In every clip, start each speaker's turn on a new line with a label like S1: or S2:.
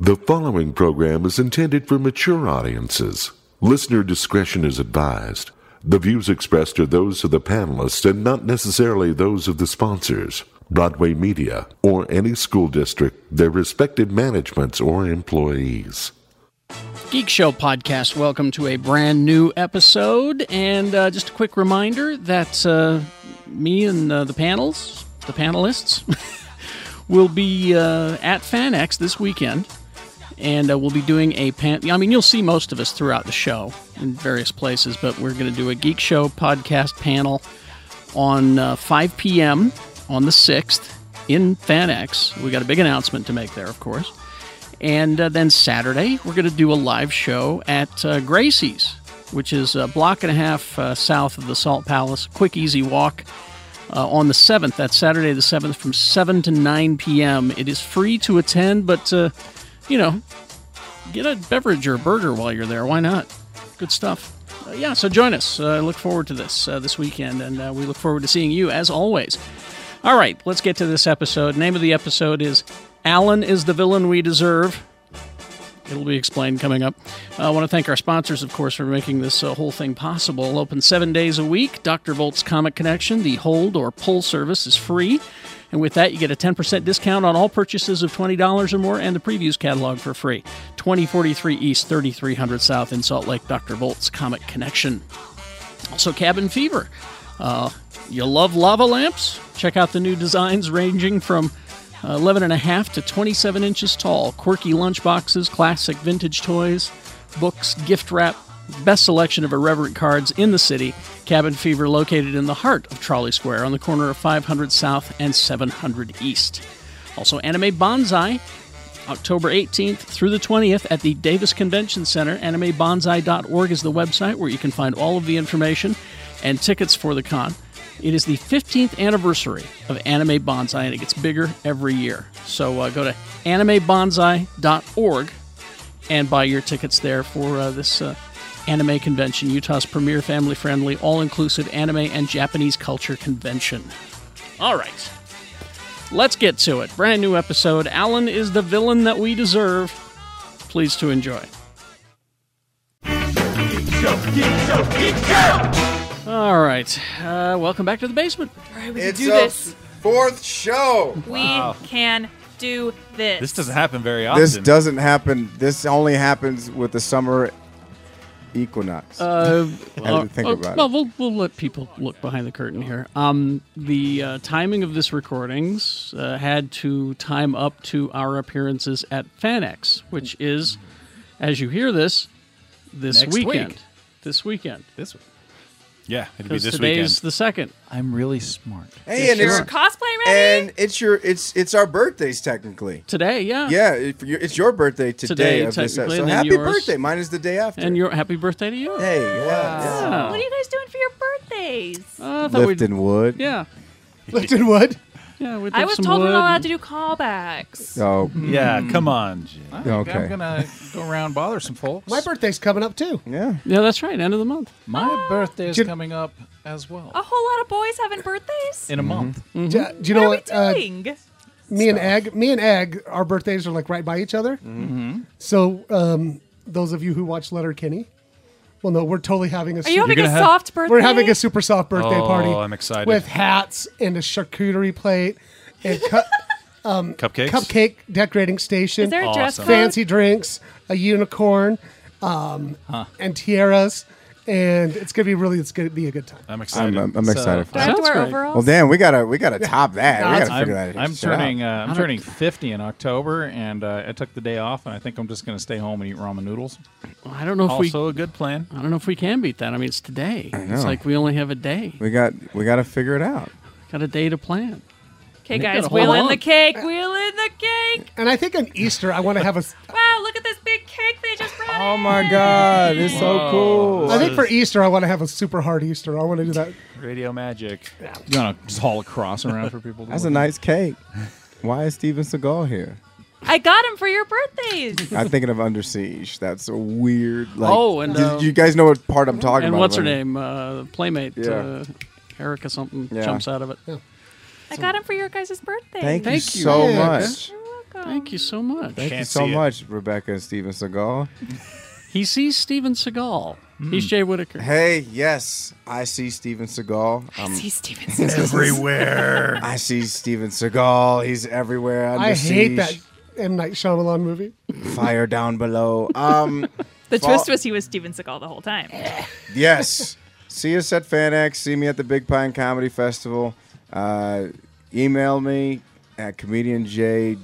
S1: The following program is intended for mature audiences. Listener discretion is advised. The views expressed are those of the panelists and not necessarily those of the sponsors, Broadway Media, or any school district, their respective managements, or employees.
S2: Geek Show podcast. Welcome to a brand new episode, and uh, just a quick reminder that uh, me and uh, the panels, the panelists, will be uh, at FanX this weekend, and uh, we'll be doing a pan. I mean, you'll see most of us throughout the show in various places, but we're going to do a Geek Show podcast panel on uh, 5 p.m. on the 6th in FanX. We got a big announcement to make there, of course. And uh, then Saturday, we're going to do a live show at uh, Gracie's, which is a block and a half uh, south of the Salt Palace. Quick, easy walk uh, on the 7th. That's Saturday the 7th from 7 to 9 p.m. It is free to attend, but, uh, you know, get a beverage or a burger while you're there. Why not? Good stuff. Uh, yeah, so join us. Uh, I look forward to this uh, this weekend, and uh, we look forward to seeing you as always. All right, let's get to this episode. Name of the episode is Alan is the Villain We Deserve. It'll be explained coming up. Uh, I want to thank our sponsors, of course, for making this uh, whole thing possible. Open seven days a week. Dr. Volt's Comic Connection, the hold or pull service, is free. And with that, you get a 10% discount on all purchases of $20 or more and the previews catalog for free. 2043 East, 3300 South in Salt Lake, Dr. Volt's Comic Connection. Also, Cabin Fever. Uh, you love lava lamps? Check out the new designs ranging from uh, 11 and a half to 27 inches tall. Quirky lunchboxes, classic vintage toys, books, gift wrap. Best selection of irreverent cards in the city. Cabin Fever located in the heart of Trolley Square on the corner of 500 South and 700 East. Also, Anime Bonsai, October 18th through the 20th at the Davis Convention Center. AnimeBonsai.org is the website where you can find all of the information and tickets for the con. It is the 15th anniversary of Anime Bonsai, and it gets bigger every year. So uh, go to AnimeBonsai.org and buy your tickets there for uh, this uh, anime convention, Utah's premier family friendly, all inclusive anime and Japanese culture convention. All right. Let's get to it. Brand new episode. Alan is the villain that we deserve. Please to enjoy. All right. Uh, welcome back to the basement.
S3: All right, we
S4: It's
S3: can do
S4: our
S3: this.
S4: fourth show.
S3: We can do this.
S5: This doesn't happen very often.
S4: This doesn't happen. This only happens with the summer equinox.
S2: Uh,
S4: I didn't think
S2: uh,
S4: about
S2: well,
S4: it.
S2: we'll we'll let people look behind the curtain here. Um, the uh, timing of this recordings uh, had to time up to our appearances at FanX, which is, as you hear this, this
S5: Next week.
S2: weekend. This weekend.
S5: This one. Yeah, it'd be
S2: Because
S5: this
S2: today's
S5: weekend.
S2: the second.
S6: I'm really smart.
S4: Hey, and
S3: You're
S4: it's,
S3: a cosplay ready?
S4: and it's your it's it's our birthdays technically.
S2: Today, yeah.
S4: Yeah, it- for your- it's your birthday today,
S2: Today,
S4: of this. So
S2: technically, and then
S4: happy
S2: yours.
S4: birthday! Mine is the day after.
S2: And your happy birthday to you.
S4: hey, yeah, yeah.
S2: Yeah.
S3: Oh. What are you guys doing for your birthdays?
S2: Uh, I thought we'd-
S4: Lifton Wood.
S2: Yeah.
S6: Lifted wood.
S2: Yeah, we
S3: I was
S2: some
S3: told we're
S2: wood.
S3: not allowed to do callbacks.
S4: Oh,
S2: Mm-hmm.
S5: yeah,
S2: Mm.
S5: come on, Jay.
S4: Okay.
S5: I'm gonna go around and bother some folks.
S6: My birthday's coming up too.
S4: yeah.
S2: Yeah, that's right. End of the month.
S5: My birthday is
S6: Jim-
S5: coming up as well
S3: A whole lot of boys having birthdays.
S5: in a month.
S6: Do, do you
S3: what
S6: know
S3: are we
S6: what? uh,
S3: doing?
S6: me and Egg, me and Egg, our birthdays are like right by each other.
S3: Mm-hmm.
S6: So um, those of you who watch Letter Kenny, well, no, we're totally having a.
S3: are you
S6: super-
S3: having a
S5: gonna have-
S3: soft birthday?
S6: we're having a super soft birthday
S5: Oh,
S6: party.
S5: I'm excited.
S6: With hats and a charcuterie plate and cu-
S5: Cupcakes.
S6: cupcake decorating station.
S3: Is there a dress
S5: Awesome.
S3: code?
S6: fancy drinks, a unicorn, um, and tiaras, and it's gonna be really it's gonna be a good time.
S5: I'm excited.
S4: I'm, I'm, I'm excited.
S3: Do
S4: For
S3: I have
S2: Sounds
S3: to wear
S2: great.
S3: overalls?
S4: well, damn, we gotta we gotta top that. we gotta
S5: I'm,
S4: figure that.
S5: I'm
S4: shit out.
S5: turning. Uh, I'm turning 50 in October, and uh, I took the day off, and I think I'm just gonna stay home and eat ramen noodles.
S2: I don't know if we.
S5: Also, a good plan.
S2: I don't know if we can beat that. I mean, it's today. It's
S4: know.
S2: like we only have a day.
S4: We got we gotta figure it out.
S2: Got a day to plan.
S3: okay,
S2: We've got
S3: guys,
S2: a
S3: wheel
S2: whole
S3: in the
S2: month.
S3: cake. Wheel in the cake.
S6: And I think on Easter I want to have a.
S3: Wow, look at this big cake they just brought in.
S4: Oh god, it's so cool.
S6: I think for Easter I want to have a super hard Easter. I want to do that.
S5: Radio magic. You wanna just haul a cross around for people? To
S4: That's a
S5: look
S4: nice cake. Why is Steven Seagal here?
S3: I got him for your birthdays.
S4: I'm thinking of Under Siege. That's a weird. Like,
S2: Oh, and,
S4: you,
S2: uh,
S4: you guys know what part I'm talking
S2: And
S4: about.
S2: what's her
S4: right?
S2: name? Uh, playmate,
S4: Yeah.
S2: uh, Erica something
S4: Yeah.
S2: jumps out of it.
S3: I got him for your guys' birthdays.
S4: Thank, you
S2: Thank you.
S4: so
S6: Yeah,
S4: much.
S3: You're welcome. welcome.
S2: Thank you so much.
S4: Thank you
S5: Can't
S4: so
S5: see it.
S4: much, Rebecca and Steven Seagal.
S2: He sees Steven Seagal.
S4: Mm.
S2: He's Jay Whitaker.
S4: Hey, yes, I see Steven Seagal.
S3: I
S4: Um,
S3: see Steven Seagal.
S5: Everywhere.
S4: I see Steven Seagal. He's everywhere. Under
S6: I hate
S4: siege.
S6: that M Night Shyamalan movie.
S4: fire down below. Um,
S3: The
S4: Fall-
S3: twist was he was Steven Seagal the whole time.
S4: yes. See us at FanX. See me at the Big Pine Comedy Festival. Uh, email me at comedianjw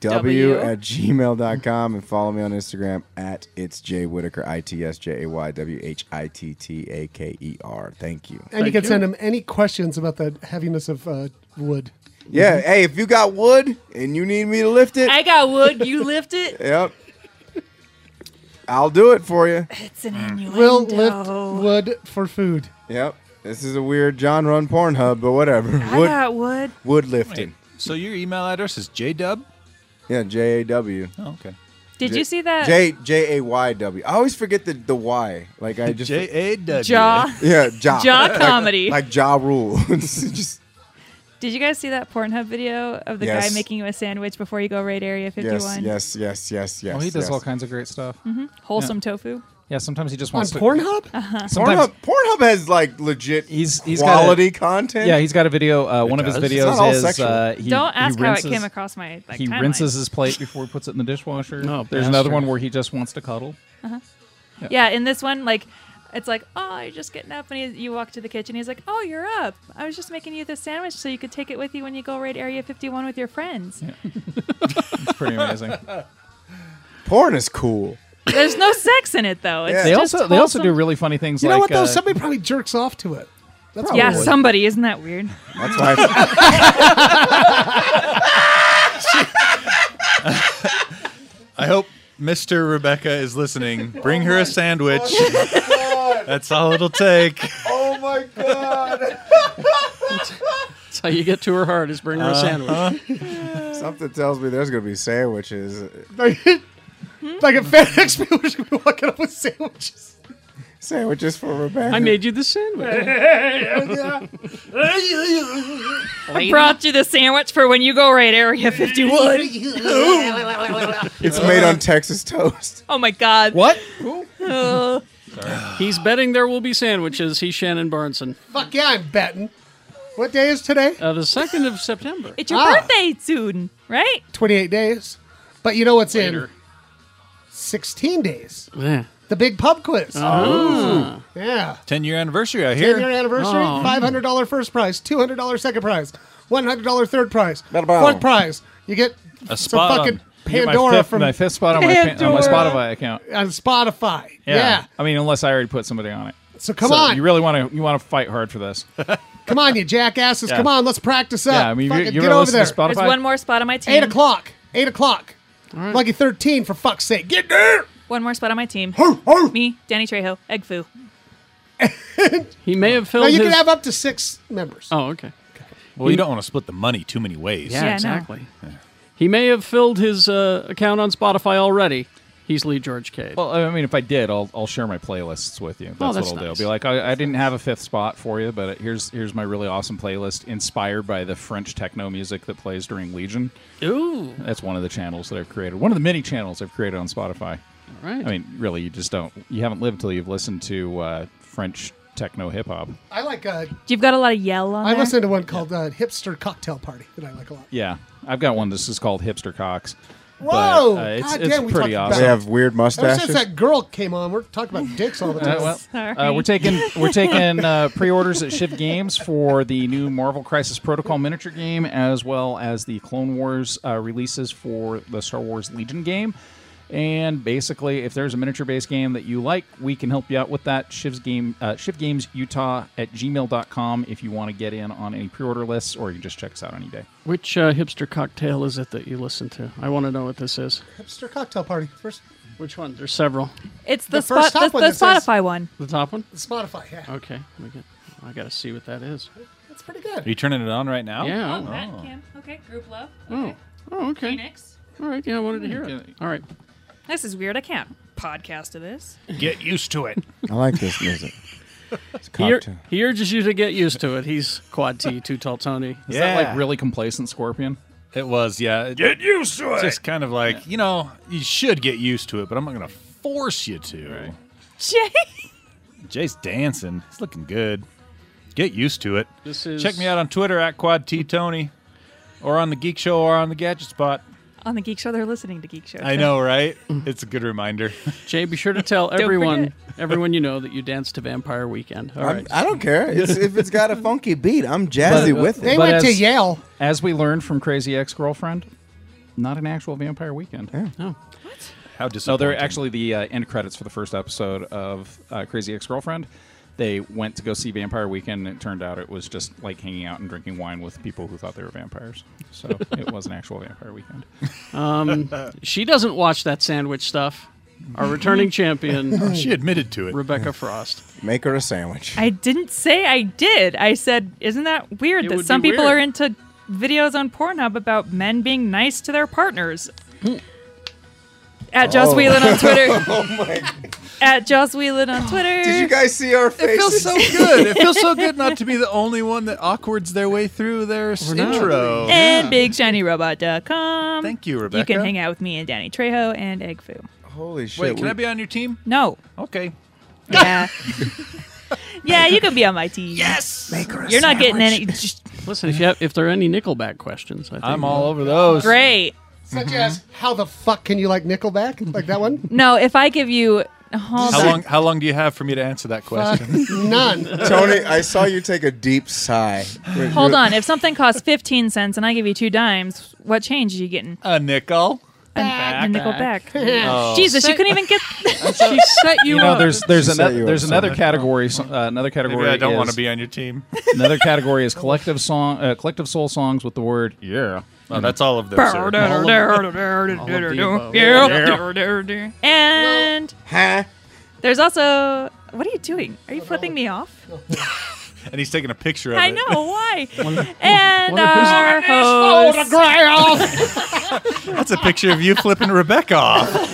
S3: W.
S4: at gmail.com and follow me on Instagram at it's Jay Whitaker, I T S J A Y W H I T T A K E R. Thank you.
S6: And
S2: Thank
S6: you can
S2: you.
S6: send him any questions about the heaviness of uh, wood.
S4: Yeah. Hey, if you got wood and you need me to lift it,
S3: Mm-hmm. I got wood. You lift it.
S4: yep. I'll do it for you.
S3: It's an innuendo.
S6: Will lift wood for food.
S4: Yep. This is a weird John Run Pornhub, but whatever.
S3: I
S4: Wood,
S3: got wood.
S4: wood lifting.
S5: so your email address is jdub?
S4: Yeah, J A W.
S5: Oh, okay.
S3: Did
S4: J-
S3: you see that
S4: J J A Y W. I always forget the the Y. Like I just
S5: A W.
S3: jaw
S4: yeah Ja
S3: jaw comedy?
S4: uh, like Ja Rule. It's just
S3: Did you guys see that Pornhub video of the
S4: Yes.
S3: guy making you a sandwich before you go raid Area 51?
S4: yes, yes, yes, yes, yes.
S5: Oh, he does
S4: yes.
S5: all kinds of great stuff.
S3: Mm-hmm. Wholesome tofu.
S5: Yeah, sometimes he just
S6: On
S5: wants to.
S6: Pornhub?
S3: Uh-huh.
S5: sometimes-
S4: Pornhub, Pornhub has like legit
S5: He's- he's got a-
S4: quality content.
S5: Yeah, he's got a video. Uh, one of
S7: does.
S5: his
S7: It's
S5: videos
S4: not all
S5: is
S4: sexual.
S5: uh, he,
S3: Don't
S5: he
S3: ask how
S5: rinses,
S3: it came across my like
S5: He
S3: timeline.
S5: rinses his plate before he puts it in the dishwasher.
S2: No,
S5: There's another
S2: bastard.
S5: one where he just wants to cuddle.
S3: Yeah, in this one, like, it's like, oh, you're just getting up, and he, you walk to the kitchen. He's like, oh, you're up. I was just making you this sandwich so you could take it with you when you go raid Area 51 with your friends.
S5: It's pretty amazing.
S4: Porn is cool.
S3: There's no sex in it though. It's
S4: Yeah.
S5: they
S3: just
S5: also they also
S3: wholesome-
S5: do really funny things
S6: You
S5: like
S6: know what though?
S5: uh,
S6: Somebody probably jerks off to it. That's
S3: Yeah,
S6: weird.
S3: somebody isn't that weird?
S4: That's why it's,
S7: I hope Mr. Rebecca is listening. Bring her a sandwich. That's all it'll take.
S4: Oh my god.
S2: That's how you get to her heart is bring her a
S4: Uh-huh.
S2: sandwich.
S4: Something tells me there's gonna be sandwiches.
S6: like at FedEx, people are just gonna be walking up with sandwiches.
S4: Sandwiches for Rebecca.
S2: I made you the sandwich.
S3: I brought you the sandwich for when you go raid Area 51.
S4: it's made on Texas toast.
S3: oh my God.
S5: what?
S3: Ugh.
S2: He's betting there will be sandwiches. He's Shannon Barneson.
S6: Fuck yeah, I'm betting. What day is today?
S2: Uh, the second of September.
S3: It's your
S6: Ah.
S3: birthday soon, right?
S6: 28 days. But you know what's in 16 days?
S2: Yeah.
S6: The big pub quiz. Yeah.
S7: 10 year anniversary out
S6: 10 year
S7: here.
S6: anniversary,
S2: Oh.
S6: $500 first prize, $200 second prize, $100 third prize,
S4: Bada bow.
S6: fourth prize. You get
S7: A
S6: some
S7: spot on-
S6: fucking
S5: I get my
S6: Pandora
S5: fifth-
S6: from
S5: my fifth spot on my, pa- on my
S3: Pandora.
S5: Spotify account.
S6: on Spotify. Yeah.
S5: Yeah. I mean, unless I already put somebody on it.
S6: So come
S5: So
S6: on.
S5: You really want to you want to fight hard for this.
S6: come on, you jackasses.
S5: Yeah.
S6: Come on, let's practice up.
S5: yeah, I mean, you,
S6: Fucking
S5: you
S6: get
S5: ever
S6: over
S5: listen
S6: there.
S5: to Spotify?
S3: There's one more spot on my team.
S6: Eight o'clock. Eight o'clock. Lucky 13, for fuck's sake. Get there.
S3: One more spot on my team.
S6: Oh,
S3: Me, Danny Trejo, Egg Foo.
S2: He may have filled
S6: now you
S2: his.
S6: can have up to six members.
S2: oh, okay.
S7: Well, you don't want to split the money too many ways.
S2: Yeah,
S3: Yeah, I know.
S2: exactly. He may have filled his uh, account on Spotify already. He's Lee George Cade.
S5: Well, I mean, if I did, I'll, I'll share my playlists with you. That's,
S3: Oh,
S2: that's
S5: what I'll
S2: nice.
S5: do. I'll be like, I, I didn't have a fifth spot for you, but here's here's my really awesome playlist inspired by the French techno music that plays during Legion.
S2: Ooh,
S5: That's one of the channels that I've created. One of the many channels I've created on Spotify.
S2: right.
S5: I mean, really, you just don't you haven't lived till you've listened to uh, French techno hip hop.
S6: I like. Uh,
S3: You've got a lot of yell on
S6: I
S3: there.
S6: listened to one called uh, "Hipster Cocktail Party" that I like a lot.
S5: Oh, Yeah, I've got one. This is called Hipster Cox.
S6: Whoa!
S5: uh, it's-
S6: God
S5: it's
S6: damn, we
S5: pretty
S6: talked
S5: awesome.
S4: They
S6: About
S4: have weird
S6: Ever since
S4: mustaches.
S6: that girl came on, we're talking about dicks all the time.
S5: Uh, well,
S3: Sorry.
S5: uh, we're taking we're taking uh, pre-orders at Shift Games for the new Marvel Crisis Protocol miniature game, as well as the Clone Wars uh, releases for the Star Wars Legion game. And basically, if there's a miniature-based game that you like, we can help you out with that. Shiv's game, uh, shiftgamesutah at gmail.com if you want to get in on any pre-order lists, or you can just check us out on eBay.
S2: Which uh, hipster cocktail is it that you listen to? I want to know what this is.
S6: Hipster Cocktail Party first.
S2: Which one? There's several.
S3: it's the,
S6: the first
S3: spot,
S6: top
S3: the,
S6: one
S3: the
S6: that says-
S3: Spotify one.
S2: The top one?
S6: Spotify. Yeah,
S2: Okay. We get, I got to see what that is.
S6: that's pretty
S7: Are
S6: good.
S7: you turning it on right now?
S2: Yeah.
S3: Oh, Okay, group love.
S2: Oh. Oh, okay. All right. Yeah, I wanted to hear it.
S5: Okay.
S2: All right.
S3: This is weird. I can't podcast to this.
S7: Get used to it.
S4: I like this music. It's
S2: He, ur-
S4: cocktail.
S2: he urges you to get used to it. He's quad T, two tall Tony.
S5: Is that
S7: Yeah.
S5: like really complacent Scorpion?
S7: It was, yeah. It-
S5: Get used to
S7: it's
S5: it.
S7: just kind of like, you know, you should get used to it, but I'm not going to force you to.
S3: Jay.
S7: Jay's dancing. It's looking good. Get used to it.
S2: This is-
S7: Check me out on Twitter at Quad T Tony or on the Geek Show or on the Gadget Spot.
S3: On the Geek Show, they're listening to Geek Show.
S7: I know, right? It's a good reminder.
S2: Jay, be sure to tell everyone,
S3: forget.
S2: everyone you know, that you danced to Vampire Weekend. All
S4: I'm-
S2: right.
S4: I don't care. It's, if it's got a funky beat, I'm jazzy
S5: But-
S4: with
S6: They
S4: it.
S5: But
S6: went to
S5: as-
S6: Yale.
S5: As we learned from Crazy Ex Girlfriend, not an actual Vampire Weekend.
S7: How
S5: No,
S7: disappointing.
S5: they're actually the uh, end credits for the first episode of uh, Crazy Ex Girlfriend. They went to go see Vampire Weekend, and it turned out it was just like hanging out and drinking wine with people who thought they were vampires. So it was an actual Vampire Weekend.
S2: She doesn't watch that sandwich stuff. Our returning champion,
S7: She admitted to it.
S2: Rebecca Frost.
S4: Make her a sandwich.
S3: I didn't say I did. I said, isn't that weird
S2: It would
S3: that
S2: be
S3: some people
S2: weird.
S3: are into videos on Pornhub about men being nice to their partners? At Joss Whelan on Twitter. oh my. At Joss Whelan on Twitter.
S4: Did you guys see our
S7: It feels
S4: faces?
S7: so good. It feels so good not to be the only one that awkwards their way through their intro.
S3: and BigShinyRobot.com.
S7: Thank you,
S3: You
S7: Rebecca.
S3: can hang out with me and Danny Trejo and Egg Foo.
S4: Holy shit.
S7: Wait, can
S4: we-
S7: I be on your team?
S3: No.
S7: Okay.
S3: Yeah. yeah, you can be on my team. Yes. You're not getting any. Just,
S2: Listen, if you have, if there are any Nickelback questions, I think
S7: I'm all over those.
S3: great.
S6: Such as, how the fuck can you like Nickelback? Like that one?
S3: No, if I give you. Oh,
S7: How long? How long do you have for me to answer that question?
S6: Uh, None.
S4: Tony, I saw you take a deep sigh. Wait,
S3: Hold
S4: you-
S3: on. If something costs 15 cents and I give you two dimes, what change are you getting?
S7: a nickel.
S3: A nickel back.
S2: Oh.
S3: Jesus, you couldn't even get.
S2: she set you,
S5: You know,
S2: up.
S5: there's there's
S4: Set you
S5: another
S4: up
S5: there's another
S4: somewhere.
S5: category so- uh, another category.
S7: Maybe I don't
S5: is-
S7: want to be on your team.
S5: another category is collective song uh, collective soul songs with the word yeah.
S7: No, Oh, that's all of them.
S3: and
S4: Huh?
S3: there's also. What are you doing? Are you flipping me off?
S7: And he's taking a picture of
S3: I
S7: it.
S3: know why. And
S2: wonder who's-
S3: our host.
S7: That's a picture of you flipping Rebecca off.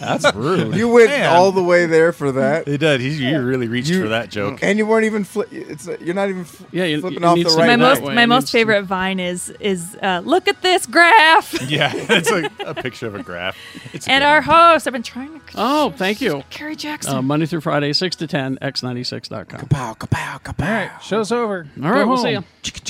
S5: That's rude.
S4: You went
S7: Man.
S4: all the way there for that.
S7: It did. He, you really reached
S4: You-
S7: for that joke.
S4: And you weren't even fli- it's uh, you're not even fl-
S2: Yeah, you-
S4: flipping
S2: it
S4: off
S2: needs
S4: the
S2: to
S4: right
S3: my
S2: be that
S3: most
S2: way.
S3: my
S2: It
S3: most
S2: needs to-
S3: favorite vine is is uh, look at this graph
S7: Yeah, it's a, a picture of a graph. It's a
S3: and
S7: good
S3: our host i've been trying to
S2: oh, thank you.
S3: carrie jackson
S2: Uh, Monday through Friday, six to ten, x96.com.
S4: Kapow, kapow, kapow.
S5: All right, show's over.
S2: All right, we'll see you.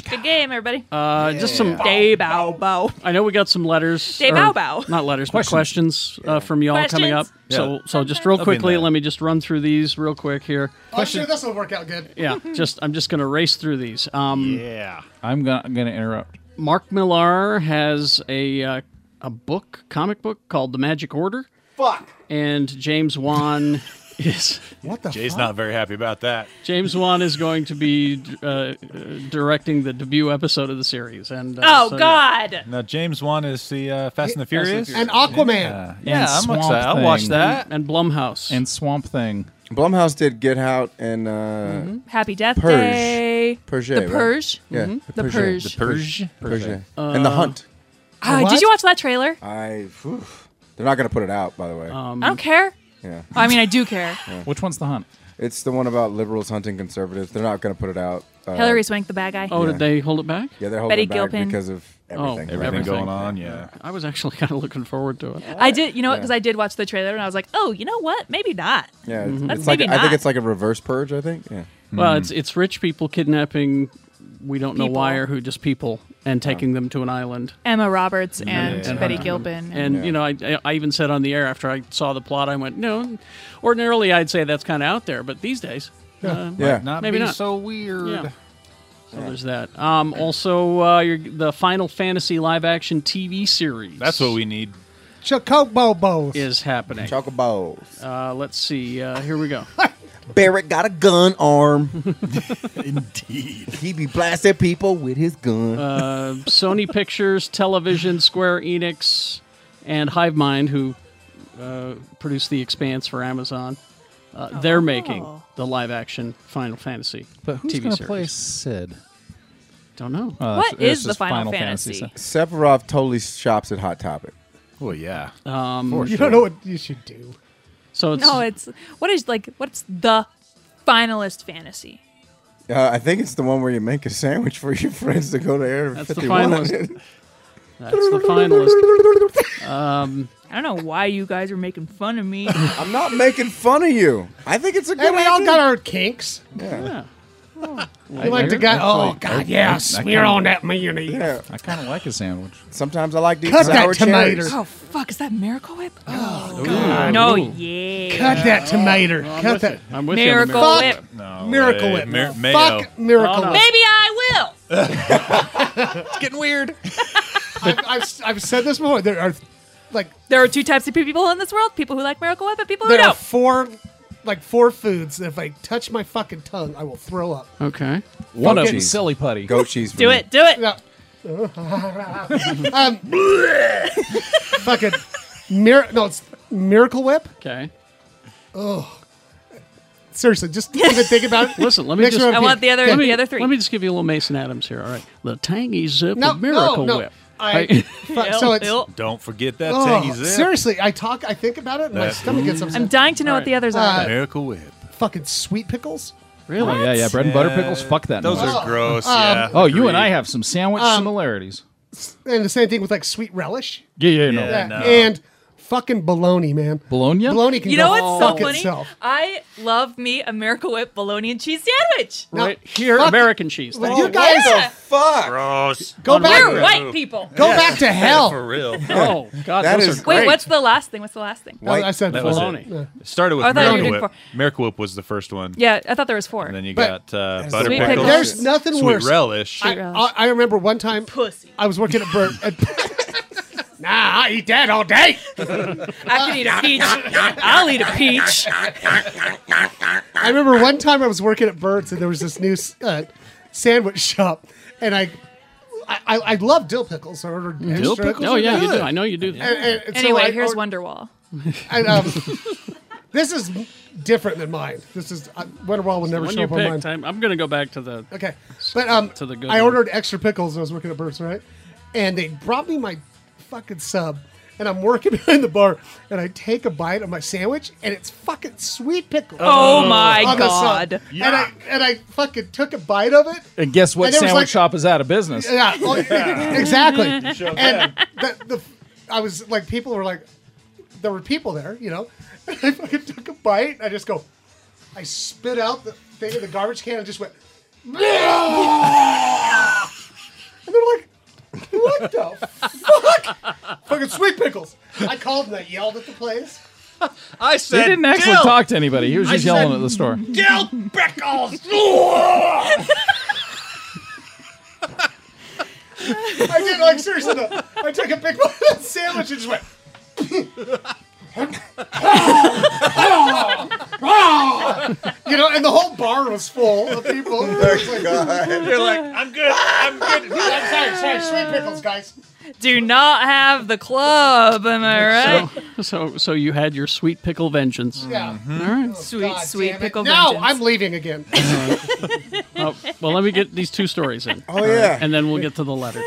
S3: good game everybody
S2: Uh, Just some
S3: day bow bow
S2: I know we got some letters.
S3: Day
S2: or-
S3: bow bow.
S2: Not letters, but questions uh, from y'all coming up.
S3: Questions.
S2: So,
S7: Yeah.
S2: so just real
S7: They'll be
S2: quickly,
S7: mad.
S2: let me just run through these real quick here.
S6: I'm sure this will work out good.
S2: Yeah, just I'm just gonna race through these. Um,
S7: one. Yeah.
S5: I'm gonna I'm gonna interrupt.
S2: Mark Millar has a uh, a book, comic book called The Magic Order,
S6: Fuck.
S2: and James Wan is
S6: What the
S7: Jay's
S6: fuck?
S7: not very happy about that.
S2: James Wan is going to be uh, uh, directing the debut episode of the series. And uh,
S3: oh
S2: so, yeah.
S3: god
S7: Now James Wan is the uh, Fast and the Furious.
S2: Furious.
S6: And Aquaman.
S7: yeah,
S5: And
S7: I'm
S5: Swamp
S7: excited. I'll
S5: Thing.
S7: watch that.
S2: and Blumhouse.
S5: And Swamp Thing.
S4: Blumhouse did Get Out and uh,
S3: happy death
S4: Purge.
S3: day
S4: Purge,
S3: the
S4: right?
S3: purge
S4: yeah,
S3: The Purge.
S7: Purge.
S4: Purge, and the Hunt.
S3: Ah,
S2: what?
S3: did you watch that trailer
S4: I. whew. They're not gonna put it out, by the way.
S3: i don't care
S4: yeah,
S3: i mean i do care
S5: Which one's the hunt?
S4: it's the one about liberals hunting conservatives. They're not gonna put it out. Uh,
S3: hillary swank the bad guy
S2: oh, did they hold it back?
S4: Yeah, they're holding
S3: Betty
S4: back
S3: Gilpin.
S4: because of everything.
S2: everything
S7: Everything
S2: Everything.
S7: going on. Yeah.
S2: I was actually kind of looking forward to it.
S3: i did you know what because i did watch the trailer and i was like oh you know what maybe not
S4: Yeah, it's,
S3: That's
S4: it's like
S3: maybe
S4: I think
S3: not.
S4: it's like a reverse purge. I think. Yeah.
S2: Well, it's it's rich people kidnapping. We don't know why
S3: People.
S2: or who, just people, and taking them to an island.
S3: emma roberts and
S2: And
S3: betty
S2: her-
S3: gilpin
S2: And you know, I, I- I even said on the air after I saw the plot, I went, no. Ordinarily, I'd say that's kind of out there, but these days, uh,
S4: Yeah.
S7: Not
S2: Maybe
S7: be
S2: not.
S7: so weird.
S2: yeah. So there's that. Um, also, uh, your, the Final Fantasy live action TV series.
S7: That's what we need.
S6: Chocobobos.
S2: is happening.
S4: Chocolate balls.
S2: Uh, let's see. Uh, here we go.
S4: Barrett got a gun arm. Indeed. He be blasting people with his gun.
S2: Uh, Sony Pictures, Television, Square Enix, and HiveMind, who uh, produced The Expanse for Amazon, uh, they're
S3: Oh.
S2: making the live-action Final Fantasy
S5: But who's
S2: TV
S5: gonna
S2: series.
S5: play Sid?
S2: Don't know.
S5: Uh,
S3: What
S5: it's- it's
S3: is the
S5: just
S3: Final Fantasy?
S5: stuff.
S4: Sephiroth totally shops at Hot Topic.
S7: Well, yeah.
S2: Um,
S6: You don't know what you should do.
S2: so it's,
S3: no it's what is like what's the finalist fantasy
S4: Uh, I think it's the one where you make a sandwich for your friends to go to Air
S2: That's the
S4: 51.
S2: finalist. That's the finalist.
S3: I don't know why you guys are making fun of me.
S4: I'm not making fun of you. I think it's a good
S6: And we all
S4: idea.
S6: got our kinks.
S5: I,
S6: We like
S5: I-
S6: the guy.
S5: actually,
S6: Oh God, yeah, smear on that mayonnaise.
S4: Yeah.
S5: I kind of like a sandwich.
S4: Sometimes I like to eat
S6: Cut
S4: sour
S6: that tomato.
S4: cherries.
S3: oh fuck! Is that Miracle Whip? Oh god! No, yeah.
S6: Cut that tomato. Cut that
S2: I'm with you.
S3: Miracle
S2: on
S6: Fuck
S3: Whip.
S7: No,
S6: miracle
S7: eh,
S6: whip.
S7: Mar- mayo.
S6: Fuck miracle whip.
S3: Maybe I will.
S7: It's getting weird.
S6: I've, I've, I've said this before. There are like
S3: There are two types of people in this world: people who like Miracle Whip and people who
S6: there are
S3: don't.
S6: four like four foods. that If I touch my fucking tongue, I will throw up.
S2: the- Okay.
S5: One of
S4: Goat
S5: them,
S4: cheese.
S5: silly putty.
S4: Goat cheese. for
S3: Do
S4: me.
S3: it. Do it.
S6: No. um, fucking mir- no, it's miracle whip.
S2: Okay.
S6: Seriously, just even think about it.
S2: Listen, let me
S6: Next
S2: just-
S6: round,
S3: I want the other.
S2: let me,
S3: the other three.
S2: Let me just give you a little Mason Adams here. All right. The tangy zip
S6: No,
S2: of Miracle
S6: no, no.
S2: Whip.
S6: I, fuck, so
S3: Ew,
S6: it's.
S3: ew.
S7: Don't forget that
S6: oh,
S7: tangy zip.
S6: seriously, I talk. I think about it, and my
S7: That-
S6: stomach gets upset.
S3: I'm dying to know what the others
S6: Uh,
S3: are.
S7: Miracle Whip.
S6: fucking sweet pickles.
S2: Really?
S5: Oh, yeah, yeah. Bread and butter pickles. Fuck that.
S7: Those
S5: noise.
S7: are Um, gross. yeah.
S5: oh, you and I
S7: Agreed.
S5: have some sandwich similarities.
S6: And the same thing with like sweet relish.
S5: Yeah, yeah,
S7: no. Yeah.
S6: That-
S7: no.
S6: And fucking bologna, man.
S5: Bologna?
S6: Bologna can
S3: you
S6: go
S3: know what's so
S6: fuck
S3: funny?
S6: itself.
S3: I love me a Miracle Whip bologna and cheese sandwich.
S6: No.
S2: Right here,
S6: Fuck.
S2: American cheese.
S6: Well,
S2: Thank
S6: you
S2: you.
S6: guys
S3: Yeah.
S4: Oh, Fuck.
S7: Gross.
S6: go back.
S3: We're white people.
S6: Go back to
S7: For
S6: hell.
S7: real.
S2: Oh, God,
S4: That
S2: those
S4: is
S2: are
S3: Wait,
S4: great.
S3: what's the last thing? What's the last thing?
S6: No, I said
S7: That was
S6: bologna.
S7: it.
S6: Yeah.
S7: It started
S3: I
S7: with
S3: thought you were
S7: Miracle
S3: doing
S7: Whip.
S3: four.
S7: Miracle Whip was the first one.
S3: Yeah, I thought there was four.
S7: And then you
S6: But-
S7: got uh,
S4: That's the
S7: butter
S3: Sweet
S7: pickles.
S3: pickles.
S6: There's nothing
S7: Sweet
S6: worse.
S7: relish.
S6: I, I, I remember one time
S3: Pussy.
S6: I was working at Bert. And, nah, I eat that all day.
S3: I could eat a peach. I'll eat a peach.
S6: I remember one time I was working at Burt's and there was this new uh, sandwich shop, and I, I, I I love dill pickles. I ordered
S2: Dill
S6: extra.
S2: pickles? Oh, yeah, you do. I know you do.
S6: And, and- and so
S3: Anyway,
S6: I
S3: here's
S6: or-
S3: Wonderwall.
S6: and, um, this is different than mine. This is uh, Wonderwall will never
S2: When
S6: show
S2: you
S6: up on mine.
S2: picked, I'm, I'm going to go back to the.
S6: Okay, but um,
S2: To the good
S6: I
S2: one.
S6: ordered extra pickles. when I was working at Burt's, right? And they brought me my fucking sub, and I'm working behind the bar, and I take a bite of my sandwich, and it's fucking sweet pickle.
S3: Oh, my
S6: on the sub.
S3: god.
S6: And I and I fucking took a bite of it.
S5: And guess what
S6: And there was
S5: sandwich
S6: like-
S5: shop is out of business?
S6: Yeah, oh, exactly. And the, the, I was like, people were like, there were people there, you know. And I fucking took a bite. And I just go, I spit out the thing in the garbage can and just went, and they're like, what the fuck? fucking sweet pickles. I called and I yelled at the place.
S7: I
S5: They
S7: said
S5: didn't actually talk to anybody. He was just yelling
S7: said- "Mm-hmm."
S5: at the store.
S7: dill pickles.
S6: I did like seriously though. I took a big bite of that sandwich and just went. you know, and the whole bar was full of people.
S7: They're like, I'm good. I'm good.
S6: I'm sorry, sorry, sweet pickles, guys.
S3: Do not have the club, am I right?
S2: So, so, so you had your sweet pickle vengeance.
S6: Yeah.
S2: All right.
S3: Mm-hmm. sweet,
S6: God
S3: sweet
S6: damn it.
S3: pickle
S6: No,
S3: vengeance.
S6: I'm leaving again.
S2: Oh, well, let me get these two stories in.
S4: Oh yeah.
S2: and then we'll get to the letters.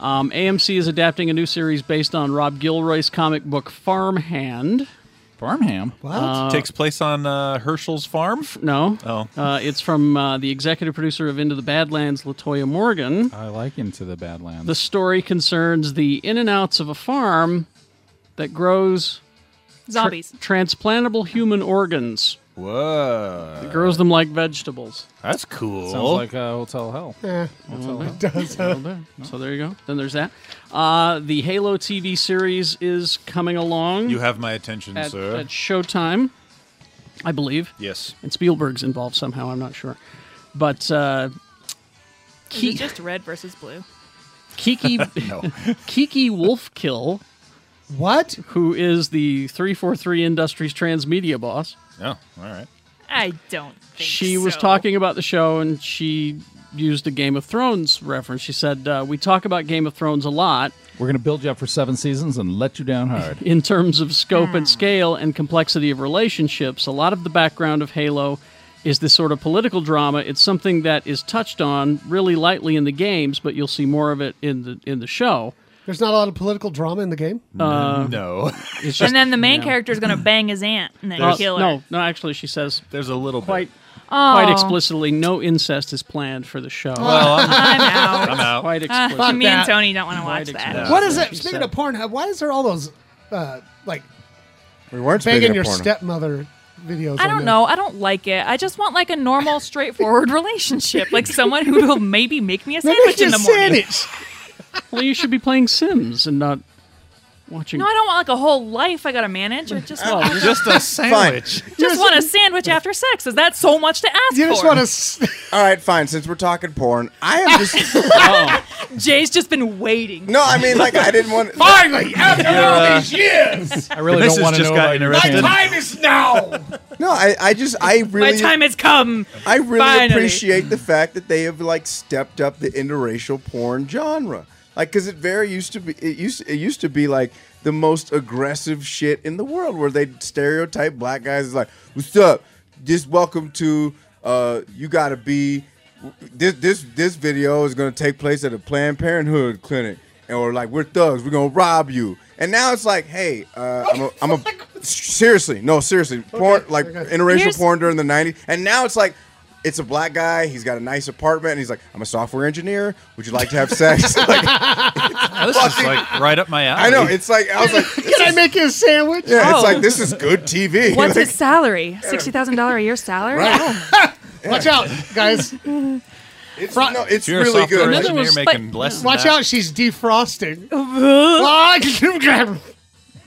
S2: Um, AMC is adapting a new series based on Rob Gilroy's comic book Farmhand.
S5: Farmham.
S7: Takes place on uh, Herschel's farm.
S2: No,
S7: Oh.
S2: uh, it's from uh, the executive producer of Into the Badlands, Latoya Morgan.
S5: I like Into the Badlands.
S2: The story concerns the in and outs of a farm that grows
S3: Zombies.
S2: transplantable human organs.
S7: Whoa,
S2: It grows them like vegetables.
S7: that's cool.
S5: Sounds like uh, Hotel Hell.
S2: So there you go. Then there's that. Uh, the Halo TV series is coming along
S7: you have my attention,
S2: at,
S7: sir.
S2: at Showtime, I believe.
S7: yes.
S2: and Spielberg's involved somehow. I'm not sure, but uh,
S3: Is
S2: Ki-
S3: it just red versus blue?
S2: Kiki Kiki Wolfkill,
S6: What?
S2: who is the 343 Industries transmedia boss,
S7: Oh, all right.
S3: I don't think
S2: she was
S3: so.
S2: talking about the show and she used a Game of Thrones reference. She said, uh, "We talk about Game of Thrones a lot
S5: We're going to build you up for seven seasons and let you down hard.
S2: in terms of scope and
S3: Hmm.
S2: scale and complexity of relationships. A lot of the background of Halo." Is this sort of political drama? It's something that is touched on really lightly in the games, but you'll see more of it in the in the show.
S6: There's not a lot of political drama in the game.
S7: no,
S2: It's just
S3: And then the main
S2: Yeah.
S3: character is going to bang his aunt and then
S2: Well,
S3: kill her.
S2: No, no. Actually, she says
S7: there's a little
S2: quite Quite
S3: Oh.
S2: explicitly, no incest is planned for the show.
S7: Well, I'm,
S3: I'm out. Uh,
S7: I'm out.
S2: Quite explicitly.
S3: Me and
S6: that.
S3: Tony don't want to watch that.
S2: explicit.
S6: What is
S2: Yeah,
S6: it?
S2: she
S6: Speaking
S2: said.
S6: of Pornhub, why is there all those uh, like
S4: We weren't speaking
S6: begging
S4: of
S6: your
S4: porno.
S6: stepmother videos?
S3: I
S6: on
S3: don't
S6: there?
S3: know. I don't like it. I just want like a normal, straightforward relationship, like someone who will maybe make me a
S6: Maybe
S3: sandwich in the
S6: just
S3: morning.
S6: sandwich.
S2: well, you should be playing Sims and not watching.
S3: No, I don't want like a whole life I gotta manage. I just want, just,
S7: Just a sandwich.
S3: want a sandwich after sex. Is that so much to ask
S6: You just
S3: for?
S6: want to. S-
S4: All right, fine. Since we're talking porn, I am just
S3: Jay's just been waiting.
S4: no. I mean, like, I didn't want.
S6: Finally, after all these years,
S5: I really
S7: This
S5: don't want
S7: has just
S5: to know
S7: got
S5: about your
S7: interested.
S5: family.
S6: is now.
S4: No, I, I just, I
S3: My
S4: really,
S3: time has come.
S4: I really
S3: Finally.
S4: appreciate the fact that they have like stepped up the interracial porn genre. Like, because it very used to be, it used, it used to be like the most aggressive shit in the world, where they would stereotype black guys as like, "What's up? Just welcome to, uh, you gotta be." This this this video is gonna take place at a Planned Parenthood clinic, and we're like, "We're thugs. We're gonna rob you." And now it's like, "Hey, uh, I'm a, I'm a seriously, no, seriously, porn like
S6: okay.
S4: interracial
S3: Here's-
S4: porn." porn during the 90s. And now it's like, it's a black guy. He's got a nice apartment. And he's like, I'm a software engineer. Would you like to have sex? Like,
S7: Oh, this is like right up my alley.
S4: I know. It's like, I was like,
S6: Can I make you a sandwich?
S4: yeah,
S3: Oh.
S4: it's like, this is good TV.
S3: What's
S4: Like,
S3: his salary? Sixty thousand dollar a year salary? Oh.
S6: Watch out, guys!
S4: it's, no, it's
S7: If you're a
S4: really
S7: software
S4: good.
S2: Another
S7: engineer
S2: was-
S7: making less than
S6: Watch
S7: that.
S6: out, she's defrosting. Ah,
S7: That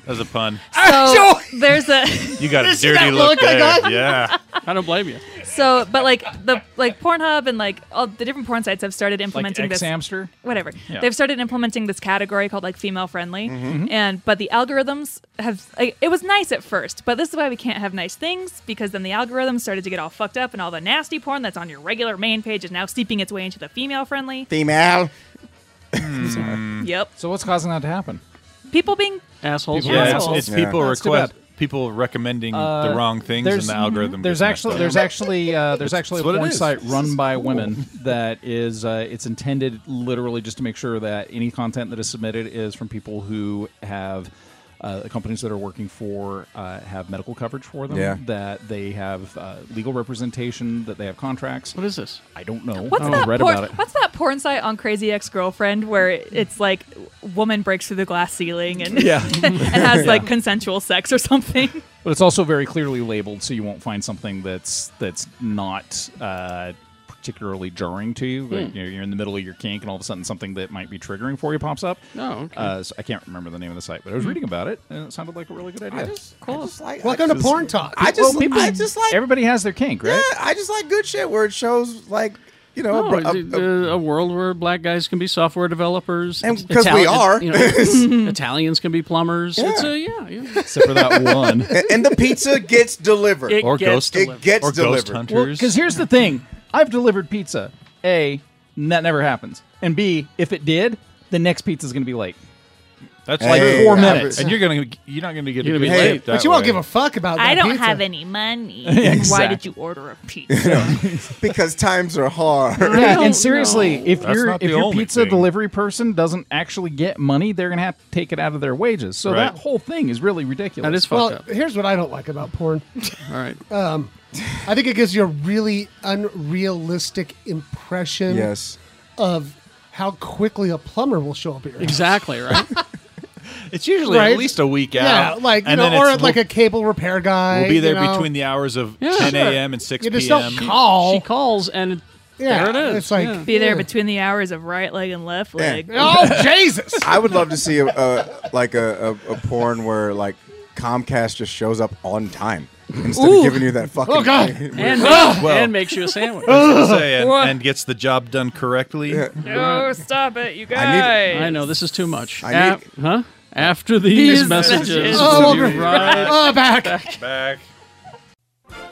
S7: was a pun.
S3: So there's a
S7: You got a
S6: see
S7: dirty
S6: that
S7: look
S6: look I
S7: there.
S6: got?
S7: Yeah.
S2: I don't blame you.
S3: so, but like the like Pornhub and like all the different porn sites have started
S5: Like
S3: implementing
S5: ex
S3: this.
S5: hamster.
S3: whatever
S5: Yeah. Mm-hmm.
S3: they've started implementing this category called like female friendly and but the algorithms have like, it was nice at first but this is why we can't have nice things because then the algorithms started to get all fucked up and all the nasty porn that's on your regular main page is now seeping its way into the female friendly
S4: Female.
S3: yep
S5: So what's causing that to happen?
S3: people being
S2: Assholes.
S3: Yeah,
S2: are
S7: Yeah,
S2: assholes.
S7: it's, it's
S4: Yeah.
S7: people
S5: That's too
S7: request
S5: bad.
S7: people recommending
S5: Uh,
S7: the wrong things and
S5: there's-
S7: the algorithm.
S5: There's
S7: gets messed
S5: actually
S7: up.
S5: there's actually uh, there's actually a
S7: what it
S5: porn
S7: is.
S5: site run by women that is uh, it's intended literally just to make sure that any content that is submitted is from people who have uh, companies that are working for uh, have medical coverage for them
S4: Yeah.
S5: that they have uh, legal representation that they have contracts.
S2: What is this?
S5: I don't know.
S3: what's
S5: I
S3: that
S5: Oh, read
S3: porn,
S5: about it.
S3: what's that porn site on crazy ex-girlfriend where it's like woman breaks through the glass ceiling and
S5: Yeah,
S3: and has like consensual sex or something
S5: but it's also very clearly labeled, so you won't find something that's that's not uh, particularly jarring to you. Like,
S4: Hmm.
S5: you know, you're in the middle of your kink, and all of a sudden something that might be triggering for you pops up.
S4: Oh,
S2: No, okay.
S5: Uh, so I can't remember the name of the site, but I was reading about it, and it sounded like a really good idea.
S4: Hmm. I just, I just like,
S6: Welcome
S4: I
S6: to
S4: just,
S6: porn talk.
S4: I just,
S5: Well, people-
S4: I just like,
S5: everybody has their kink, right?
S4: yeah, I just like good shit where it shows like, you know,
S2: No,
S4: Oh, bro- uh,
S2: it's
S4: a-
S2: a,
S4: a-
S2: uh, a world where black guys can be software developers,
S4: And
S2: It-
S4: 'cause we
S2: Itali-
S4: are.
S2: you know, Italians can be plumbers. It's a yeah, yeah.
S5: Except for that one.
S4: and the pizza gets delivered.
S2: It
S7: or
S2: gets
S7: ghost
S4: it gets
S7: or ghost
S4: delivered.
S7: hunters.
S5: Because here's the thing: I've delivered pizza. A, that never happens, and B, if it did, the next pizza's going to be late.
S7: That's
S4: Like
S7: true.
S4: Hey,
S5: Four
S4: yeah,
S5: minutes.
S7: and you're gonna you're not gonna get
S2: You're
S7: a
S2: gonna
S7: good
S2: be
S7: tip
S2: late.
S7: that
S6: but you won't
S7: way.
S6: give a fuck about that.
S3: i don't
S6: pizza.
S3: have any money why did
S5: Exactly.
S3: you order a pizza
S4: because times are hard.
S5: Yeah,
S2: don't
S5: and seriously,
S2: know.
S5: if
S7: That's
S5: your
S7: not
S5: if
S7: the
S5: your
S7: only
S5: pizza
S7: thing.
S5: delivery person doesn't actually get money, they're gonna have to take it out of their wages. So
S7: Right.
S5: that whole thing is really ridiculous.
S2: That is
S6: Well,
S2: fucked up.
S6: here's what I don't like about porn.
S2: All right.
S6: I think it gives you a really unrealistic impression
S4: yes.
S6: of how quickly a plumber will show up at your house.
S2: exactly right.
S7: It's usually
S6: Right?
S7: at least a week
S6: Yeah,
S7: out.
S6: like you
S7: and
S6: know,
S7: then
S6: or
S7: it's-
S6: like a cable repair guy.
S7: we'll, we'll be
S6: you
S7: there
S6: know.
S7: between the hours of
S2: Yeah,
S7: 10
S2: sure.
S7: a.m. and 6
S6: You just
S7: p.m.
S6: don't call.
S2: She calls and it,
S6: yeah,
S2: there it is.
S6: It's like hmm.
S2: Yeah.
S3: be there between the hours of right leg and left leg.
S6: oh Jesus.
S4: I would love to see a, a like a, a, a porn where like Comcast just shows up on time instead of giving you that fucking.
S6: Oh, God.
S4: thing.
S2: and,
S7: Well-
S2: and makes you a sandwich.
S7: Say, and, and gets the job done correctly.
S3: No, Oh, stop it, you guys.
S4: I
S2: I know this is too much.
S4: I
S2: Af- huh? After these, messages,
S3: messages.
S6: Oh,
S2: we'll be right
S6: Oh, back.
S7: Back.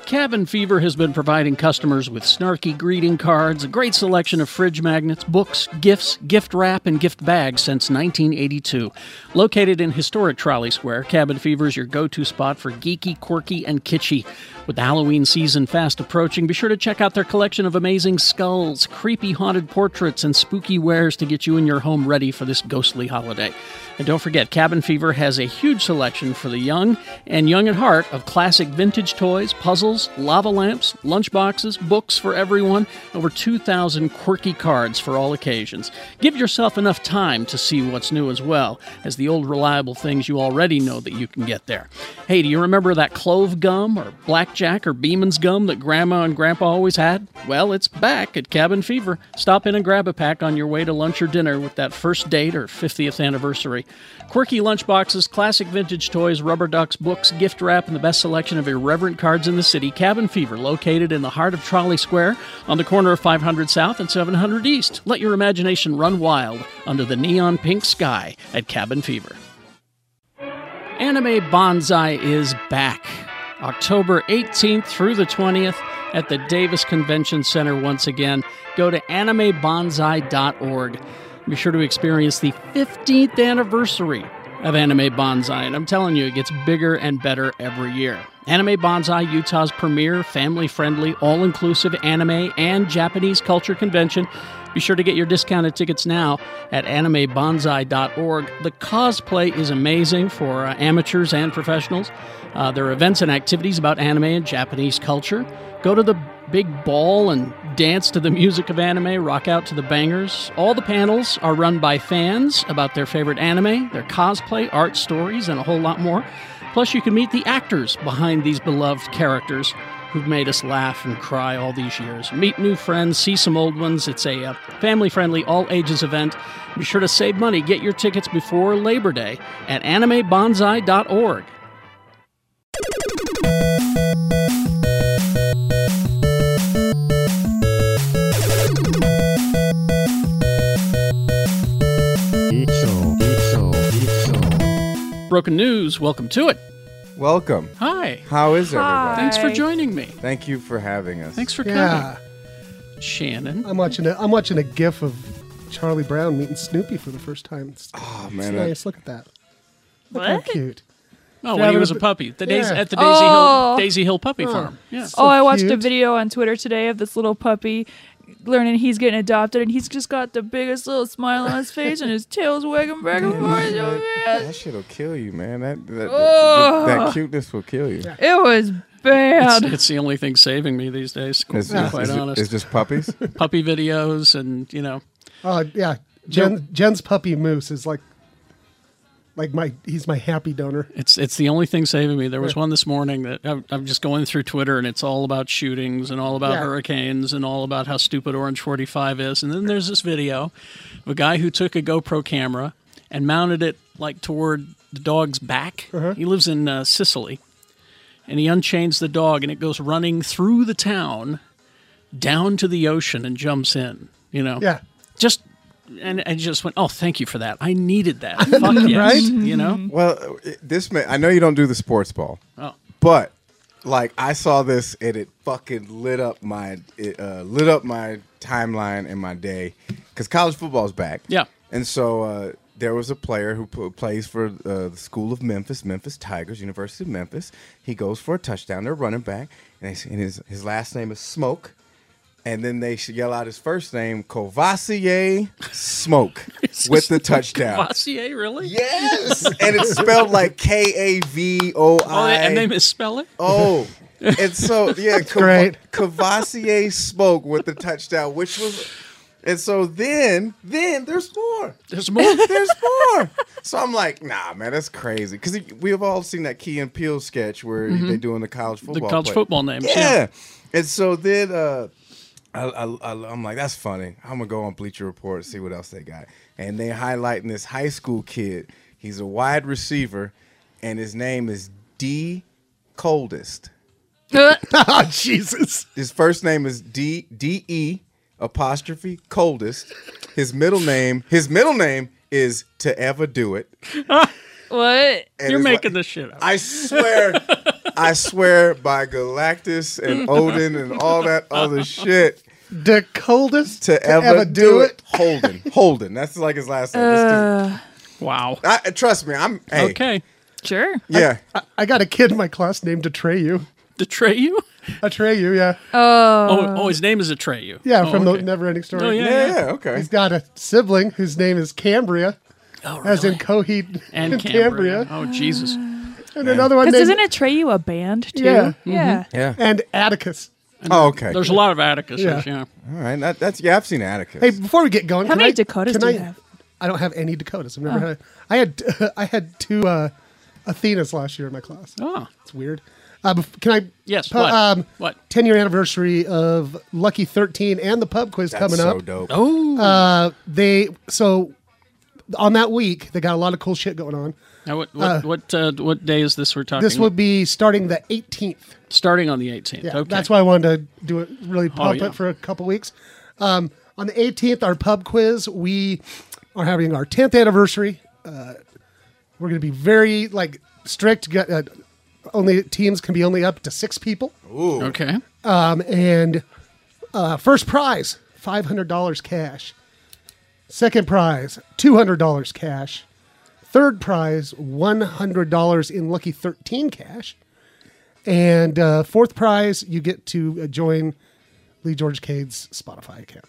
S2: Cabin Fever has been providing customers with snarky greeting cards, a great selection of fridge magnets, books, gifts, gift wrap, and gift bags since 1982. Located in historic Trolley Square, Cabin Fever is your go to spot for geeky, quirky, and kitschy. With the Halloween season fast approaching, be sure to check out their collection of amazing skulls, creepy haunted portraits, and spooky wares to get you and your home ready for this ghostly holiday. And don't forget, Cabin Fever has a huge selection for the young and young at heart of classic vintage toys, puzzles, candles, lava lamps, lunchboxes, books for everyone, over 2,000 quirky cards for all occasions. Give yourself enough time to see what's new as well as the old reliable things you already know that you can get there. Hey, do you remember that clove gum or blackjack or Beeman's gum that Grandma and Grandpa always had? Well, it's back at Cabin Fever. Stop in and grab a pack on your way to lunch or dinner with that first date or 50th anniversary. Quirky lunchboxes, classic vintage toys, rubber ducks, books, gift wrap, and the best selection of irreverent cards in the city. Cabin Fever, located in the heart of Trolley Square, on the corner of 500 South and 700 East. Let your imagination run wild under the neon pink sky at Cabin Fever. Anime Bonsai is back. October 18th through the 20th at the Davis Convention Center once again. Go to animebonsai.org. Be sure to experience the 15th anniversary of Anime Bonsai, and I'm telling you, it gets bigger and better every year. Anime Bonsai, Utah's premier family friendly, all inclusive anime and Japanese culture convention. Be sure to get your discounted tickets now at animebonsai.org. The cosplay is amazing for uh, amateurs and professionals. Uh, there are events and activities about anime and Japanese culture. Go to the big ball and dance to the music of anime, rock out to the bangers. All the panels are run by fans about their favorite anime, their cosplay, art stories, and a whole lot more. Plus, you can meet the actors behind these beloved characters who've made us laugh and cry all these years. Meet new friends, see some old ones. It's a uh, family friendly, all ages event. Be sure to save money. Get your tickets before Labor Day at animebonsai.org. Broken News, welcome to it.
S4: Welcome.
S2: Hi.
S4: How is everybody?
S2: Thanks for
S3: Hi.
S2: joining me.
S4: Thank you for having us.
S2: Thanks for coming.
S6: Yeah,
S4: Uh,
S2: Shannon.
S6: I'm watching. A, I'm watching a GIF of Charlie Brown meeting Snoopy for the first time. It's,
S4: Oh
S6: it's
S4: man, I-
S6: nice. Look at that. Look how
S3: What?
S6: cute.
S2: Oh,
S6: Yeah,
S2: when he
S6: but-
S2: was a puppy. The Daisy,
S6: yeah.
S2: at the Daisy
S3: Oh.
S2: Hill Daisy Hill Puppy Farm. Yeah.
S3: oh, I watched a
S6: cute.
S3: video on Twitter today of this little puppy learning he's getting adopted, and he's just got the biggest little smile on his face, and his tail's wagging back and forth.
S4: that shit'll kill you, man. That that, that-
S3: Oh.
S4: that cuteness will kill you.
S3: It was bad.
S2: It's, it's the only thing saving me these days, to
S4: It's,
S2: be
S4: just,
S2: quite
S4: it's,
S2: honest.
S4: it's just puppies.
S2: Puppy videos and, you know,
S6: Oh yeah, Jen, Jen's puppy Moose is like, like my he's my happy donor.
S2: it's it's the only thing saving me. There was one this morning that I'm, I'm just going through Twitter and it's all about shootings and all about
S6: Yeah.
S2: hurricanes and all about how stupid Orange 45 is. And then there's this video of a guy who took a GoPro camera and mounted it like toward the dog's back.
S6: Uh-huh.
S2: He lives in uh, Sicily. And he unchains the dog and it goes running through the town down to the ocean and jumps in, you know.
S6: Yeah,
S2: just and I just went, oh, thank you for that. I needed that. Fuck yes.
S6: Right?
S2: You know.
S4: well, uh, this man, I know you don't do the sports ball,
S2: Mm-hmm. Oh,
S4: but like I saw this and it fucking lit up my it, uh, lit up my timeline and my day because college football's back.
S2: Yeah.
S4: and so uh, there was a player who p- plays for uh, the school of Memphis, Memphis Tigers, University of Memphis. He goes for a touchdown. They're running back, and, they, s- and his his last name is Smoke. And then they should yell out his first name, Kovacier Smoke, with the touchdown.
S2: Cavassier, really?
S4: Yes, and it's spelled like K A V O
S2: Oh,
S4: I.
S2: they, and they misspell it.
S4: Oh, and so yeah, Cav-
S6: great.
S4: Cavassier spoke with the touchdown, which was, and so then then there's more,
S2: There's more.
S4: there's more. so I'm like, nah, man, that's crazy because we have all seen that Key and Peele sketch where they're doing the college
S2: Mm-hmm. the
S4: football,
S2: college
S4: play.
S2: football names.
S4: yeah.
S2: Yeah.
S4: And so then uh, I, I, I, am like, that's funny. I'm gonna go on Bleacher Report and see what else they got. And they highlighting this high school kid. He's a wide receiver, and his name is D. Coldest.
S6: oh Jesus.
S4: His first name is D D E apostrophe coldest. His middle name, his middle name is to ever do it.
S3: what?
S4: And
S2: You're
S4: it's
S2: making
S4: like,
S2: this shit up.
S4: I swear, I swear by Galactus and Odin and all that other shit
S6: The coldest
S4: to, ever, do, it. Holden, Holden. That's like his last name. This dude-
S2: wow.
S4: I, trust me, I'm hey,
S2: Uh. Okay.
S3: Sure.
S4: Yeah,
S6: I, I got a kid in my class named Atreyu.
S2: Atreyu.
S6: Atreyu, yeah,
S2: oh, oh, his name is Atreyu.
S6: yeah,
S2: Oh,
S6: from
S2: okay.
S6: the Never Ending Story.
S2: Oh yeah.
S4: yeah,
S2: yeah.
S4: yeah, okay.
S6: He's got a sibling whose name is Cambria,
S2: Oh,
S6: as in
S2: really?
S6: Coheed
S2: and Cambria. Oh Jesus.
S6: and another one.
S3: Because doesn't
S6: Named,
S3: it tray you a band too?
S6: Yeah.
S3: Yeah.
S4: Yeah. Mm-hmm.
S6: and Atticus.
S4: Oh, okay.
S2: There's a lot of Atticus. Yeah.
S6: Yeah.
S4: All right. That, that's yeah. I've seen Atticus.
S6: Hey, before we get going,
S3: How
S6: can
S3: many
S6: I-
S3: Dakotas
S6: can
S3: do
S6: I,
S3: you have? Oh.
S6: I don't have any Dakotas. I've never had. A, I had I had two uh, Athenas last year in my class.
S2: Oh.
S6: It's weird. Uh, bef- can I?
S2: Yes,
S6: pu-
S2: what?
S6: Um,
S2: What?
S6: Ten year anniversary of Lucky Thirteen and the pub quiz
S4: that's
S6: coming
S4: so
S6: up.
S4: dope.
S2: Oh.
S6: Uh, they so on that week they got a lot of cool shit going on.
S2: now what what what, uh, what day is this we're talking?
S6: This will be starting the 18th.
S2: starting on the 18th.
S6: Yeah,
S2: okay. Oh,
S6: that's why I wanted to do it really pump
S2: yeah.
S6: it for a couple weeks. Um, on the 18th, our pub quiz, we are having our 10th anniversary. Uh, we're going to be very like strict. Got, uh, only teams can be only up to six people.
S2: Okay.
S6: Um, and uh, first prize, five hundred dollars cash. Second prize, two hundred dollars cash. Third prize, one hundred dollars in Lucky Thirteen cash. And uh, fourth prize, you get to uh, join Lee George Cade's Spotify account.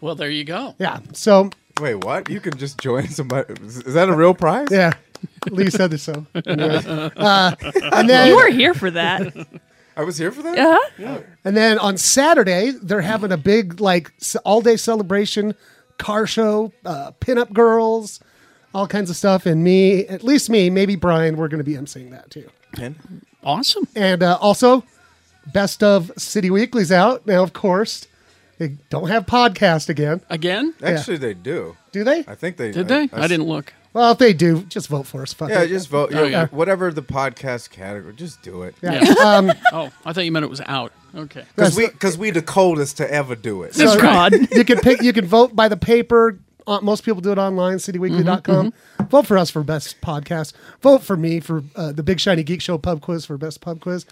S2: Well, there you go.
S6: Yeah. So
S4: Wait, what? You can just join somebody. Is is that a real prize?
S6: yeah, Lee said this so. Anyway. Uh, and then
S3: You were here for that.
S4: I was here for that.
S3: Uh-huh.
S6: And then on Saturday, they're having a big like all day celebration, car show, uh, pinup girls, all kinds of stuff. And me, at least me, maybe Brian, we're going to be emceeing that too.
S2: Awesome.
S6: And uh, also, best of City Weekly's out now. Of course, they don't have podcast again,
S2: Again?
S4: Actually, they do.
S6: do they?
S4: I think they
S2: Did they?
S4: I,
S2: I didn't look.
S6: Well, if they do, just vote for us. Fuck
S4: Yeah,
S6: it.
S4: just vote.
S2: Oh, yeah.
S4: Whatever the podcast category, just do it.
S6: yeah.
S2: Yeah.
S6: um,
S2: Oh, I thought you meant it was out. Okay.
S4: Because we, because we the coldest to ever do it.
S3: This God.
S6: you can pick. You can vote by the paper. Uh, most people do it online.
S2: Mm-hmm,
S6: Cityweekly.com. Vote for us for best podcast. Vote for me for uh, the Big Shiny Geek Show pub quiz for best pub quiz.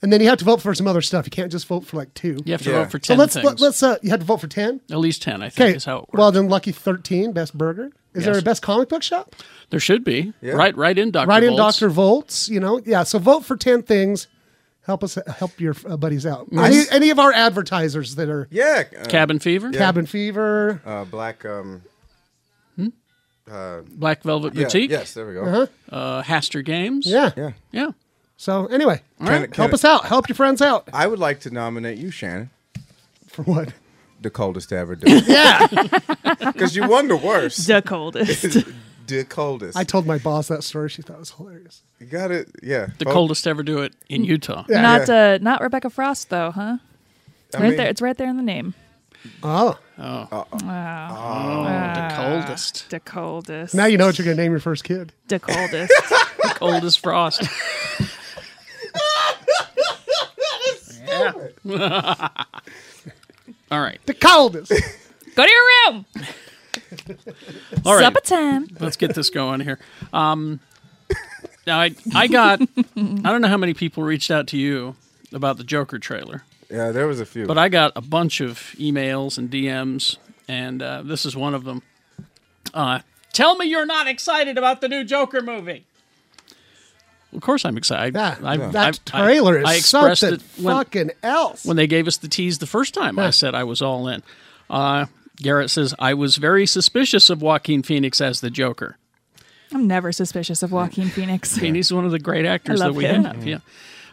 S6: And then you have to vote for some other stuff. You can't just vote for like two.
S2: You have to
S4: Yeah.
S2: vote for
S6: So
S2: 10
S6: let's
S2: things.
S6: let, let's uh, you had to vote for ten.
S2: At least 10, I think,
S6: Okay.
S2: is how it works.
S6: Well, then lucky thirteen best burger. Is there
S2: Yes.
S6: a best comic book shop?
S2: there should be.
S4: Yeah.
S2: Right right in Dr.
S6: Right in
S2: Volz.
S6: Doctor Volts. You know, yeah. So vote for ten things. Help us help your uh, buddies out. Any, any of our advertisers that are
S4: Yeah. uh,
S2: Cabin Fever,
S6: Cabin Fever,
S4: uh, black. Um,
S2: Black Velvet
S4: yeah,
S2: Boutique,
S4: Yes, there we go.
S6: Uh-huh.
S2: uh, Haster Games.
S6: yeah.
S4: Yeah.
S2: Yeah.
S6: So anyway,
S4: Can it- can
S6: help
S4: it-
S6: us out. Help your friends out.
S4: I would like to nominate you, Shannon,
S6: For what?
S4: the coldest to ever do it.
S6: Yeah.
S4: Because you won the worst.
S3: The coldest.
S4: the coldest.
S6: I told my boss that story. She thought it was hilarious.
S4: you got it. Yeah.
S2: The
S4: vote.
S2: coldest ever do it in Utah.
S3: Not uh, not Rebecca Frost though, huh?
S4: I
S3: Right
S4: mean,
S3: there. It's right there in the name.
S6: Oh.
S3: Wow.
S6: Ah.
S2: The coldest.
S3: The coldest.
S6: Now you know what you're gonna name your first kid.
S3: The coldest.
S2: The coldest frost. Yeah. All right.
S6: The coldest.
S3: Go to your room.
S2: All right.
S3: Supper time.
S2: let's get this going here. Um, now I I got I don't know how many people reached out to you about the Joker trailer,
S4: Yeah, there was a few.
S2: but I got a bunch of emails and DMs, and uh, this is one of them. Uh, Tell me you're not excited about the new Joker movie. Of course I'm excited.
S6: Yeah,
S2: I,
S6: that trailer is
S2: I expressed
S6: something
S2: it when,
S6: fucking else.
S2: when they gave us the tease the first time. I said I was all in. Uh, Garrett says I was very suspicious of Joaquin Phoenix as the Joker.
S3: I'm never suspicious of Joaquin Phoenix.
S2: And he's one of the great actors
S3: I
S2: that
S3: love
S2: we
S3: him.
S2: have. Yeah.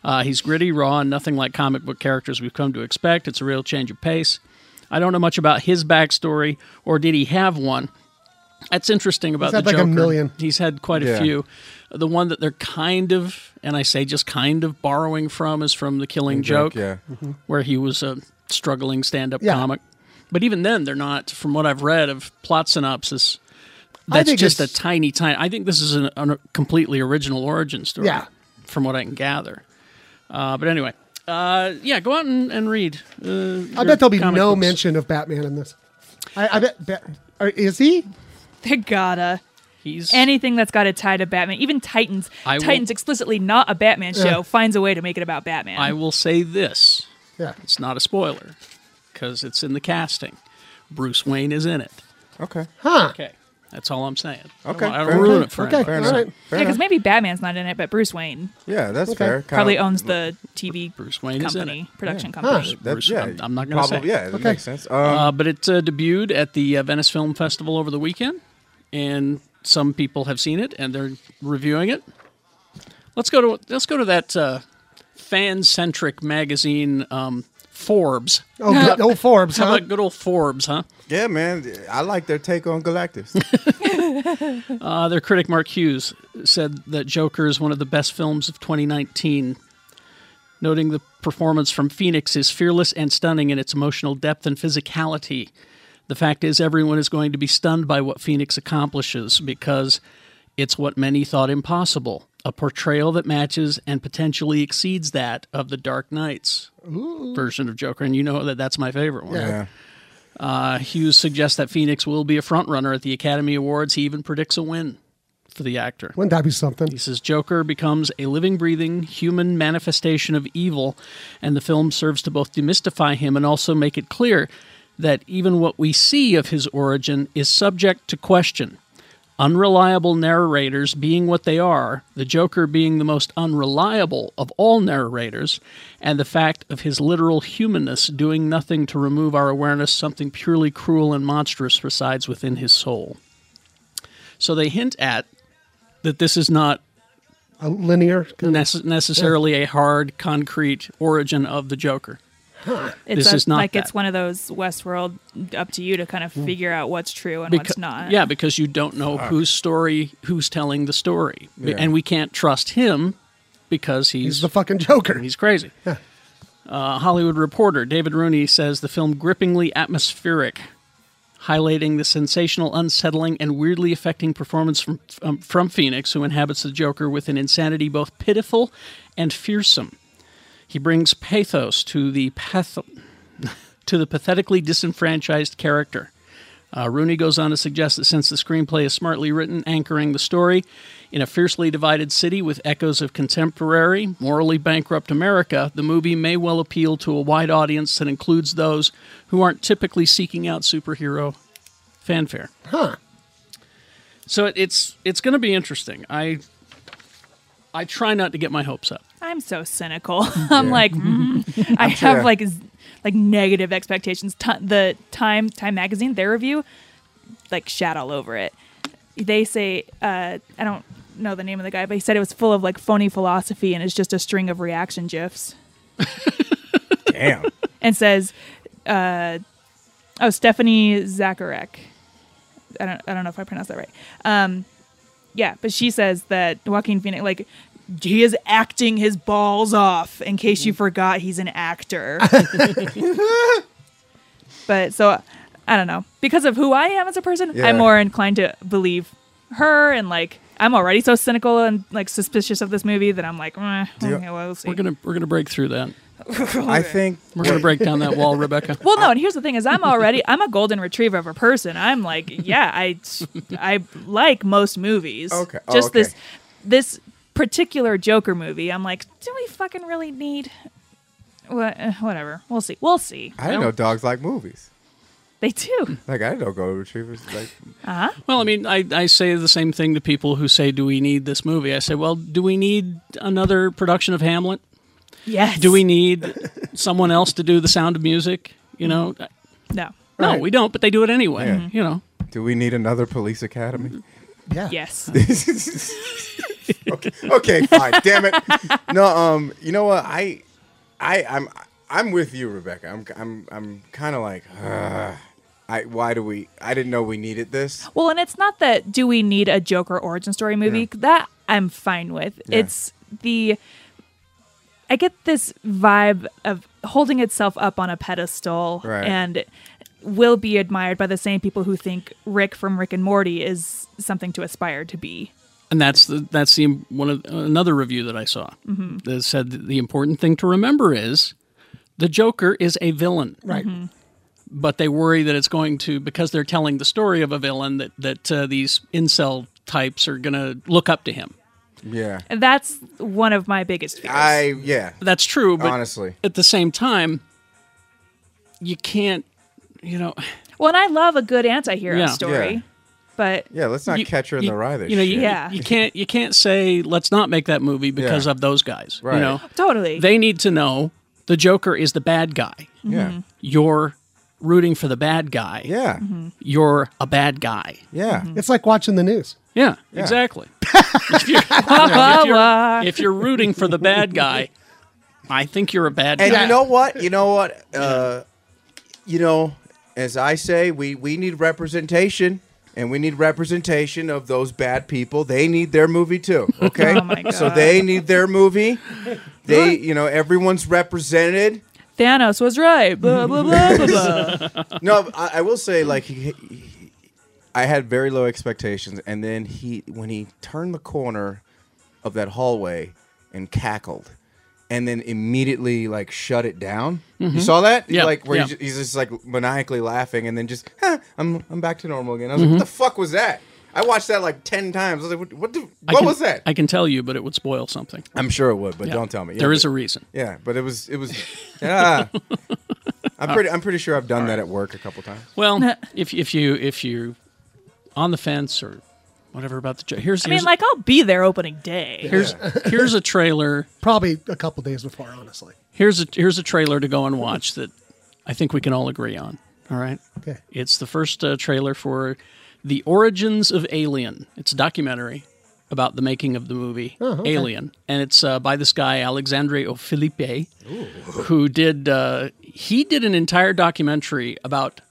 S2: Uh, he's gritty, raw, and nothing like comic book characters we've come to expect. It's a real change of pace. I don't know much about his backstory, or did he have one? That's interesting about
S6: had
S2: the
S6: like a
S2: Joker.
S6: million.
S2: He's had quite a
S4: Yeah.
S2: few. The one that they're kind of, and I say just kind of borrowing from, is from The Killing Joke,
S4: Yeah.
S2: where he was a struggling stand-up
S6: Mm-hmm. Yeah.
S2: comic. But even then, they're not. From what I've read of plot synopsis,
S6: I
S2: that's
S6: think
S2: just a
S6: it's-
S2: tiny, tiny. I think this is an, a completely original origin story.
S6: Yeah.
S2: From what I can gather. Uh, but anyway, uh, yeah, go out and, and read. Uh,
S6: I bet there'll be
S2: comic
S6: no
S2: books.
S6: mention of Batman in this. I, I bet, bet or is he?
S3: They gotta.
S2: He's
S3: uh, Anything that's got a tie to Batman, even Titans.
S2: I will-
S3: Titans explicitly not a Batman show finds a way to make it about Batman.
S2: I will say this.
S6: Yeah.
S2: It's not a spoiler because it's in the casting. Bruce Wayne is in it.
S4: Okay.
S6: Huh.
S2: Okay. That's all I'm saying.
S4: Okay,
S2: I don't,
S4: fair
S2: want to ruin
S4: enough.
S2: it for
S6: okay.
S2: anybody.
S6: All
S4: enough.
S6: right.
S4: Fair
S3: yeah, because
S4: enough.
S3: maybe Batman's not in it, but Bruce Wayne
S4: Yeah, that's fair. Kinda-
S3: probably owns the TV
S2: Bruce Wayne is in
S3: company, production company.
S4: That,
S2: Bruce,
S4: yeah,
S2: I'm- I'm not gonna say.
S4: probably- Yeah, that
S6: Okay.
S4: makes sense. Um,
S2: Uh, but it uh, debuted at the uh, Venice Film Festival over the weekend, and some people have seen it and they're reviewing it. Let's go to let's go to that uh, fan centric magazine um, Forbes.
S6: Oh, good old Forbes,
S2: How
S6: huh?
S2: about good old Forbes, huh?
S4: Yeah, man. I like their take on Galactus.
S2: Uh, their critic Mark Hughes said that Joker is one of the best films of 2019, noting the performance from Phoenix is fearless and stunning in its emotional depth and physicality. The fact is, everyone is going to be stunned by what Phoenix accomplishes because it's what many thought impossible a portrayal that matches and potentially exceeds that of the Dark Knight's version of Joker. And you know that that's my favorite one.
S6: Yeah.
S2: Uh, Hughes suggests that Phoenix will be a frontrunner at the Academy Awards. He even predicts a win for the actor.
S6: Wouldn't that be something?
S2: He says Joker becomes a living, breathing human manifestation of evil, and the film serves to both demystify him and also make it clear that even what we see of his origin is subject to question. Unreliable narrators being what they are, the Joker being the most unreliable of all narrators, and the fact of his literal humanness doing nothing to remove our awareness something purely cruel and monstrous resides within his soul. So they hint at that this is not
S6: A linear.
S2: nece- necessarily a hard, concrete origin of the Joker.
S3: It's
S2: This
S3: a-
S2: is not
S3: like
S2: that.
S3: it's one of those Westworld up to you to kind of figure out what's true and
S2: Becau-
S3: what's not.
S2: Yeah, because you don't know whose story, who's telling the story, Be- and we can't trust him because he's
S6: He's the fucking Joker.
S2: he's crazy. Uh, Hollywood Reporter David Rooney says the film grippingly atmospheric, highlighting the sensational, unsettling, and weirdly affecting performance from um, from Phoenix, who inhabits the Joker with an insanity both pitiful and fearsome. He brings pathos to the path- to the pathetically disenfranchised character. Uh, Rooney goes on to suggest that since the screenplay is smartly written, anchoring the story in a fiercely divided city with echoes of contemporary, morally bankrupt America, the movie may well appeal to a wide audience that includes those who aren't typically seeking out superhero fanfare. Huh. So it, it's it's going to be interesting. I I try not to get my hopes up.
S3: I'm so cynical. I'm like, mm, I have like z- like negative expectations. Ti- the Time Time Magazine, their review, like shat all over it. They say, uh, I don't know the name of the guy, but he said it was full of like phony philosophy and it's just a string of reaction gifs.
S4: Damn.
S3: and says, uh, "Oh, Stephanie Zacharek. I don't, I don't know if I pronounced that right. Um, yeah, but she says that Joaquin Phoenix, like, he is acting his balls off. In case you forgot, he's an actor. but so I don't know because of who I am as a person,
S4: Yeah.
S3: I'm more inclined to believe her and like. I'm already so cynical and like suspicious of this movie that I'm like, eh,
S4: you-
S3: okay, well, we'll see.
S2: We're gonna we're gonna break through that.
S4: I think
S2: We're gonna break down that wall, Rebecca.
S3: Well, no, and here's the thing: is I'm already I'm a golden retriever of a person. I'm like, yeah, I I like most movies.
S4: Okay. Oh,
S3: just
S4: okay.
S3: this this particular Joker movie. I'm like, do we fucking really need? Wha- eh, Whatever. We'll see. We'll see.
S4: I didn't know dogs like movies.
S3: They do.
S4: Like I didn't know golden retrievers like
S2: Well, I mean, I, I say the same thing to people who say, Do we need this movie? I say, Well, do we need another production of Hamlet?
S3: Yes.
S2: Do we need someone else to do the sound of music? You know,
S3: No.
S2: no, we don't, but they do it anyway.
S4: Yeah.
S2: You know,
S4: Do we need another police academy?
S6: Yeah.
S3: Yes.
S4: okay, okay, fine. Damn it. No, um, you know what? I, I, I'm, I'm with you, Rebecca. I'm, I'm, I'm kind of like, ugh. I. Why do we? I didn't know we needed this.
S3: Well, and it's not that do we need a Joker origin story movie? That I'm fine with.
S4: Yeah.
S3: It's the I get this vibe of holding itself up on a pedestal
S4: Right.
S3: and will be admired by the same people who think Rick from Rick and Morty is something to aspire to be.
S2: and that's the that's the one of another review that I saw that said that the important thing to remember is the Joker is a villain,
S6: Right.
S2: but they worry that it's going to because they're telling the story of a villain that that uh, these incel types are going to look up to him.
S4: Yeah.
S3: And that's one of my biggest fears.
S4: I. Yeah.
S2: That's true, but
S4: Honestly.
S2: at the same time, you can't, you know,
S3: well, and I love a good anti-hero
S2: Yeah.
S3: story.
S4: Yeah.
S3: But
S4: Yeah. Let's not
S2: you-
S4: catch her in
S2: you-
S4: the rye. This
S2: you know, you,
S4: shit.
S3: Yeah.
S2: you can't you can't say let's not make that movie because
S4: Yeah.
S2: of those guys. You
S4: Right.
S2: know,
S3: totally.
S2: they need to know the Joker is the bad guy.
S4: Yeah.
S2: You're rooting for the bad guy.
S4: Yeah.
S2: Mm-hmm. You're a bad guy.
S4: Yeah.
S6: It's like watching the news.
S2: Yeah, exactly.
S3: Wah,
S2: if,
S3: wah.
S2: you're, if you're rooting for the bad guy, I think you're a bad
S4: And
S2: guy.
S4: you know what? You know what? Uh, you know, as I say, we we need representation, and we need representation of those bad people. They need their movie too. Okay,
S3: Oh my
S4: so
S3: God.
S4: they need their movie. They, you know, everyone's represented.
S3: Thanos was right. Blah blah blah blah. blah.
S4: No, I, I will say, like, he, he- I had very low expectations, and then he, when he turned the corner of that hallway and cackled, and then immediately like shut it down. You saw that?
S2: Mm-hmm. Yeah,
S4: Like where he
S2: yeah.
S4: ju- he's just like maniacally laughing, and then just, huh, I'm I'm back to normal again. I was
S2: Mm-hmm.
S4: like, what the fuck was that? I watched that like ten times. I was like, what? What, the,
S2: I
S4: what
S2: can-
S4: was that?
S2: I can tell you, but it would spoil something.
S4: I'm sure it would, but
S2: Yeah.
S4: don't tell me. Yeah,
S2: there is
S4: but-
S2: a reason.
S4: yeah, but it was it was yeah. I'm pretty I'm pretty sure I've done that at work a couple times.
S2: Well, if if you if you on the fence or whatever about the jo- here's
S3: I
S2: here's,
S3: mean, like I'll be there opening day.
S2: here's here's a trailer.
S6: Probably a couple days before, honestly.
S2: Here's a here's a trailer to go and watch that I think we can all agree on. All right.
S6: Okay.
S2: It's the first uh, trailer for The Origins of Alien. It's a documentary about the making of the movie Alien. And it's uh, by this guy, Alexandre O'Filippe, who did, uh, he did an entire documentary about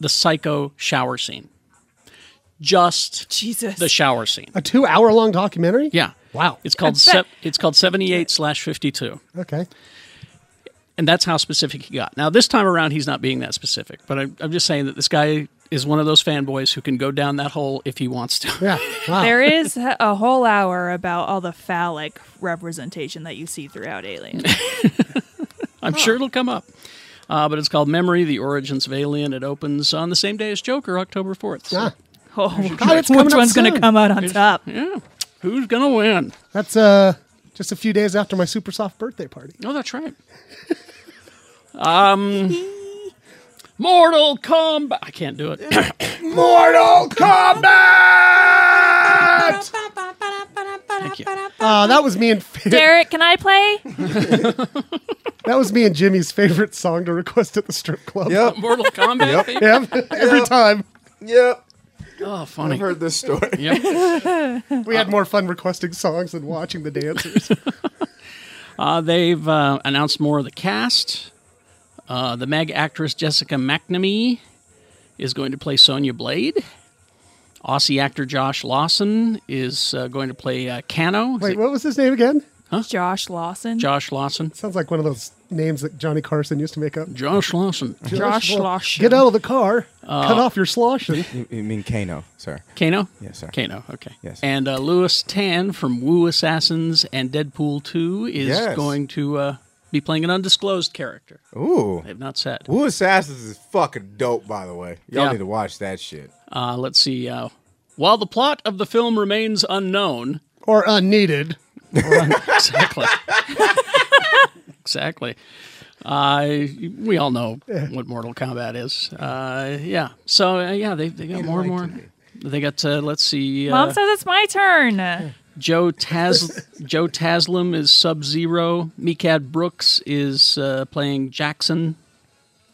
S2: the psycho shower scene. Just
S3: Jesus.
S2: the shower scene.
S6: A two hour long documentary?
S2: Yeah.
S6: Wow.
S2: It's called,
S3: I bet-
S2: se- it's called 78 slash 52
S6: Okay.
S2: and that's how specific he got. Now this time around, he's not being that specific, but I'm, I'm just saying that this guy is one of those fanboys who can go down that hole if he wants to.
S6: Yeah. Wow.
S3: There is a whole hour about all the phallic representation that you see throughout Alien.
S2: I'm sure it'll come up. Uh, but it's called Memory: The Origins of Alien. It opens on the same day as Joker, October 4th.
S6: Yeah.
S3: Oh,
S6: God, it's coming
S3: which
S6: up
S3: one's going to
S6: soon.
S3: come out on top?
S2: Who's gonna win?
S6: That's uh just a few days after my super soft birthday party.
S2: Oh, that's right. um, Mortal Kombat. I can't do it.
S4: Mortal Kombat!
S2: Thank you.
S6: Uh, that was me and
S3: Derek, can I play?
S6: that was me and Jimmy's favorite song to request at the strip club.
S4: yep,
S2: Mortal Kombat. baby?
S6: Yep. Every time
S4: yep.
S2: Oh,
S4: I've
S2: funny.
S4: heard this story.
S2: Yep.
S6: we
S4: Uh,
S6: had more fun requesting songs than watching the dancers.
S2: Uh, they've uh, announced more of the cast. Uh, the Meg actress Jessica McNamee is going to play Sonya Blade. Aussie actor Josh Lawson is uh, going to play uh, Kano. Is
S6: Wait,
S2: it
S6: what was his name again?
S3: Josh Lawson.
S2: Josh Lawson.
S6: Sounds like one of those names that Johnny Carson used to make up.
S2: Josh Lawson.
S3: Josh
S6: Well,
S3: Lawson.
S6: Get out of the car.
S2: Uh,
S6: cut off your sloshing.
S4: You, you mean Kano, sir.
S2: Kano?
S4: Yes, sir.
S2: Kano, okay.
S4: Yes.
S2: And uh, Louis Tan from Woo Assassins and Deadpool 2 is
S4: Yes.
S2: going to uh, be playing an undisclosed character.
S4: Ooh.
S2: They've not said.
S4: Woo Assassins is fucking dope, by the way. Y'all
S2: Yeah.
S4: need to watch that shit.
S2: Uh, let's see. Uh, while the plot of the film remains unknown,
S6: Or unneeded.
S2: exactly. exactly. Uh, we all know what Mortal Kombat is. Uh, yeah. So uh, yeah, they they got more and more. They got uh, let's see.
S3: Mom
S2: Uh,
S3: says it's my turn.
S2: Joe Tas Joe Taslim is Sub Zero. Mikad Brooks is uh, playing Jackson.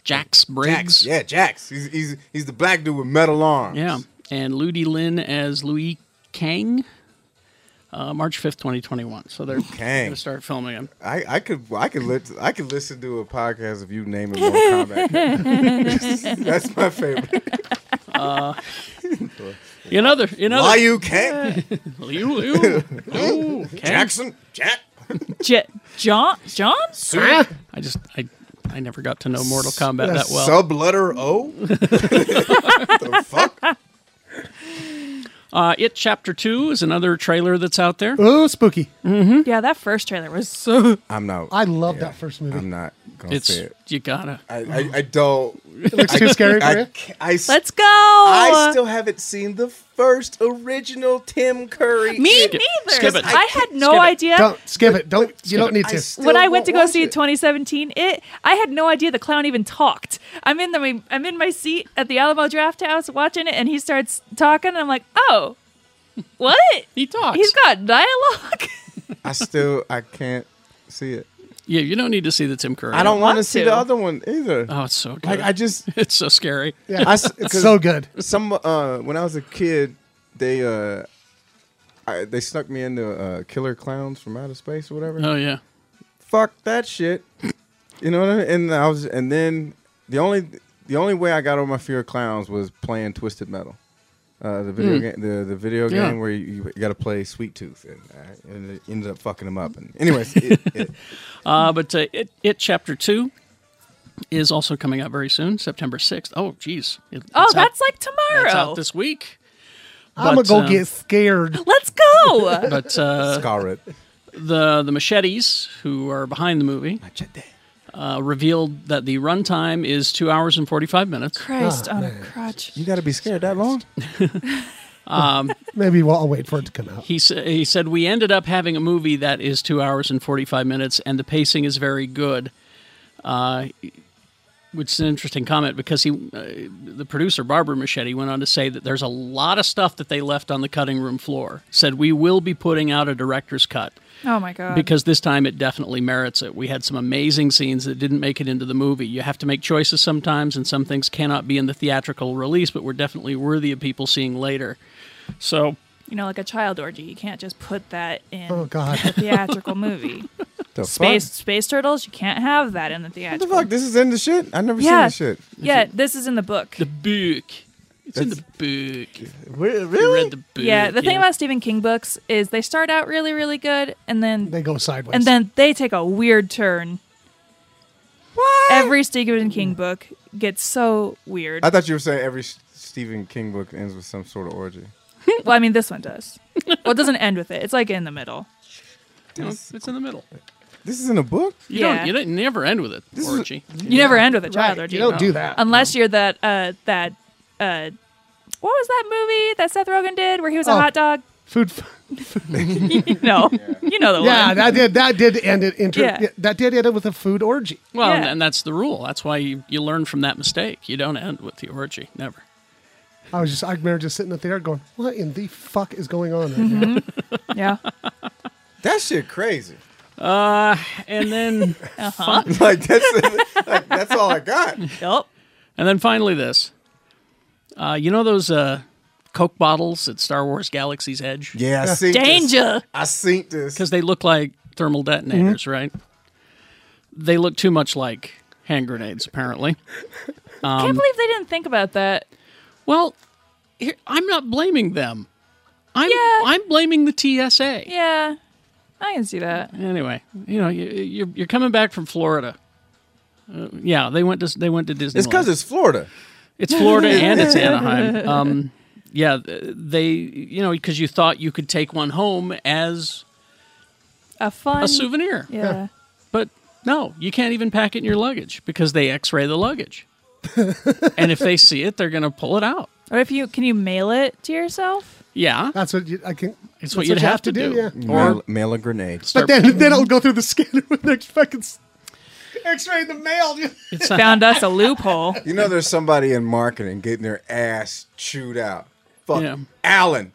S2: Jax Briggs.
S4: Jax. Yeah, Jax. He's, he's, he's the black dude with metal arms.
S2: Yeah. And Ludi Lin as Louis Kang. Uh, March fifth, twenty twenty one. So they're
S4: Kang.
S2: gonna start filming him.
S4: I, I could I could li- I could listen to a podcast of you naming Mortal Kombat. That's my favorite.
S2: In other, in
S4: Why
S2: other,
S4: you can
S2: Liu, Liu, Liu, Kang.
S4: Jackson? Jack?
S3: J- John? John?
S2: I just I I never got to know Mortal Kombat that well.
S4: Sub letter O? the fuck?
S2: uh, it Chapter Two is another trailer that's out there.
S6: Oh, spooky.
S3: Yeah, that first trailer was so.
S4: I'm not.
S6: I love that first movie.
S4: I'm not gonna
S2: It's
S4: say it.
S2: you gotta.
S4: I, I, I don't.
S6: it looks too scary for
S4: I,
S6: you.
S4: ca- I, s-
S3: Let's go. uh,
S4: I still haven't seen the first original Tim Curry.
S3: Me
S4: It-
S2: Skip it.
S3: neither.
S2: Skip it.
S3: I had no
S2: Skip it.
S3: idea.
S6: Don't skip it. Don't you don't need
S4: I
S6: to.
S4: still
S3: when I
S4: won't
S3: went to go
S4: watch
S3: see
S4: it.
S3: it 2017, it I had no idea the clown even talked. I'm in the I'm in my seat at the Alamo Draft House watching it, and he starts talking, and I'm like, oh, what?
S2: He talks.
S3: He's got dialogue.
S4: I still I can't see it.
S2: yeah, you don't need to see the Tim Curry.
S4: I don't
S3: want
S4: want to see
S3: to.
S4: the other one either.
S2: Oh, it's so good.
S4: like I just
S2: it's so scary.
S4: I s-
S6: It's
S4: 'cause
S6: so good.
S4: Some uh, when I was a kid, they uh, I, they snuck me into uh, Killer Clowns from Outer Space or whatever.
S2: Oh yeah.
S4: Fuck that shit. You know what I mean? And I was, and then the only the only way I got over my fear of clowns was playing Twisted Metal. Uh, the video game, the, the video
S2: Hmm. Yeah.
S4: game where you, you got to play Sweet Tooth, and, uh, and it ended up fucking him up. And anyways, it, it,
S2: Uh, but uh, it, it chapter two is also coming out very soon, September sixth. Oh, geez. It-
S3: Oh,
S2: it's out-
S3: that's like tomorrow.
S2: it's out this week.
S6: I'm gonna
S2: But,
S6: go
S2: um,
S6: get scared.
S3: Let's go.
S2: But uh,
S4: scar it.
S2: the the machetes who are behind the movie uh, revealed that the runtime is two hours and forty five minutes.
S3: Christ on a crutch.
S4: You got to be scared that long.
S6: Maybe we'll I'll wait for it to come out.
S2: He, sa- he said, We ended up having a movie that is two hours and 45 minutes, and the pacing is very good. Uh, which is an interesting comment because he, uh, the producer, Barbara Machete, went on to say that there's a lot of stuff that they left on the cutting room floor. Said, We will be putting out a director's cut
S3: Oh my god.
S2: because this time it definitely merits it. We had some amazing scenes that didn't make it into the movie. You have to make choices sometimes, and some things cannot be in the theatrical release, but were definitely worthy of people seeing later. So.
S3: you know, like a child orgy, you can't just put that in
S6: Oh God.
S3: a theatrical movie.
S4: The
S3: Space
S4: Fuck?
S3: space turtles, you can't have that in the
S4: What the
S3: theatrical.
S4: fuck? This is in the shit. I never
S3: Yeah.
S4: seen this shit.
S3: Yeah, this is in the book.
S2: The book. It's in the book. You
S4: Really?
S2: read the book.
S3: yeah, the thing about Stephen King books is they start out really, really good, and then
S6: They go sideways.
S3: and then they take a weird turn. What? Every Stephen King book gets so weird.
S4: I thought you were saying every S- Stephen King book ends with some sort of orgy.
S3: well, I mean, this one does. well, it doesn't end with it. It's like in the middle.
S2: it's in the middle.
S4: This is in a book.
S2: You
S3: yeah.
S2: don't. You don't, never end with it.
S4: is-
S2: Orgy.
S3: You never end with a child
S6: Right,
S3: orgy.
S6: you don't do that.
S3: unless you're that uh that uh what was that movie that Seth Rogen did where he was a
S6: Oh.
S3: hot dog?
S6: Food. f-
S3: No, you know the
S6: Yeah,
S3: one.
S6: that did that did end it. Inter-
S3: Yeah.
S6: yeah, that did end it with a food orgy.
S2: Well,
S3: Yeah.
S2: and, and that's the rule. That's why you, you learn from that mistake. You don't end with the orgy. Never.
S6: I was just I remember just sitting at the air going, what in the fuck is going on? Right
S3: Mm-hmm.
S6: now?
S3: yeah,
S4: That shit crazy.
S2: And then,
S4: Like that's like, that's all I got.
S3: Yup.
S2: and then finally this. Uh, you know those uh, Coke bottles at Star Wars Galaxy's Edge?
S4: Yeah, I seen This.
S3: danger.
S4: I seen this.
S2: Because they look like thermal detonators,
S4: Mm-hmm.
S2: right? They look too much like hand grenades, apparently.
S6: Um,
S3: Can't believe they didn't think about that.
S2: Well, here, I'm not blaming them. I'm
S3: Yeah.
S2: I'm blaming the TSA.
S3: Yeah, I can see that.
S2: Anyway, you know, you, you're you're coming back from Florida. Uh, yeah, they went to they went to Disney.
S4: It's because it's Florida.
S2: it's Florida and it's Anaheim. Um, yeah, they you know because you thought you could take one home as
S3: A fun.
S2: a souvenir,
S3: Yeah.
S2: but no, you can't even pack it in your luggage because they X-ray the luggage, and if they see it, they're gonna pull it out.
S3: Or if you can you mail it to yourself?
S2: Yeah,
S6: That's what you, I can.
S2: it's
S6: that's
S2: what you'd
S6: you
S2: have, to do.
S6: Yeah.
S2: Or
S4: mail, mail a grenade.
S2: start,
S6: Then then it'll go through the scanner with their fucking s- X-ray the mail.
S2: it's not-
S3: Found us a loophole.
S4: You know, there's somebody in marketing getting their ass chewed out. Fuck
S2: Yeah.
S4: Alan.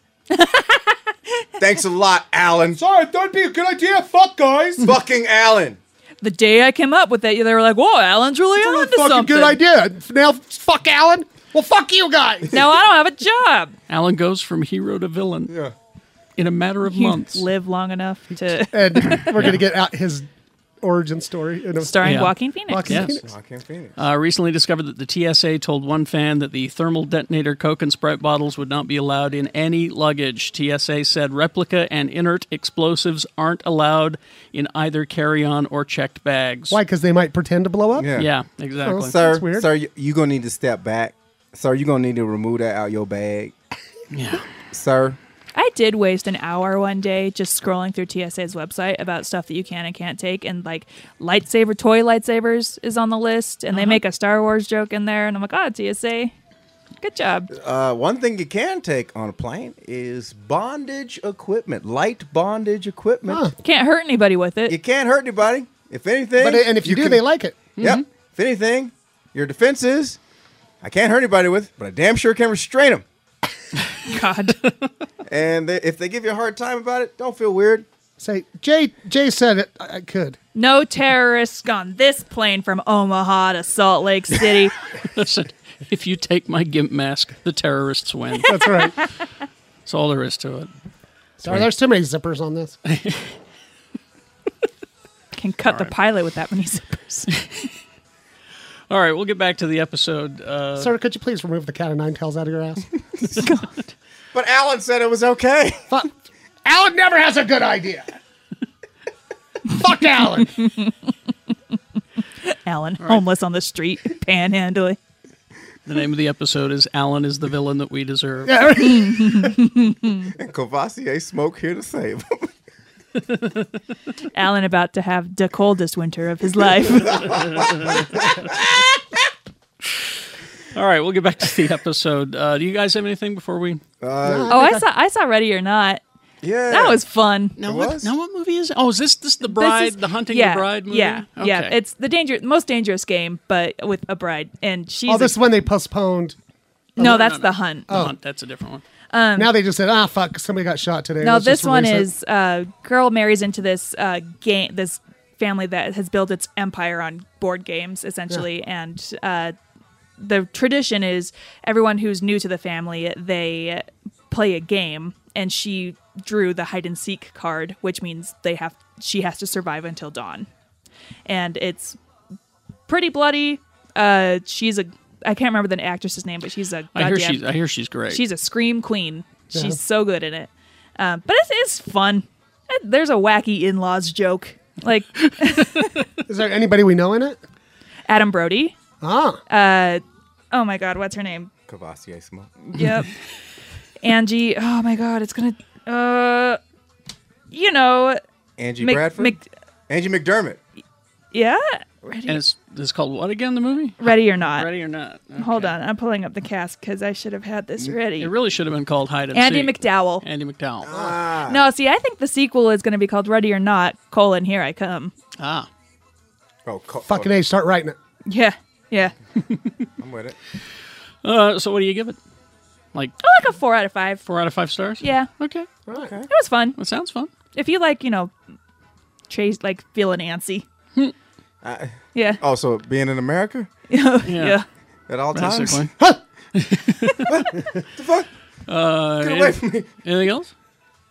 S4: Thanks a lot, Alan.
S6: Sorry, that'd be a good idea. Fuck guys.
S4: Fucking Alan.
S3: The day I came up with it, they were like, "Whoa, Alan's really on to
S6: fucking
S3: something."
S6: good idea. Now fuck Alan. Well, fuck you guys.
S3: Now I don't have a job.
S2: Alan goes from hero to villain
S4: Yeah.
S2: in a matter of
S3: You
S2: months.
S3: live long enough to
S6: and we're gonna get out his origin story. In a,
S3: starring
S2: Yeah.
S3: Walking Phoenix.
S6: Walking
S2: Yes.
S6: Phoenix.
S4: Fucking Phoenix.
S2: Uh, recently discovered that the TSA told one fan that the thermal detonator Coke and Sprite bottles would not be allowed in any luggage. TSA said replica and inert explosives aren't allowed in either carry-on or checked bags.
S6: Why? Because they might pretend to blow up.
S4: Yeah.
S2: Yeah, exactly.
S4: Sir,
S6: That's weird.
S4: sir, you, you gonna need to step back. Sir, you gonna need to remove that out your bag.
S2: Yeah.
S4: Sir,
S3: I did waste an hour one day just scrolling through TSA's website about stuff that you can and can't take, and like lightsaber toy lightsabers is on the list, and they make a Star Wars joke in there, and I'm like, oh, TSA, good job.
S4: uh, one thing you can take on a plane is bondage equipment, light bondage equipment.
S6: Huh.
S3: Can't hurt anybody with it.
S4: You can't hurt anybody. If anything,
S6: But and if you, do,
S4: can-
S6: they Mm-hmm. like it.
S4: Yep. If anything, your defense is I can't hurt anybody with, but I damn sure can restrain them.
S3: God,
S4: And they, if they give you a hard time about it, don't feel weird.
S6: Say Jay. Jay said it. I, I could.
S3: no terrorists on this plane from Omaha to Salt Lake City.
S2: Listen, if you take my gimp mask, the terrorists win.
S6: That's right.
S2: That's all there is to it.
S6: Sorry, there's too many zippers on this.
S3: Can cut the pilot with that many zippers.
S2: All right, we'll get back to the episode. Uh,
S6: Sir, could you please remove the cat of nine tails out of your ass?
S4: But Alan said it was okay.
S6: Fuck. Alan never has a good idea. Fuck Alan.
S3: Alan, homeless on the street, panhandling.
S2: the name of the episode is Alan is the villain that we deserve.
S6: Yeah.
S4: and Kovacier smoke here to save him.
S3: Alan about to have the coldest winter of his life.
S2: All right, we'll get back to the episode. Uh, do you guys have anything before we?
S3: oh, I saw I saw Ready or Not.
S4: Yeah.
S3: That was fun.
S2: No,
S4: It
S2: what,
S4: was?
S2: now what movie is? It? Oh, is this this the
S3: This
S2: bride,
S3: is-
S2: the hunting
S3: yeah,
S2: the bride movie?
S3: Yeah, yeah.
S2: Okay.
S3: It's the danger, most dangerous game, but with a bride, and she's
S6: oh, this is when they postponed.
S3: no, that's the hunt.
S2: The Hunt, that's a different one.
S6: now they just said, ah, fuck, somebody got shot today.
S3: No,
S6: Let's
S3: Um, this
S6: just
S3: one
S6: release it."
S3: is uh, girl marries into this uh, game, this family that has built its empire on board games, essentially, and uh, the tradition is everyone who's new to the family they play a game, and she drew the hide and seek card, which means they have she has to survive until dawn, and it's pretty bloody. Uh, she's a I can't remember the actress's name, but she's a
S2: I hear
S3: goddamn-
S2: she's I hear she's great.
S3: She's a scream queen. She's so good in it. Um, but it's, it's fun. Uh, There's a wacky in laws joke. Like
S6: Is there anybody we know in it?
S3: Adam Brody.
S6: Ah,
S3: Uh, oh my God, what's her name?
S4: Kovacier smoke.
S3: Yep. Angie. Oh my God, it's going to. Uh, you know.
S4: Angie
S3: Mc-
S4: Bradford.
S3: Mc-
S4: Angie McDermott.
S3: yeah?
S2: and
S3: Ready,
S2: it's it's called what again? The movie?
S3: ready or not.
S2: Ready or not? Okay.
S3: Hold on. I'm pulling up the cast because I should have had this ready.
S2: It really should have been called Hide and
S3: Andy
S2: Seek.
S3: McDowell.
S2: Andy McDowell.
S4: Ah.
S3: No, see, I think the sequel is going to be called Ready or Not, colon, here I come.
S2: Ah,
S4: Oh, co-
S6: fucking
S4: oh,
S6: age, start writing it.
S3: Yeah, yeah.
S4: I'm with it.
S2: uh, so what do you give it? Like
S3: I like a four out of five.
S2: four out of five stars?
S3: Yeah,
S2: Okay, that
S3: it was fun.
S2: sounds fun.
S3: If you like, you know, chase like feeling antsy.
S4: I,
S3: Yeah.
S4: also, being in America
S2: Yeah.
S3: Oh, Yeah.
S4: at all times.
S2: Basically.
S4: What the fuck?
S2: Uh,
S4: Get
S2: any-
S4: away from me.
S2: anything else?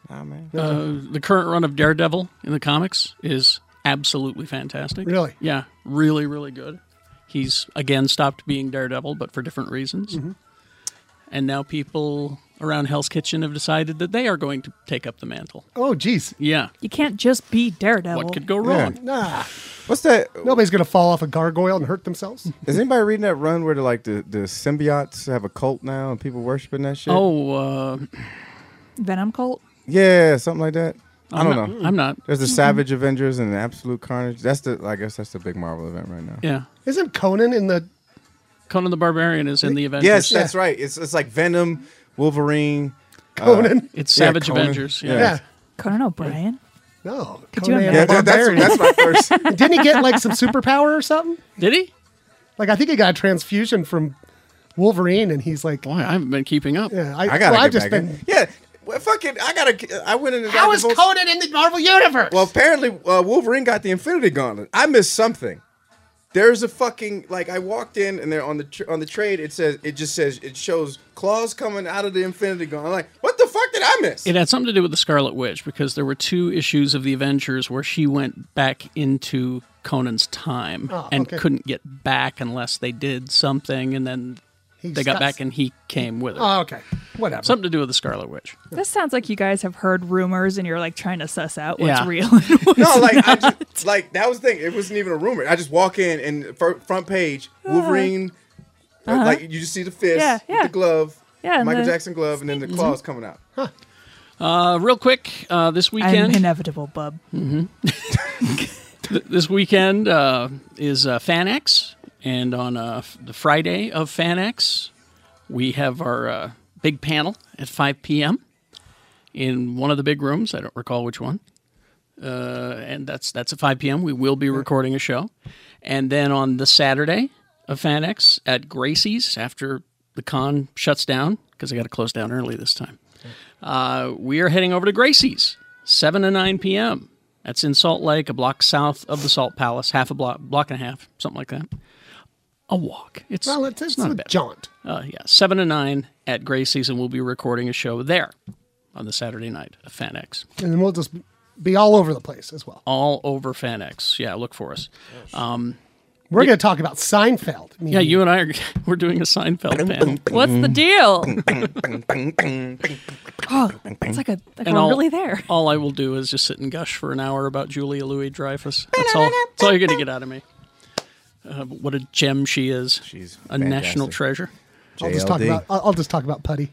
S4: Nah, man.
S2: Uh, the current run of Daredevil in the comics is absolutely fantastic.
S6: Really?
S2: Yeah, really, really good. He's again stopped being Daredevil, but for different reasons.
S4: Mm-hmm.
S2: And now people around Hell's Kitchen have decided that they are going to take up the mantle.
S6: Oh, jeez.
S2: Yeah,
S3: You can't just be
S4: Oh,
S3: Daredevil.
S2: what could go wrong?
S6: Nah,
S4: What's that?
S6: nobody's gonna fall off a gargoyle and hurt themselves.
S4: Is anybody reading that run where the, like the, the symbiotes have a cult now and people worshiping that shit?
S2: Oh, uh,
S3: Venom cult?
S4: yeah, something like that. I
S2: I'm
S4: don't
S2: not-
S4: know.
S2: I'm not.
S4: There's the Savage Avengers and the Absolute Carnage. That's the I guess that's the big Marvel event right now.
S2: Yeah,
S6: Isn't Conan in the?
S2: Conan the Barbarian is in the Avengers.
S4: Yes,
S6: Yeah.
S4: that's right. It's it's like Venom, Wolverine.
S6: Conan?
S2: it's
S4: yeah,
S2: Savage
S4: Conan.
S2: Avengers. Yeah.
S6: Yeah.
S3: Conan O'Brien?
S6: No.
S3: Could you
S6: Conan
S3: imagine?
S6: the
S4: Yeah, that- that's
S6: Barbarian.
S4: that's my first.
S6: Didn't he get like some superpower or something?
S2: did he?
S6: Like I think he got a transfusion from Wolverine, and he's like,
S2: Boy, I haven't been keeping up.
S6: yeah,
S4: I gotta
S6: well,
S4: get
S6: I've just
S4: back
S6: been.
S4: in. Yeah, well, fucking. I gotta. I went into.
S6: How
S4: Dr.
S6: is
S4: Volt's-
S6: Conan in the Marvel universe?
S4: Well, apparently uh, Wolverine got the Infinity Gauntlet. I missed something. There's a fucking like I walked in and there on the tr- on the trade it says it just says it shows claws coming out of the Infinity Gauntlet. I'm like, what the fuck did I miss?
S2: It had something to do with the Scarlet Witch because there were two issues of the Avengers where she went back into Conan's time
S6: Oh,
S2: and
S6: okay.
S2: couldn't get back unless they did something, and then
S6: He
S2: they got
S6: stops-
S2: back and he came with her.
S6: Oh, okay. Whatever.
S2: something to do with the Scarlet Witch.
S3: This sounds like you guys have heard rumors and you're like trying to suss out what's
S2: Yeah.
S3: real. and what's
S4: no, like I just like that was the thing. It wasn't even a rumor. I just walk in and fir- front page
S6: Uh-huh.
S4: Wolverine, uh, like you just see the fist,
S3: Yeah,
S4: with
S3: yeah.
S4: the glove,
S3: Yeah, and
S4: Michael
S3: the-
S4: Jackson glove, and then the
S6: Mm-hmm.
S4: claws coming out.
S2: Uh, real quick, uh, this
S3: I'm
S2: weekend,
S3: inevitable, bub.
S2: th- this weekend uh, is uh, FanX, and on uh, f- the Friday of FanX, we have our uh, big panel at 5 p.m. in one of the big rooms. I don't recall which one. Uh, and that's that's at 5 p.m. We will be recording a show, and then on the Saturday of FanX at Gracie's after the con shuts down because they got to close down early this time. Uh, we are heading over to Gracie's, 7 to 9 p.m. That's in Salt Lake, a block south of the Salt Palace, half a block, block and a half, something like that. A walk. It's,
S6: well, it's, it's,
S2: it's not
S6: a
S2: bad.
S6: jaunt.
S2: Uh, yeah, 7 to 9 at Gracie's, and we'll be recording a show there. on the Saturday night of FanX.
S6: and then we'll just be all over the place as well.
S2: All over FanX. Yeah, look for us.
S6: We're going to talk about Seinfeld. I mean,
S2: Yeah, you and I are we're doing a Seinfeld panel.
S3: What's the deal? oh, it's like a like
S2: And
S3: we're
S2: I'll-
S3: really there.
S2: All I will do is just sit and gush for an hour about Julia Louis Dreyfus. That's all. That's all you're going to get out of me. Uh, what a gem she is!
S4: She's
S2: a national
S4: fantastic.
S2: treasure.
S6: I'll just talk
S4: JLD.
S6: about I'll, I'll just talk about Putty.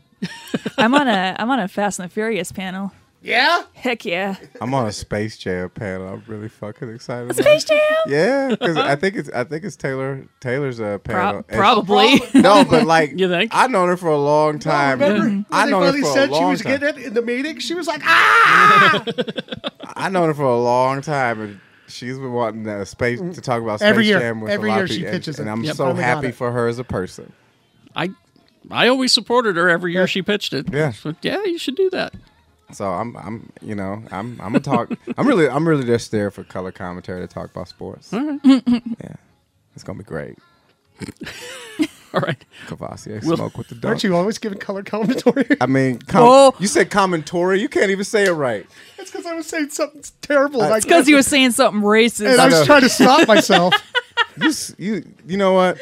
S3: I'm on a I'm on a Fast and the Furious panel.
S6: Yeah,
S3: Heck yeah,
S4: I'm on a Space Jam panel. I'm really fucking excited. about
S3: Space
S4: it.
S3: Jam.
S4: Yeah, because I think it's I think it's Taylor Taylor's uh, panel.
S3: Pro-
S4: And-
S3: probably.
S4: No, but like
S2: You think?
S4: I've known her for a long time.
S6: remember when
S4: I
S6: they
S4: known her
S6: finally
S4: for
S6: said
S4: a
S6: she
S4: long
S6: was
S4: time.
S6: getting it in the meeting? She was like, ah!
S4: I known her for a long time, and she's been wanting uh, space to talk about Space
S6: Every year.
S4: Jam with
S6: Every
S4: a lot
S6: year
S4: of
S6: she
S4: people,
S6: pitches it.
S4: and, and I'm
S6: Yep.
S4: so
S6: Finally got
S4: happy
S6: it.
S4: for her as a person.
S2: I I always supported her every year she pitched it.
S4: Yeah.
S2: So, yeah, you should do that.
S4: So I'm, I'm, you know, I'm, I'm gonna talk. I'm really, I'm really just there for color commentary to talk about sports. yeah, it's gonna be great.
S2: All right.
S4: Cavassier
S2: We'll-
S4: smoke with the dog.
S6: Aren't you always giving color commentary?
S4: I mean, com-
S3: Oh.
S4: you said commentary. You can't even say it right.
S6: That's because I was saying something terrible. like,
S3: It's because you was saying something
S6: and I
S3: racist.
S4: I
S6: was
S4: know.
S6: trying to stop myself.
S4: You, s- you, you know what?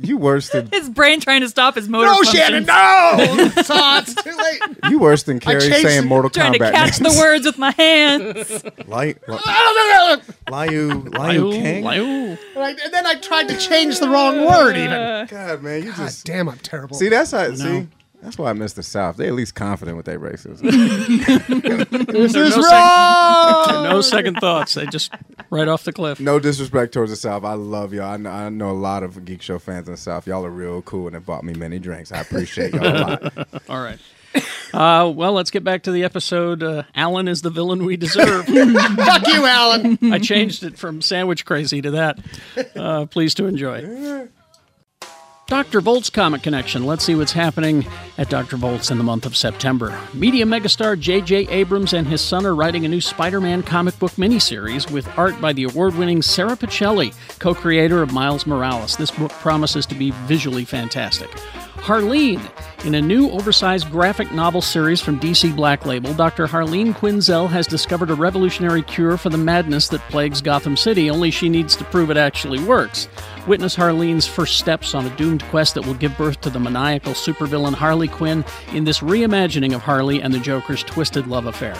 S4: you worse than
S3: His brain trying to stop his motor.
S4: Oh,
S6: no,
S3: functions.
S6: Shannon, no! Todd, Ah, it's too late.
S4: you worse than Carrie
S6: Oh! chased
S4: saying
S6: it.
S4: Mortal
S3: Trying to
S4: Kombat.
S3: catch the words with my hands.
S4: Light, li-
S6: I don't know.
S4: Liu, Liu Kang.
S2: Liu.
S6: And, I, and then I tried to change the wrong word,
S2: Uh,
S6: even.
S4: God, man, you
S6: God
S4: just
S6: damn, I'm terrible.
S4: see that's how see that's why I miss the South. They at least confident with their racism.
S6: this is
S2: no Ah.
S6: wrong!
S2: No second thoughts. They just right off the cliff.
S4: no disrespect towards the South. I love y'all. I know, I know a lot of geek show fans in the South. Y'all are real cool and have bought me many drinks. I appreciate y'all a lot.
S2: All right. Uh, well, let's get back to the episode. Uh, Alan is the villain we deserve.
S6: Fuck you, Alan.
S2: I changed it from sandwich crazy to that. Uh, please to enjoy. Dr. Volt's Comic Connection. Let's see what's happening at Dr. Volt's in the month of September. Media megastar J.J. Abrams and his son are writing a new Spider Man comic book miniseries with art by the award winning Sarah Pacelli, co creator of Miles Morales. This book promises to be visually fantastic. Harleen. In a new oversized graphic novel series from DC Black Label, Dr. Harleen Quinzel has discovered a revolutionary cure for the madness that plagues Gotham City, only she needs to prove it actually works. Witness Harleen's first steps on a doomed quest that will give birth to the maniacal supervillain Harley Quinn in this reimagining of Harley and the Joker's twisted love affair.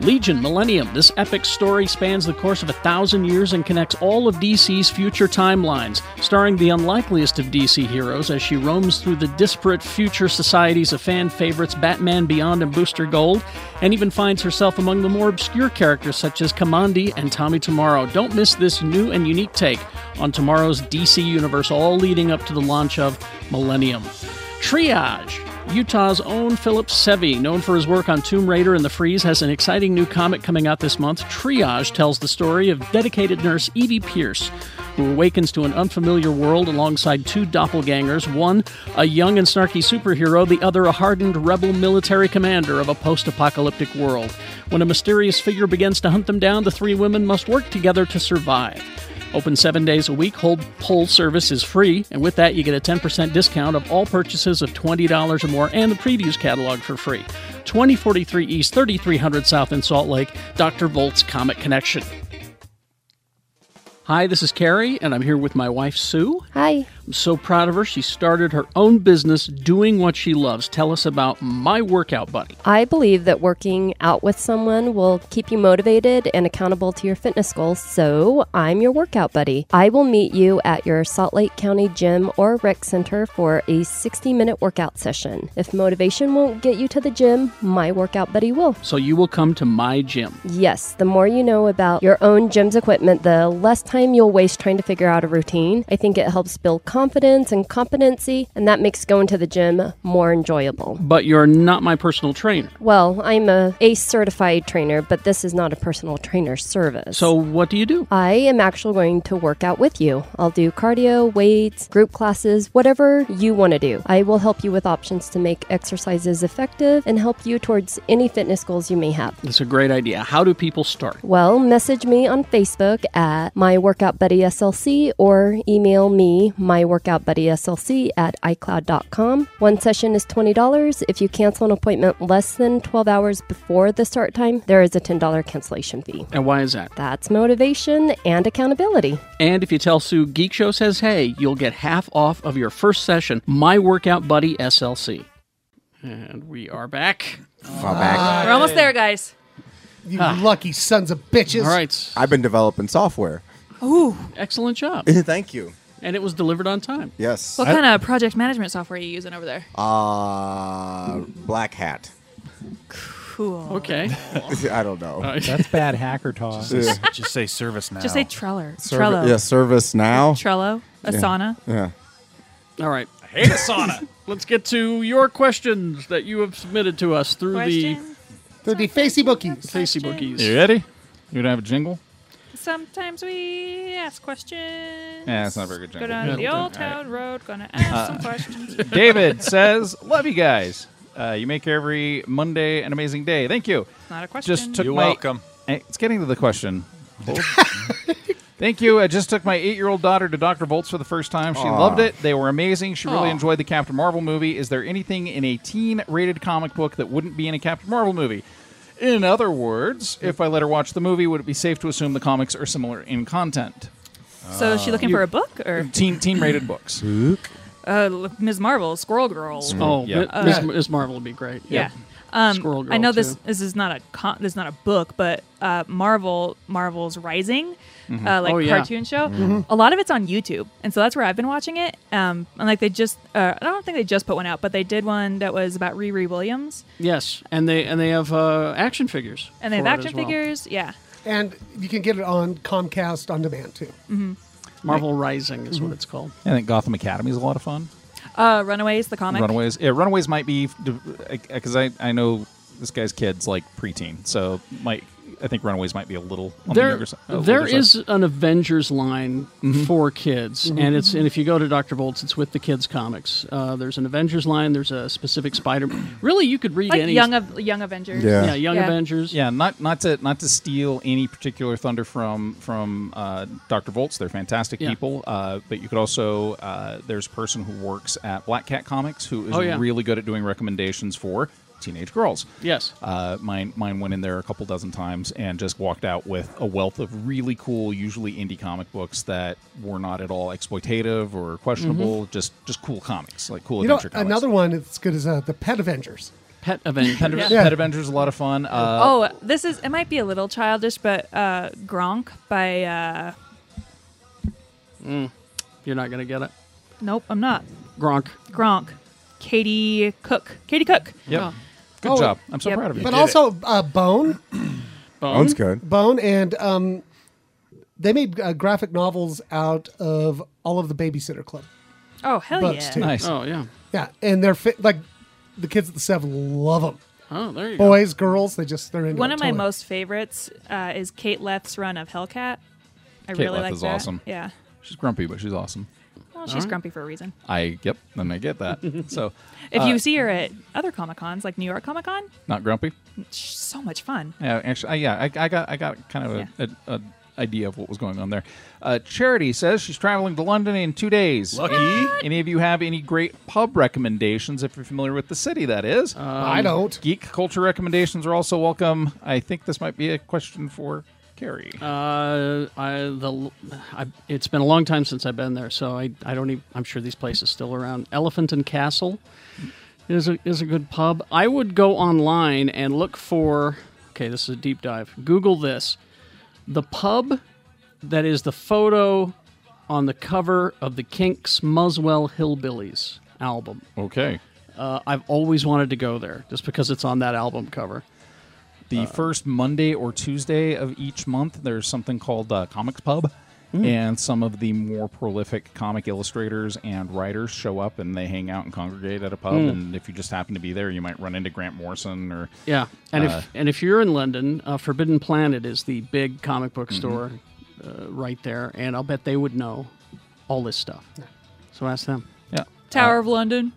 S2: Legion Millennium. This epic story spans the course of a thousand years and connects all of DC's future timelines, starring the unlikeliest of DC heroes as she roams through the disparate future societies of fan favorites Batman Beyond and Booster Gold, and even finds herself among the more obscure characters such as Kamandi and Tommy Tomorrow. Don't miss this new and unique take on tomorrow's DC universe, all leading up to the launch of Millennium. Triage. Utah's own Philip Sevi, known for his work on Tomb Raider and The Freeze, has an exciting new comic coming out this month. Triage tells the story of dedicated nurse Edie Pierce, who awakens to an unfamiliar world alongside two doppelgangers one, a young and snarky superhero, the other, a hardened rebel military commander of a post apocalyptic world. When a mysterious figure begins to hunt them down, the three women must work together to survive. Open seven days a week. Hold poll service is free, and with that, you get a 10% discount of all purchases of $20 or more and the previews catalog for free. 2043 East, 3300 South in Salt Lake, Dr. Volt's Comic Connection. Hi, this is Carrie, and I'm here with my wife, Sue.
S8: Hi.
S2: I'm so proud of her. She started her own business doing what she loves. Tell us about My Workout Buddy.
S8: I believe that working out with someone will keep you motivated and accountable to your fitness goals, so I'm your workout buddy. I will meet you at your Salt Lake County gym or rec center for a 60 minute workout session. If motivation won't get you to the gym, my workout buddy will.
S2: So you will come to my gym.
S8: Yes, the more you know about your own gym's equipment, the less time you'll waste trying to figure out a routine. I think it helps build confidence and competency, and that makes going to the gym more enjoyable.
S2: But you're not my personal trainer.
S8: Well, I'm a ACE certified trainer, but this is not a personal trainer service.
S2: So what do you do?
S8: I am actually going to work out with you. I'll do cardio, weights, group classes, whatever you want to do. I will help you with options to make exercises effective and help you towards any fitness goals you may have.
S2: That's a great idea. How do people start?
S8: Well, message me on Facebook at My myworkoutbuddyslc or email me myworkoutbuddyslc at icloud.com. One session is $20. If you cancel an appointment less than 12 hours before the start time, there is a $10 cancellation fee.
S2: And why is that?
S8: That's motivation and accountability.
S2: And if you tell Sue Geek Show says hey, you'll get half off of your first session, My Workout Buddy SLC. And we are back.
S3: We're almost there, guys.
S6: You lucky sons of bitches.
S2: All right.
S4: I've been developing software.
S2: Excellent job.
S4: Thank you.
S2: And it was delivered on time.
S4: Yes.
S3: What kind of project management software are you using over there?
S4: Uh, black hat.
S3: Cool.
S2: Okay.
S4: I don't know.
S5: That's bad hacker talk.
S4: Yeah.
S7: Just say service now.
S3: Just say Trello.
S4: Serv-
S3: Trello.
S4: Yeah, service now.
S3: Trello. Asana.
S4: Yeah.
S2: All right.
S7: I hate Asana.
S2: Let's get to your questions that you have submitted to us through
S3: Question.
S6: There'd be facey bookies.
S2: the Casey Bookies.
S5: you ready? You don't have a jingle?
S3: Sometimes we ask questions.
S5: Yeah, that's not a very good
S3: Go
S5: jingle.
S3: down to the old town road, gonna ask some questions.
S5: David says, "Love you guys. Uh, you make every Monday an amazing day. Thank you.
S3: Not a question.
S5: Just took
S7: You're
S5: my-
S7: welcome.
S5: Eh, It's getting to the question. Thank you. I just took my eight-year-old daughter to Doctor Volts for the first time. She loved it. They were amazing. She really
S2: Aw.
S5: enjoyed the Captain Marvel movie. Is there anything in a teen-rated comic book that wouldn't be in a Captain Marvel movie? In other words, if I let her watch the movie, would it be safe to assume the comics are similar in content?
S3: so
S5: Uh,
S3: is she looking for a book or
S5: Teen teen-rated books.
S3: uh, look, Ms. Marvel, Squirrel Girl?
S2: Oh,
S5: Yeah.
S2: Mi- Ms. Ms. Marvel would be great.
S3: Uh, yeah. Um,
S2: Squirrel Girl.
S3: I know this.
S2: too.
S3: This is not a con- this is not a book, but uh, Marvel Marvel's Rising, uh, like
S2: Oh, yeah.
S3: cartoon show. A lot of it's on YouTube, and so that's where I've been watching it. Um, and like they just, uh, I don't think they just put one out, but they did one that was about Riri Williams,
S2: Yes, and they and they have uh, action figures.
S3: and they
S2: for it
S3: have action
S2: as well.
S3: figures. Yeah,
S6: And you can get it on Comcast on demand too.
S2: Marvel Rising is what it's called.
S5: I think Gotham Academy is a lot of fun.
S3: uh, Runaways, the comic.
S5: Runaways. Yeah, Runaways might be because I, I know this guy's kid's like preteen, so might I think Runaways might be a little on the
S2: There,
S5: younger side. uh,
S2: there
S5: older side. Mm-hmm.
S2: is an Avengers line for kids,
S3: Mm-hmm.
S2: and it's and if you go to Doctor Volts, it's with the kids comics. Uh, there's an Avengers line. There's a specific Spider. Really, you could read
S3: Like
S2: any.
S3: young of Young Avengers.
S4: Yeah.
S2: yeah, Young
S3: Yeah.
S2: Avengers.
S5: yeah, not not to not to steal any particular thunder from from uh, Doctor Volts. They're fantastic
S2: Yeah.
S5: people, uh, but you could also uh, there's a person who works at Black Cat Comics who is
S2: Oh, yeah.
S5: really good at doing recommendations for teenage girls.
S2: Yes.
S5: Uh, mine mine went in there a couple dozen times and just walked out with a wealth of really cool, usually indie comic books that were not at all exploitative or questionable. Just just cool comics, like cool
S6: Mm-hmm. You know,
S5: adventure comics.
S6: another one that's good is uh, the Pet Avengers.
S2: Pet Avengers.
S5: Pet,
S2: yeah.
S5: Pet Avengers is a lot of fun. Uh,
S3: Oh, this is. It might be a little childish, but uh, Gronk by. Uh,
S2: You're not gonna get it.
S3: nope, I'm not.
S2: Gronk.
S3: Gronk, Katie Cook. Katie Cook.
S5: Yep.
S2: Oh.
S5: Good
S6: Oh,
S5: job. I'm so
S3: yep.
S5: proud of you.
S6: But also uh, Bone,
S2: Bone.
S4: One's good.
S6: Bone, and um, they made uh, graphic novels out of all of the Babysitter Club.
S3: Oh hell
S6: Bucks,
S3: yeah!
S6: too.
S5: nice.
S2: Oh yeah.
S6: Yeah, and they're fi- like the kids at the Seven love them.
S2: Oh, there you go.
S6: Boys, girls, they just they're into
S3: One
S6: it,
S3: of my
S6: totally.
S3: most favorites uh, is Kate Leth's run of Hellcat. I
S5: Kate
S3: really
S5: Leth
S3: like
S5: is
S3: that.
S5: awesome.
S3: Yeah.
S5: She's grumpy, but she's awesome.
S3: Well, she's grumpy for a reason.
S5: I yep. Then I get that. so
S3: If
S5: uh,
S3: you see her at other Comic Cons, like New York Comic Con,
S5: not grumpy.
S3: she's so much fun.
S5: Yeah, actually, I yeah, I, I got I got kind of a, a, a idea of what was going on there. Uh, Charity says she's traveling to London in two days.
S7: Lucky.
S5: Any of you have any great pub recommendations if you're familiar with the city? That is.
S6: I don't.
S5: Geek culture recommendations are also welcome. I think this might be a question for Carrie.
S2: Uh, I the I, it's been a long time since I've been there, so I, I don't even. I'm sure these places still around. Elephant and Castle is a is a good pub. I would go online and look for. Okay, this is a deep dive. Google this: the pub that is the photo on the cover of the Kinks' Muswell Hillbillies album.
S5: okay.
S2: Uh, I've always wanted to go there just because it's on that album cover.
S5: The
S2: Uh,
S5: first Monday or Tuesday of each month, there's something called uh, Comics Pub,
S2: Hmm.
S5: and some of the more prolific comic illustrators and writers show up and they hang out and congregate at a pub.
S2: Hmm.
S5: And if you just happen to be there, you might run into Grant Morrison or
S2: Yeah, and
S5: Uh,
S2: if and if you're in London, uh, Forbidden Planet is the big comic book
S7: Mm-hmm.
S2: store uh, right there, and I'll bet they would know all this stuff. So ask them.
S5: yeah.
S3: Tower of London,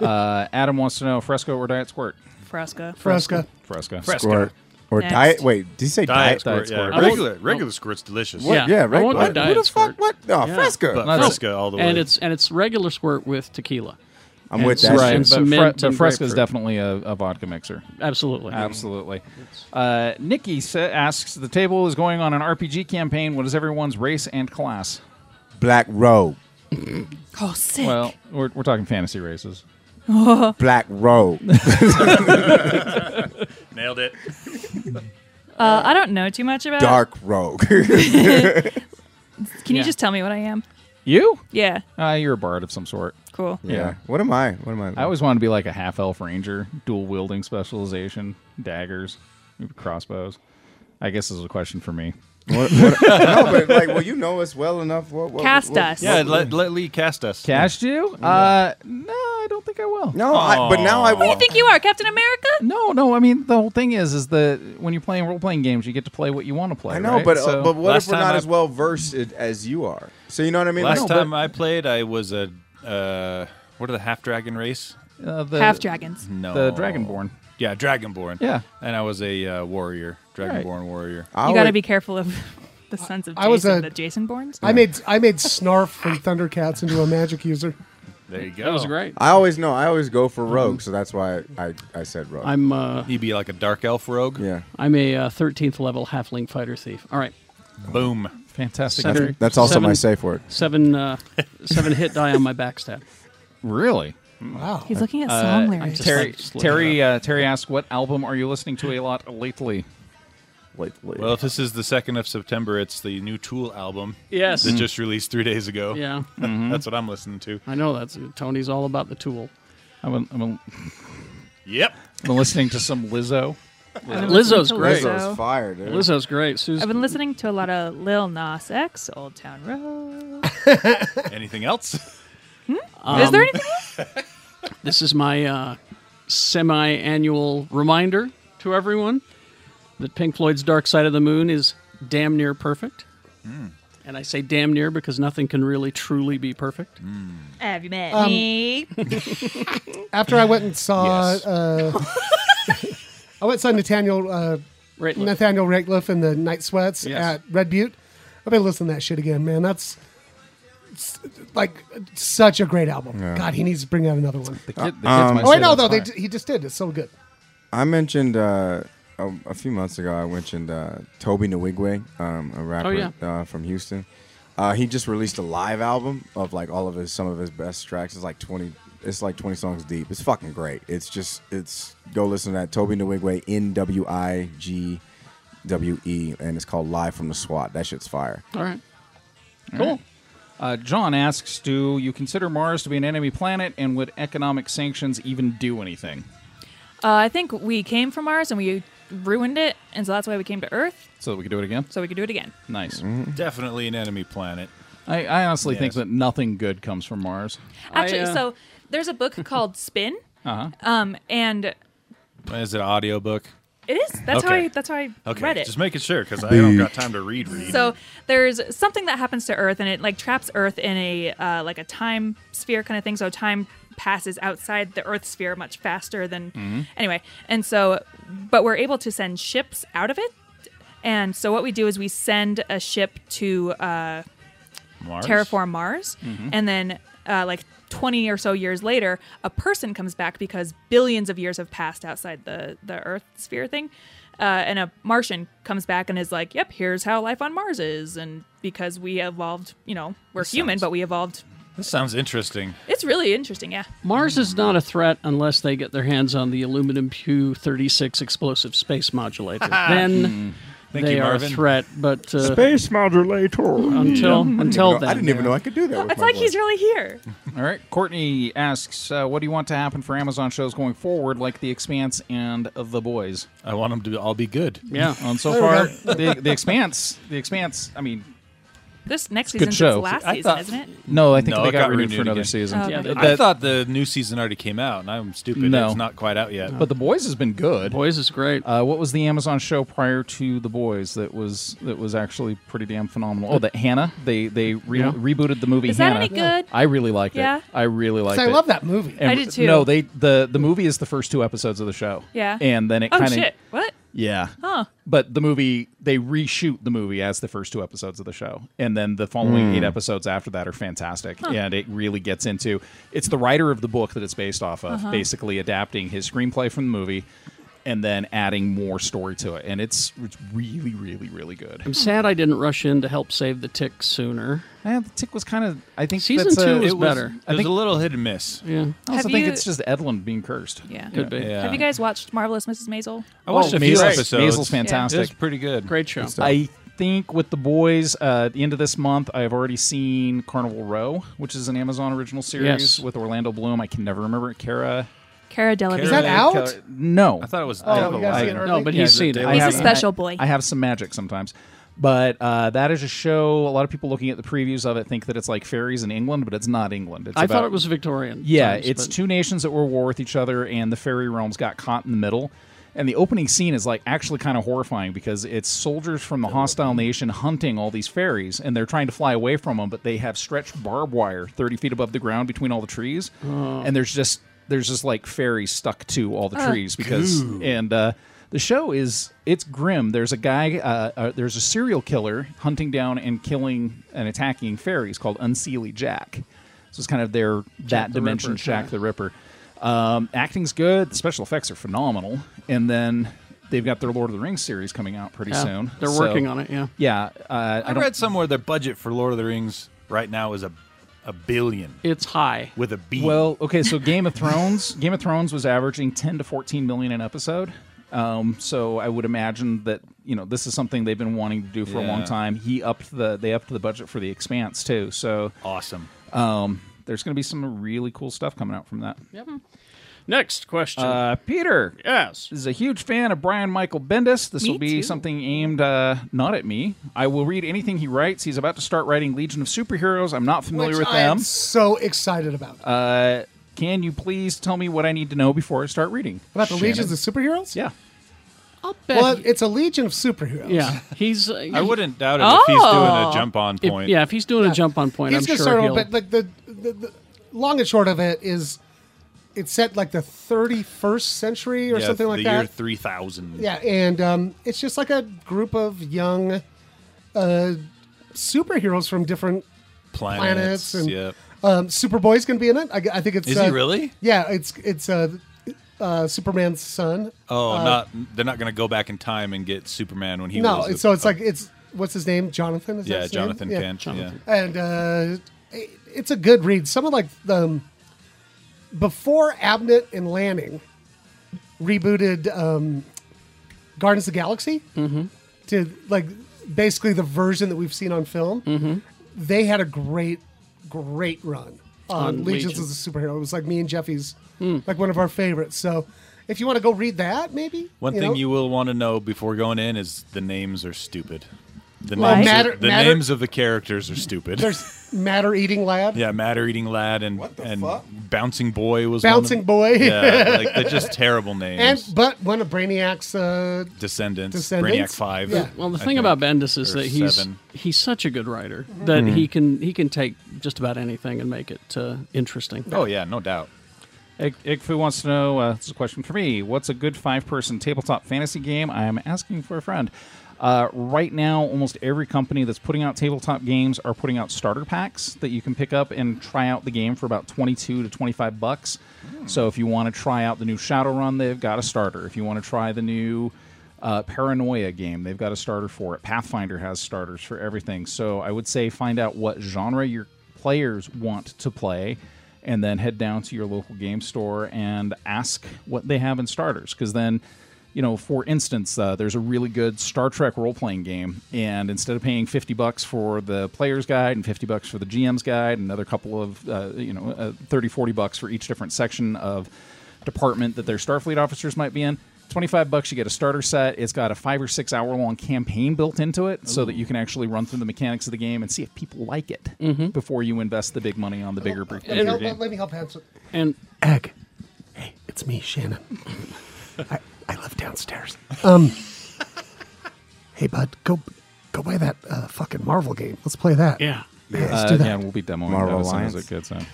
S5: Uh, Adam wants to know Fresco or Diet Squirt.
S3: Fresca.
S6: Fresca.
S5: Fresco.
S4: Or, Or
S3: Next.
S4: diet? Wait, did he say
S7: Diet
S4: diet?
S7: squirt, yeah.
S5: squirt.
S7: Regular, regular squirt's delicious.
S4: What?
S2: Yeah.
S4: Yeah,
S2: I
S4: right.
S2: want my
S4: What? Who
S2: diet
S4: the
S2: squirt.
S4: fuck? What? No,
S2: Yeah.
S4: Fresca.
S7: But Fresca all the way.
S2: Oh, and it's and it's regular squirt with tequila.
S4: I'm with
S2: and
S4: that.
S2: right.
S4: shit.
S2: some
S5: but,
S2: mint
S5: Fre- but
S2: and
S5: Fresca is
S2: grapefruit. Hmm.
S5: definitely a, a vodka mixer.
S2: Absolutely.
S5: Absolutely. Uh, Nikki sa- asks, "The table is going on an RPG campaign. What is everyone's race and class?"
S4: Black robe.
S3: Oh, sick.
S5: Well, we're, we're talking fantasy races.
S4: Black robe.
S7: Nailed it.
S3: uh, I don't know too much about it.
S4: Dark robe.
S3: Can
S2: Yeah.
S3: you just tell me what I am?
S5: You?
S3: Yeah.
S5: Uh, you're a bard of some sort.
S3: Cool.
S4: yeah. What am I? What am I?
S5: I always wanted to be like a half elf ranger, dual wielding specialization, daggers, crossbows. I guess this is a question for me.
S4: What, what, no, but like, well, you know us well enough. What, what,
S3: Cast
S4: what-
S3: us.
S7: Yeah, let, let Lee cast us.
S5: Cash you? Uh, no, I don't think I will.
S4: No, I, but now I
S3: What do you
S4: want.
S3: think you are, Captain America?
S5: No, no. I mean, the whole thing is, is that when you're playing role playing games, you get to play what you want to play.
S4: I know,
S5: right?
S4: but
S5: So-
S4: uh, but what
S7: Last
S4: if we're
S7: time
S4: not
S7: I-
S4: as well versed as you are? So you know what I mean?
S7: Last
S4: Like,
S7: time I played, I was a uh, what are the half dragon race?
S5: uh, the,
S3: Half dragons.
S7: No,
S5: the dragonborn.
S7: Yeah, dragonborn.
S5: Yeah.
S7: and I was a uh, warrior, dragonborn warrior.
S4: I
S3: you got to
S4: would-
S3: be careful of the sons of
S6: I was
S3: Jason,
S6: a-
S3: the Jason Bournes.
S6: I made I made Snarf from Thundercats into a magic user.
S7: There you go.
S2: That was great.
S4: I always know. I always go for rogue, so that's why I, I, I said rogue.
S2: Mm-hmm. I'm uh,
S7: He'd be like a dark elf rogue.
S4: yeah,
S2: I'm a uh, 13th level halfling fighter thief. All right.
S7: Boom.
S5: Fantastic.
S2: Seven-
S5: character.
S4: that's also
S2: seven-
S4: my safe word.
S2: Seven uh, seven hit die on my backstab.
S5: Really?
S6: Wow.
S3: He's looking at song
S2: I'm
S3: lyrics.
S2: just-
S5: Terry
S2: like slow
S5: Terry uh, Terry asks, "What album are you listening to a lot lately?"
S7: Well, if this is the second of September, it's the new Tool album
S2: Yes.
S7: that just released three days ago.
S2: yeah.
S7: that's what I'm listening to.
S2: I know that's Tony's all about the tool.
S5: I've been, I've been,
S7: Yep.
S5: I've been listening to some Lizzo.
S2: Lizzo's great.
S3: Lizzo.
S4: Lizzo's fire, dude.
S2: Lizzo's great.
S3: I've
S2: Susan.
S3: been listening to a lot of Lil Nas X, Old Town Road.
S7: Anything else?
S3: Is
S2: Um,
S3: there anything? else?
S2: This is my uh, semi annual reminder to everyone that Pink Floyd's Dark Side of the Moon is damn near perfect. And I say damn near because nothing can really truly be perfect.
S3: Have you met
S2: Um,
S3: me?
S6: After I went and saw,
S7: Yes.
S6: uh, I went and saw Nathaniel uh,
S2: Right? Luke?
S6: Nathaniel Rateliff in the Night Sweats
S5: Yes.
S6: at Red Butte. I've been listening to that shit again, man. That's it's, like such a great album. God, he needs to bring out another one.
S5: The kid, the kids
S7: um,
S5: might
S6: Oh, I
S5: say
S6: know
S5: that's
S6: though. They,
S5: fine.
S6: d- he just did. It's so good.
S4: I mentioned uh, a, a few months ago. I mentioned uh, Toby Nwigwe, um, a rapper
S2: Oh, yeah.
S4: uh, from Houston. Uh, he just released a live album of like all of his some of his best tracks. It's like twenty. It's like twenty songs deep. It's fucking great. It's just it's go listen to that Toby Nwigwe N W I G W E and it's called Live from the SWAT. That shit's fire.
S2: All right. Cool.
S5: Uh, John asks, "Do you consider Mars to be an enemy planet, and would economic sanctions even do anything?"
S3: Uh, I think we came from Mars and we ruined it, and so that's why we came to Earth,
S5: So that we could do it again.
S3: so we could do it again.
S5: Nice.
S7: Definitely an enemy planet.
S5: I, I honestly think
S7: Mm-hmm. Yes.
S5: that nothing good comes from Mars.
S3: Actually,
S2: uh,
S3: so there's a book called Spin,
S5: Uh huh.
S3: um, and
S7: Is it an audiobook?
S3: it is that's how
S7: Okay.
S3: I that's how I
S7: Okay,
S3: read it.
S7: just making sure because I don't got time to read. Read.
S3: So there's something that happens to Earth, and it like traps Earth in a uh, like a time sphere kind of thing. So time passes outside the Earth sphere much faster than anyway. And so, but we're able to send ships out of it. And so what we do is we send a ship to uh,
S7: Mars?
S3: terraform Mars, and then uh, like. 20 or so years later, a person comes back because billions of years have passed outside the, the Earth sphere thing. Uh, and a Martian comes back and is like, yep, here's how life on Mars is. And because we evolved, you know, we're human, but we evolved.
S7: This sounds interesting.
S3: It's really interesting, yeah.
S2: Mars is not a threat unless they get their hands on the aluminum Pew 36 explosive space modulator. then
S7: Thank
S2: they
S7: you,
S2: are
S7: Marvin.
S2: a threat, but uh, space modulator until until
S4: No,
S2: then.
S4: I didn't even know I could do that. with
S3: It's
S4: my
S3: like
S4: voice.
S3: he's really here.
S5: All right. Courtney asks, uh, "What do you want to happen for Amazon shows going forward, like The Expanse and The Boys?"
S7: I want them to all be good.
S2: Yeah.
S5: And so far, the, the Expanse, the Expanse. I mean,
S3: This next
S5: good
S3: season's its
S5: show.
S3: last
S7: I
S3: season,
S7: thought-
S3: isn't it?
S5: no, I think
S7: No,
S5: they
S7: it
S5: got,
S7: got
S5: renewed for
S7: renewed
S5: another
S7: again.
S5: season.
S3: Oh, Yeah, okay.
S7: I
S5: That-
S7: thought the new season already came out, and I'm stupid.
S5: No.
S7: It's not quite out yet.
S5: but The Boys has been good.
S2: Boys is great.
S5: Uh, what was the Amazon show prior to The Boys that was that was actually pretty damn phenomenal? Oh, that Hannah. They they re-
S2: Yeah.
S5: rebooted the movie.
S3: Is that
S5: Hannah.
S3: any good?
S5: I really liked
S3: Yeah?
S5: it. I really liked
S6: I
S5: it.
S6: love that movie.
S5: And
S3: I did too.
S5: No, they the the movie is the first two episodes of the show.
S3: Yeah.
S5: and then it
S3: Oh,
S5: kind of
S3: shit. What?
S5: Yeah.
S3: Huh.
S5: But the movie, they reshoot the movie as the first two episodes of the show. And then the following eight episodes after that are fantastic. And it really gets into it's the writer of the book that it's based off
S7: Uh-huh.
S5: of, basically adapting his screenplay from the movie and then adding more story to it. And it's, it's really, really, really good.
S2: I'm sad I didn't rush in to help save the tick sooner.
S5: Yeah, the tick was kind of, I think
S2: Season
S5: that's a-
S2: two was
S5: it
S2: better.
S7: It
S5: I
S7: was
S5: think
S7: a little hit and miss.
S2: Yeah,
S5: I also
S3: Have
S5: think
S3: you-
S5: it's just Edlin being cursed.
S3: Yeah.
S2: could be.
S7: Yeah.
S3: Have you guys watched Marvelous Mrs. Maisel?
S7: I watched
S5: Oh,
S7: a few
S5: Maisel's-
S7: episodes.
S5: Maisel's
S7: It
S5: fantastic.
S7: was pretty good.
S2: Great show.
S5: I think with the boys, uh, at the end of this month, I've already seen Carnival Row, which is an Amazon original series
S2: Yes.
S5: with Orlando Bloom. I can never remember it. Cara.
S3: Cara Delevingne.
S6: Is that out?
S5: Cara- no.
S7: I thought it was.
S6: Oh,
S7: Devil
S6: you gotta see
S7: Rider.
S6: it early.
S2: No, but
S5: Yeah,
S2: he's seen
S7: they-
S2: it.
S7: they
S5: I
S3: He's a
S5: haven't-
S3: special
S5: I-
S3: boy.
S5: I have some magic sometimes. But uh, that is a show. A lot of people looking at the previews of it think that it's like fairies in England, but it's not England. It's
S2: I
S5: about-
S2: thought it was Victorian.
S5: Yeah,
S2: times,
S5: it's
S2: but-
S5: two nations that were at war with each other, and the fairy realms got caught in the middle. And the opening scene is like actually kind of horrifying because it's soldiers from the hostile nation hunting all these fairies, and they're trying to fly away from them, but they have stretched barbed wire thirty feet above the ground between all the trees, and there's just there's just like fairies stuck to all the
S2: Ah,
S5: trees because and. uh the show is it's grim. There's a guy, uh, uh, there's a serial killer hunting down and killing and attacking fairies called Unseelie Jack. So it's kind of their that
S2: the
S5: dimension
S2: Ripper,
S5: Jack
S2: yeah.
S5: the Ripper. Um, acting's good. The special effects are phenomenal. And then they've got their Lord of the Rings series coming out pretty
S2: yeah,
S5: soon.
S2: They're
S5: So-
S2: working on it. Yeah.
S5: Yeah, uh, I
S7: I
S5: don't.
S7: read somewhere their budget for Lord of the Rings right now is a a billion
S2: It's high.
S7: with a B.
S5: Well, okay, so Game of Thrones, Game of Thrones was averaging 10 to 14 million an episode. Um, so I would imagine that you know this is something they've been wanting to do for a long
S7: Yeah.
S5: time. He upped the they upped the budget for the Expanse too. So
S7: awesome.
S5: um, there's going to be some really cool stuff coming out from that.
S2: Next question.
S5: Uh, Peter,
S2: yes.
S5: is a huge fan of Brian Michael Bendis. This
S3: Me
S5: will be
S3: too.
S5: something aimed uh, not at me. I will read anything he writes. He's about to start writing Legion of Superheroes. I'm not familiar
S6: Which
S5: with
S6: I
S5: them.
S6: am so excited about.
S5: Uh, can you please tell me what I need to know before I start reading?
S6: about the
S5: Shannon.
S6: legions of superheroes?
S5: Yeah.
S2: I'll bet.
S6: Well,
S2: he-
S6: it's a legion of superheroes.
S2: yeah, he's. Uh,
S7: I
S2: he-
S7: wouldn't doubt it if he's doing
S3: Oh.
S7: a jump on
S2: if-
S7: point.
S2: yeah, if he's doing a jump on point,
S6: He's
S2: I'm
S6: gonna
S2: sure
S6: start
S2: he'll.
S6: on, but like the, the, the long and short of it is, it's set like the 31st century or
S7: Yeah,
S6: something like
S7: the
S6: that.
S7: year three thousand.
S6: Yeah, and um, it's just like a group of young uh, superheroes from different.
S7: planets.
S6: planets and-
S7: yeah.
S6: Um, Superboy's going to be in it. I, I think it's.
S7: Is
S6: uh,
S7: he really?
S6: Yeah, it's it's uh, uh, Superman's son.
S7: Oh, not they're not going to go back in time and get Superman when he
S6: no,
S7: was. a-
S6: it's, so it's like it's what's his name? Jonathan. Is that
S7: yeah,
S6: his name?
S7: Jonathan
S6: Yeah.
S7: Kent. Yeah.
S6: and uh, it- it's a good read. Some of like um, before Abnett and Lanning rebooted um, Guardians of the Galaxy to like basically the version that we've seen on film. They had a great, great run on,
S2: On
S6: Legions
S2: Legion.
S6: of the Superhero. It was like me and Jeffy's like one of our favorites. So if you want to go read that, maybe
S7: One
S6: you
S7: thing
S6: know?
S7: you will want to know before going in is the names are stupid. The
S3: Like?
S7: names,
S6: Matter-
S7: of, the
S6: matter-
S7: names of the characters are stupid.
S6: there's Matter Eating Lad.
S7: yeah, matter eating lad and
S4: What the
S7: and
S4: fuck?
S7: bouncing boy was
S6: Bouncing
S7: one
S6: Boy.
S7: of, Yeah, like they're just terrible
S6: And
S7: names.
S6: but one of Brainiac's uh,
S7: Descendants,
S6: Descendants?
S7: Brainiac Five.
S6: Yeah.
S2: well, the
S7: I
S2: thing
S7: think,
S2: about Bendis is
S7: or
S2: that he's
S7: seven. Mm-hmm.
S2: he's such a good writer that he can he can take just about anything and make it uh, interesting.
S7: Oh yeah, no doubt.
S5: Ik- Ikfu wants to know. Uh, this is a question for me. What's a good five-person tabletop fantasy game? I am asking for a friend. Uh, right now, almost every company that's putting out tabletop games are putting out starter packs that you can pick up and try out the game for about twenty-two to twenty-five bucks. So if you want to try out the new Shadowrun, they've got a starter. If you want to try the new uh, Paranoia game, they've got a starter for it. Pathfinder has starters for everything. So I would say find out what genre your players want to play and then head down to your local game store and ask what they have in starters. Because then, you know, for instance, uh, there's a really good Star Trek role playing game, and instead of paying 50 bucks for the player's guide and 50 bucks for the GM's guide, another couple of, uh, you know, uh, 30, 40 bucks for each different section of department that their Starfleet officers might be in. 25 bucks you get a starter set. It's got a 5 or 6 hour long campaign built into it so that you can actually run through the mechanics of the game and see if people like it before you invest the big money on the bigger, bigger
S6: Let me help,
S5: game.
S6: let me help answer.
S2: And
S9: Egg. Hey, it's me, Shannon. I, I live downstairs. Um. hey, bud, go go buy that uh, fucking Marvel game. Let's play that.
S2: yeah,
S9: Yeah, let's
S5: Uh,
S9: do that.
S5: yeah, and we'll be demoing
S4: Marvel
S5: that as soon as
S4: Alliance.
S5: it gets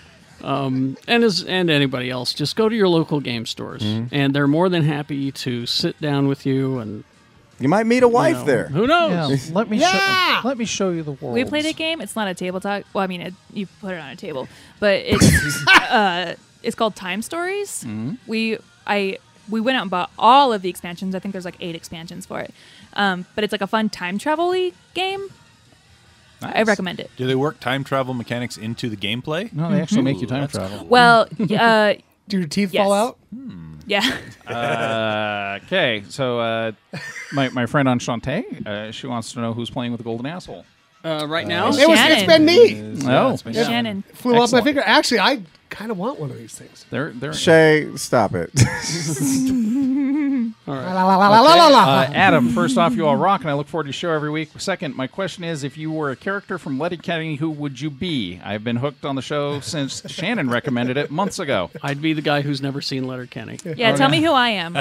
S5: out.
S2: and as and anybody
S7: Mm-hmm.
S2: else, just go to your local game stores, and they're more than happy to sit down with you and
S4: You might meet a wife there.
S2: Who knows?
S5: Yeah, let me
S6: Yeah!
S5: show, let me show you the world.
S3: We played a game. It's not a tabletop. Well, I mean, it, you put it on a table, but it's uh, it's called Time Stories. We I we went out and bought all of the expansions. I think there's like eight expansions for it. Um, but it's like a fun time travel game. I
S5: Nice.
S3: recommend it.
S7: Do they work time travel mechanics into the gameplay?
S5: No, they actually make you time travel.
S3: Well, uh,
S6: Do your teeth
S3: Yes.
S6: fall out?
S3: yeah.
S5: Okay, so uh, my my friend on Shantae, uh, she wants to know who's playing with the golden asshole.
S2: Uh, right now,
S6: It was, it's
S3: Shannon.
S6: been me.
S5: No,
S3: Shannon.
S6: Flew off my
S5: Excellent.
S6: finger. Actually, I kind of want one of these things.
S5: they're they're
S4: Shay, stop it.
S6: La, la, la, la, la, la, la.
S5: Uh, Adam, first off, you all rock, and I look forward to your show every week. Second, my question is if you were a character from Letterkenny, who would you be? I've been hooked on the show since Shannon recommended it months ago.
S2: I'd be the guy who's never seen Letter Kenny.
S3: Yeah. Tell me who I am.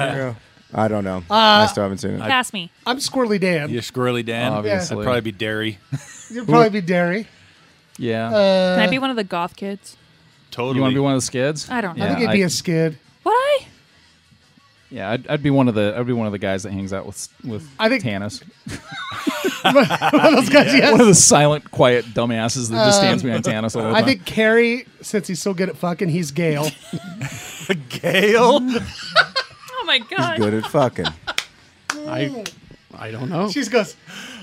S4: I don't know.
S2: Uh,
S4: I still haven't seen it.
S3: Pass me.
S6: I'm Squirrely Dan.
S7: You're Squirrely Dan.
S5: Obviously.
S7: I'd probably be Derry.
S6: You'd probably be Derry.
S5: Yeah.
S3: Can I be one of the goth kids?
S7: totally.
S5: you want to be one of the skids?
S3: I don't know.
S6: I
S5: Yeah,
S6: think it'd be a skid.
S3: Would I?
S5: yeah, I'd, I'd be one of the I'd be one of the guys that hangs out with with
S6: I think-
S5: Tannis.
S6: Those guys, yes.
S5: one of the silent, quiet dumbasses that just stands behind Tannis all the
S6: Uh, I
S5: time.
S6: think Carrie, since he's so good at fucking, he's Gale.
S7: Gale.
S3: Oh my god.
S4: Good at fucking.
S2: I, I don't know.
S6: she goes,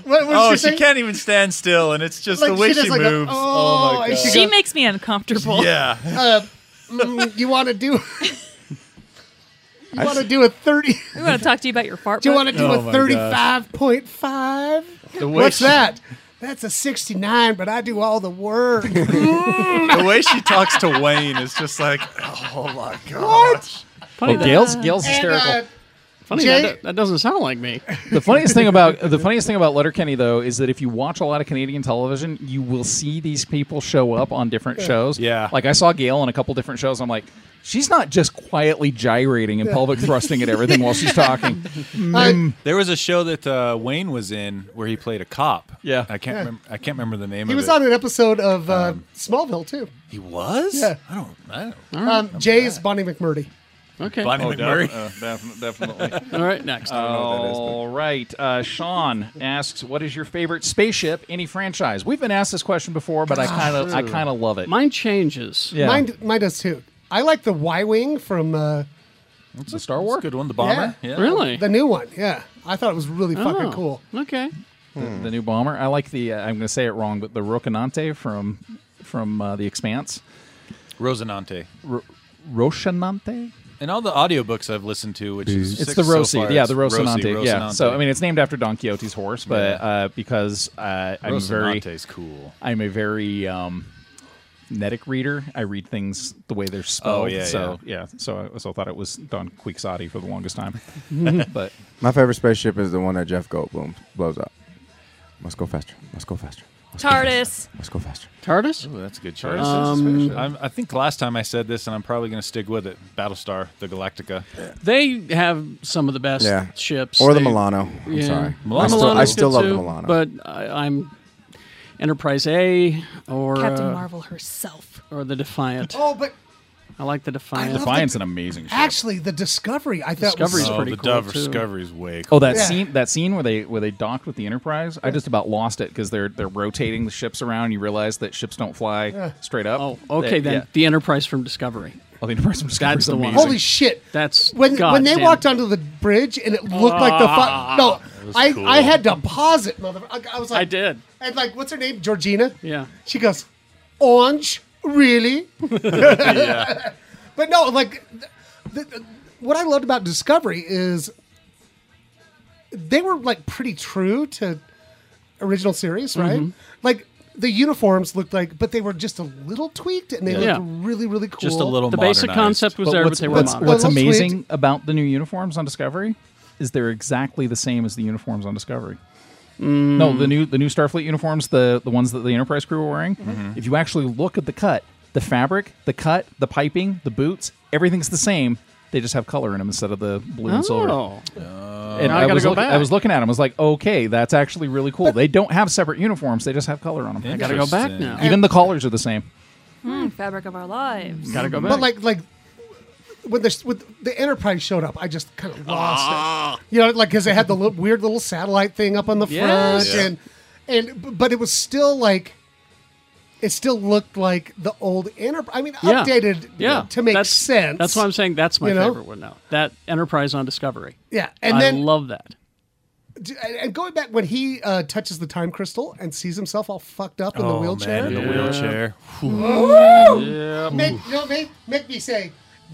S6: what, what
S7: Oh,
S6: does
S7: she
S6: say?
S7: can't even stand still, and it's just
S6: Like,
S7: the way
S6: does
S7: she
S6: like a-
S7: moves.
S6: oh, and she
S3: She
S6: goes,
S3: makes me uncomfortable.
S7: yeah.
S6: uh, mm, you want to do? you want to do a thirty?
S3: We want to talk to you about your fart.
S6: Do you
S3: bug.
S6: want to do
S7: Oh
S6: a
S7: my
S6: thirty-five point five?
S7: The way
S6: What's
S7: she,
S6: that? That's a sixty-nine, but I do all the work. uh,
S7: The way she talks to Wayne is just like, oh my god.
S2: Funny,
S5: Well, Gail's Gail's
S6: And,
S5: hysterical.
S6: uh,
S2: that, funny
S6: Jay-
S2: that, that doesn't sound like me.
S5: The funniest thing about the funniest thing about Letterkenny though is that if you watch a lot of Canadian television, you will see these people show up on different shows.
S7: Yeah.
S5: like I saw Gail on a couple different shows. I'm like, she's not just quietly gyrating and pelvic thrusting at everything while she's talking.
S6: I-
S7: There was a show that uh, Wayne was in where he played a cop.
S5: Yeah.
S7: I can't. Remember, I can't remember the name
S6: he
S7: of
S6: was
S7: it.
S6: on an episode of uh, Smallville too.
S7: He was.
S6: Yeah.
S7: I don't. I don't.
S5: Oh,
S6: Um, Jay is Bonnie McMurdy.
S2: Okay.
S7: Bonnie McMurray.
S5: definitely.
S2: All right, next.
S5: All right. Uh, Sean asks, "What is your favorite spaceship? Any franchise?" We've been asked this question before, but I kind of, I kind of love it.
S2: Mine changes.
S5: yeah,
S6: Mine, mine does too. I like the Y wing from uh,
S5: it's a Star Wars.
S7: Good one. The bomber. Yeah.
S2: Really?
S6: the new one. Yeah, I thought it was really fucking
S2: Oh,
S6: cool.
S2: Okay.
S5: the, the new bomber. I like the. Uh, I'm going to say it wrong, but the Rocinante from from uh, the Expanse.
S7: Rosinante.
S5: Rocinante.
S7: And all the audiobooks I've listened to, which is
S5: It's
S7: six
S5: the
S7: so
S5: Rossi,
S7: far,
S5: yeah,
S7: it's
S5: the Rocinante,
S7: Rossi,
S5: yeah. So
S7: Rocinante.
S5: I mean, it's named after Don Quixote's horse, but uh, because uh, I'm very,
S7: Rocinante's cool.
S5: I'm a very um, netic reader. I read things the way they're spelled.
S7: yeah,
S5: so yeah, so I, so I thought it was Don Quixote for the longest time, but
S4: My favorite spaceship is the one that Jeff Goldblum blows up. Must go faster. Must go faster. Must go faster.
S3: TARDIS.
S4: Must go faster.
S2: TARDIS?
S7: Ooh, that's a good choice.
S5: Um,
S7: I'm, I think last time I said this, and I'm probably going to stick with it. Battlestar, the Galactica.
S2: They have some of the best
S4: Yeah.
S2: ships.
S4: Or the
S2: They-
S4: Milano. I'm
S2: Yeah.
S4: sorry. I
S7: Milano's
S4: still, I
S2: Milano's
S4: still
S2: good
S4: love the
S2: too,
S4: Milano.
S2: But I, I'm Enterprise A or
S3: Captain
S2: uh,
S3: Marvel herself.
S2: or the Defiant.
S6: Oh, but
S2: I like the Defiant.
S6: love-
S5: Defiant's an amazing ship.
S6: actually, the Discovery I thought
S2: Discovery
S6: was
S2: is
S7: oh,
S2: pretty
S7: the
S2: cool,
S7: Dove
S2: too.
S7: Discovery's way cool.
S5: Oh, that
S6: Yeah.
S5: scene! That scene where they where they docked with the Enterprise. I just about lost it because they're they're rotating the ships around. And you realize that ships don't fly straight up.
S2: Oh, okay
S5: They-
S2: then.
S5: yeah.
S2: The Enterprise from Discovery.
S5: Oh, the Enterprise from Discovery's
S2: the one.
S5: amazing.
S6: Holy shit!
S2: That's
S6: when when they
S2: goddamn- Ah,
S6: walked onto the bridge and it looked like the fu- no. I,
S7: cool.
S6: I had to pause it, motherfucker. I was like,
S2: I did.
S6: And like, what's her name? Georgina.
S2: Yeah.
S6: She goes, orange, really? But no, like, th- th- what I loved about Discovery is they were like pretty true to original series, right?
S2: Mm-hmm.
S6: Like the uniforms looked like, but they were just a little tweaked and they
S2: Yeah.
S6: looked really, really cool.
S7: Just a little
S2: The basic
S7: modernized.
S2: concept was
S5: But
S2: there,
S5: what's,
S2: but they were
S5: what's,
S2: modern.
S5: what's
S6: Well, let's
S5: amazing about the new uniforms on Discovery is they're exactly the same as the uniforms on Discovery.
S2: Mm.
S5: No, the new the new Starfleet uniforms, the the ones that the Enterprise crew were wearing.
S2: Mm-hmm.
S5: If you actually look at the cut, the fabric, the cut, the piping, the boots, everything's the same. They just have color in them instead of the blue and silver.
S2: Oh.
S5: and
S2: Now I gotta
S5: was
S2: go
S5: looking,
S2: back.
S5: I was looking at them. I was like, okay, that's actually really cool. they don't have separate uniforms. They just have color on them.
S2: Gotta go back
S7: Interesting.
S2: now.
S5: Even the collars are the same.
S3: Fabric of our lives.
S2: Gotta go back.
S6: But like, like when the when the Enterprise showed up, I just kind of lost it. You know, like because they had the little, weird little satellite thing up on the front,
S2: Yes.
S6: and and but it was still like. It still looked like the old Enterprise. I mean,
S2: Yeah.
S6: updated
S2: yeah.
S6: to make
S2: that's,
S6: sense.
S2: That's why I'm saying that's my
S6: You know?
S2: favorite one now. That Enterprise on Discovery.
S6: Yeah, and
S2: I
S6: then
S2: love that.
S6: and- and going back when he uh, touches the time crystal and sees himself all fucked up in
S2: Oh,
S6: the wheelchair.
S7: man, in the wheelchair.
S6: Make, no, make, make me say,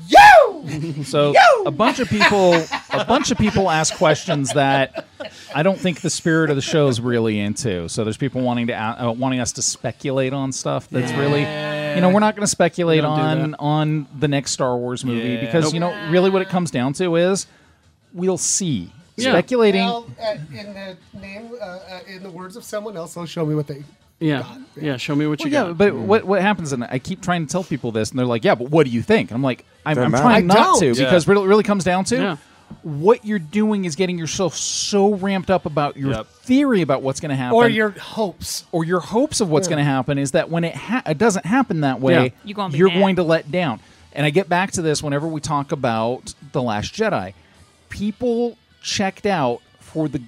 S6: yo!
S5: So a bunch of people, a bunch of people ask questions that I don't think the spirit of the show is really into. So there's people wanting to a- uh, wanting us to speculate on stuff that's really, you know, we're not going to speculate
S2: don't do
S5: on
S2: that.
S5: on the next Star Wars movie
S7: Yeah.
S5: because you know really what it comes down to is we'll see.
S2: Yeah.
S5: Speculating,
S6: Well, uh, in the name, uh, uh, in the words of someone else, they'll show me what they.
S2: Yeah. Yeah. Show me what you
S5: Well,
S2: got. Mm.
S5: yeah, but what what happens? And I keep trying to tell people this, and they're like, "Yeah, but what do you think?" And I'm like, "I'm, I'm
S4: matter.
S5: trying
S6: I
S5: not
S6: don't.
S5: to because really, really comes down to
S2: Yeah.
S5: what you're doing is getting yourself so ramped up about your
S7: Yep.
S5: theory about what's going to happen,
S6: Or your hopes.
S5: or your hopes of what's going to happen is that when it ha- it doesn't happen that way,
S2: Yeah.
S3: You gonna be
S5: you're
S3: mad.
S5: going to let down. And I get back to this whenever we talk about the Last Jedi. People checked out for the,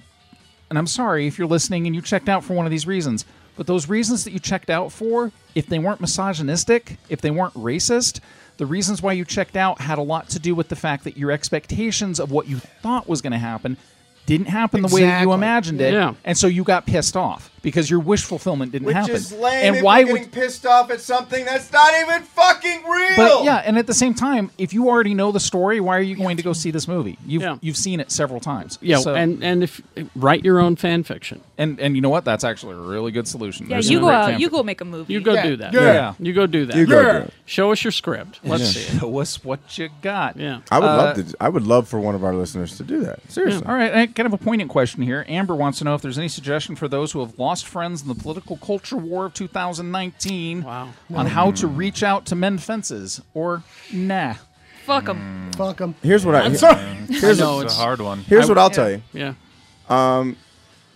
S5: and I'm sorry if you're listening and you checked out for one of these reasons, but those reasons that you checked out for, if they weren't misogynistic, if they weren't racist. The reasons why you checked out had a lot to do with the fact that your expectations of what you thought was going to happen didn't happen the way that you
S6: Exactly.
S5: imagined it,
S2: Yeah.
S5: and so you got pissed off because your wish fulfillment didn't
S4: Which
S5: happen.
S4: is lame.
S5: and
S4: if
S5: why
S4: you're
S5: would?
S4: getting pissed off at something that's not even fucking real?
S5: But yeah, and at the same time, if you already know the story, why are you going to go see this movie? You've
S2: Yeah.
S5: you've seen it several times.
S2: yeah.
S5: So-
S2: and and if write your own fan fiction,
S5: and and you know what? That's actually a really good solution.
S3: Yeah,
S5: There's
S3: you
S5: some
S3: go
S5: great
S3: out.
S5: fan
S3: You
S5: fiction.
S3: go make a movie.
S2: you go
S6: Yeah.
S2: do that.
S6: Yeah.
S5: Yeah.
S2: You go do that.
S4: You go do it.
S2: Show us your script. Let's see it.
S5: Show us what you got.
S2: Yeah.
S4: I would
S2: uh,
S4: love to. I would love for one of our listeners to do that. Seriously.
S5: All right, and kind of a poignant question here. Amber wants to know if there's any suggestion for those who have lost friends in the political culture war of 2019
S2: Wow.
S5: on how to reach out to mend fences or nah.
S3: Fuck
S5: Mm.
S3: them.
S6: Fuck them.
S4: Here's what I. Here's,
S2: No,
S7: It's
S2: it's
S7: a hard one.
S4: here's what I'll tell you.
S2: yeah.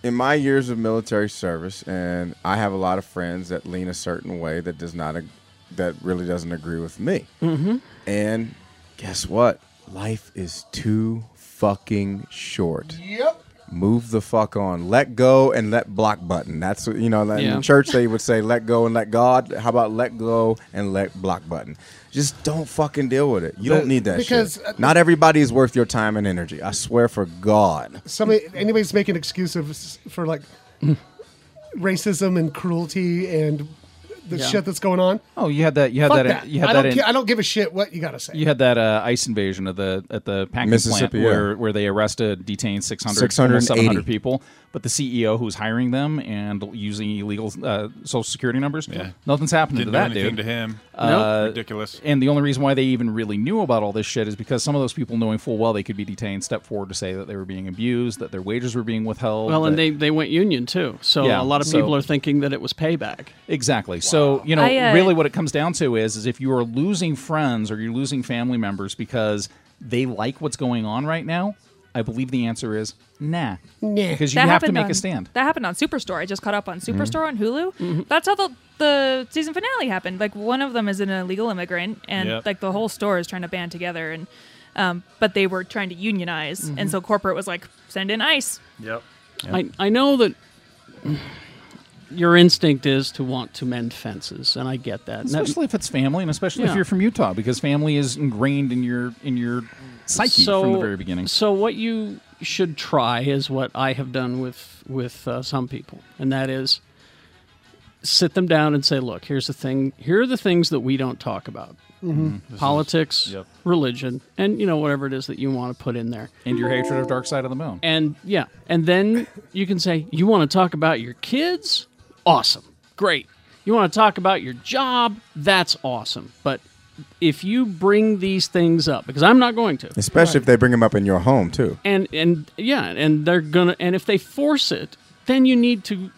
S4: in my years of military service, and I have a lot of friends that lean a certain way that does not, ag- that really doesn't agree with me. Mm-hmm. And guess what? Life is too fucking short.
S6: Yep.
S4: Move the fuck on. Let go and let block button. That's what, you know, like
S2: Yeah.
S4: in church they would say, let go and let God. How about let go and let block button? Just don't fucking deal with it. You don't need that
S6: because,
S4: shit.
S6: uh,
S4: not everybody is worth your time and energy. I swear for God.
S6: Somebody, anybody's making excuses for like racism and cruelty and the
S2: Yeah.
S6: shit that's going on.
S5: Oh, you had that. You had
S6: Fuck
S5: that.
S6: that.
S5: You had
S6: I
S5: that.
S6: don't.
S5: in-
S6: ca- I don't give a shit what you gotta say.
S5: You had that uh, ice invasion of the at the packing plant
S4: Mississippi, yeah.
S5: where, where they arrested, detained 600,
S4: 680.
S5: 700 people. But the CEO who's hiring them and using illegal uh, social security numbers, nothing's happening
S7: Didn't
S5: to
S7: do
S5: that
S7: anything
S5: dude.
S7: to him.
S5: Uh,
S7: Ridiculous.
S5: And the only reason why they even really knew about all this shit is because some of those people, knowing full well they could be detained, stepped forward to say that they were being abused, that their wages were being withheld.
S2: Well, and
S5: that-
S2: they, they went union too. So
S5: Yeah,
S2: a lot of
S5: so-
S2: people are thinking that it was payback.
S5: Exactly. So, you know,
S3: I, uh,
S5: really what it comes down to is is if you are losing friends or you're losing family members because they like what's going on right now, I believe the answer is nah.
S6: Nah.
S5: Because you
S3: That
S5: have to
S3: happened
S5: make
S3: on-
S5: a stand. Mm-hmm.
S3: That happened on Superstore. I just caught up on Superstore on Hulu. That's how the the season finale happened. Like one of them is an illegal immigrant, and
S7: Yep.
S3: like the whole store is trying to band together, and um, but they were trying to unionize, and so corporate was like, send in ICE.
S7: Yep.
S2: I, I know that your instinct is to want to mend fences, and I get that. And that-
S5: Especially if it's family and especially
S2: Yeah.
S5: if you're from Utah because family is ingrained in your in your psyche from the very beginning.
S2: So what you should try is what I have done with with uh, some people, and that is sit them down and say, "Look, here's the thing. Here are the things that we don't talk about:
S5: Mm-hmm.
S2: Mm-hmm. politics,
S7: yep.
S2: religion, and you know whatever it is that you want to put in there."
S5: And your hatred of Dark Side of the Moon.
S2: And yeah, and then you can say, "You want to talk about your kids? Awesome, great. You want to talk about your job? That's awesome." But if you bring these things up, because I'm not going to,
S4: Especially if they bring them up in your home too.
S2: and and yeah and they're gonna and if they force it then you need to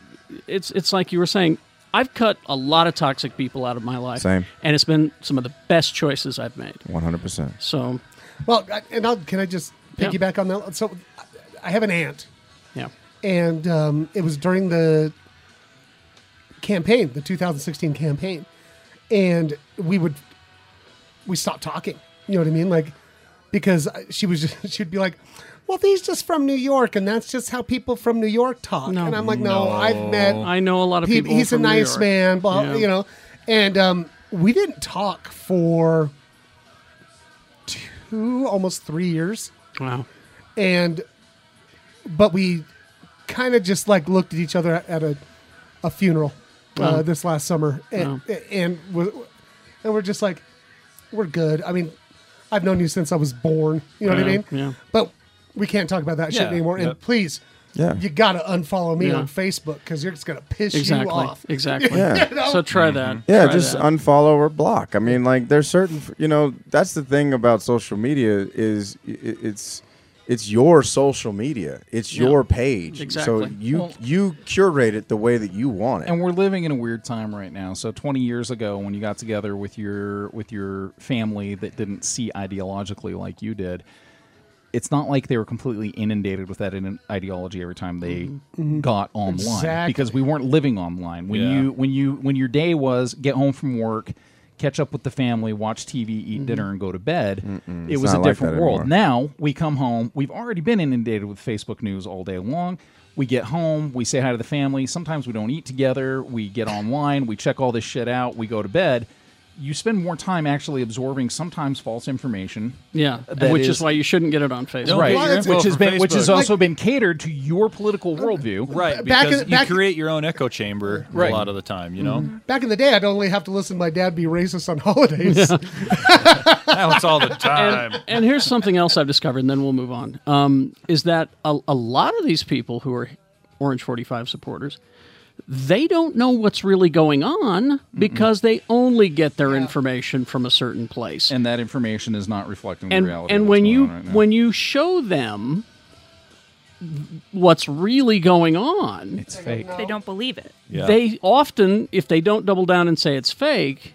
S2: it's it's like you were saying i've cut a lot of toxic people out of my life
S4: Same.
S2: and it's been some of the best choices i've made
S4: One hundred percent.
S2: so
S6: Well, I- and I'll, can I just
S2: Yeah.
S6: piggyback on that? So, I- I have an aunt
S2: yeah
S6: and um, it was during the campaign, the 2016 campaign, and we would we stopped talking. You know what I mean? Like because I- she was just, she'd be like, "Well, these just from New York, and that's just how people from New York talk."
S2: No.
S6: And I'm like, "No, I've met.
S2: I know a lot of
S6: he-
S2: people.
S6: he's
S2: from
S6: a
S2: New
S6: nice
S2: York.
S6: man, blah,
S2: Yeah.
S6: you know." And um, we didn't talk for two, almost three years
S2: Wow.
S6: and but we kind of just like looked at each other at, at a a funeral uh,
S2: Wow.
S6: this last summer, and and we're, and we're just like we're good. I mean, I've known you since I was born. You know what I
S2: Yeah,
S6: mean?
S2: yeah.
S6: But we can't talk about that shit
S5: Yeah,
S6: anymore. And
S5: yep.
S6: please.
S4: Yeah.
S6: You gotta unfollow me
S2: Yeah.
S6: on Facebook because you're just gonna piss you
S2: Exactly.
S6: off.
S2: Exactly.
S4: Yeah.
S2: So try that.
S4: Yeah,
S2: Try
S4: just
S2: that.
S4: unfollow or block. I mean, like there's certain, you know, that's the thing about social media is i- i- it's it's your social media, it's
S2: Yeah.
S4: your page. So
S2: Exactly.
S4: you
S5: Well-
S4: you curate it the way that you want it.
S5: and we're living in a weird time right now. So 20 years ago, when you got together with your with your family that didn't see ideologically like you did, it's not like they were completely inundated with that in- ideology every time they got online
S6: Exactly.
S5: because we weren't living online. When
S7: Yeah.
S5: you when you when your day was get home from work. Catch up with the family, watch TV, eat dinner, and go to bed. It was
S4: not
S5: a
S4: like
S5: different
S4: that
S5: world.
S4: anymore.
S5: Now now we come home. We've already been inundated with Facebook news all day long. We get home, we say hi to the family. Sometimes we don't eat together. We get online, we check all this shit out, we go to bed. You spend more time actually absorbing sometimes false information.
S2: Yeah.
S5: That
S2: Which is,
S5: is-
S2: why you shouldn't get it on Facebook.
S7: Right.
S6: Well, it's-
S5: Which has been which has
S7: Facebook.
S5: also been catered to your political worldview.
S7: Right,
S6: Back in-
S7: because
S6: back-
S7: you create your own echo chamber
S5: Right.
S7: a lot of the time, you know?
S4: Mm-hmm.
S6: Back in the day, I'd only have to listen to my dad be racist on holidays.
S7: Now it's all the time.
S2: and here's something else I've discovered, and then we'll move on. Um, is that a, a lot of these people who are Orange 45 supporters, they don't know what's really going on because they only get their information from a certain place.
S5: And that information is not reflecting
S2: and
S5: the reality.
S2: and
S5: of what's
S2: when
S5: going
S2: you
S5: on right now.
S2: when you show them what's really going on,
S5: it's fake.
S3: They don't believe it.
S7: Yeah.
S2: they often, if they don't double down and say it's fake,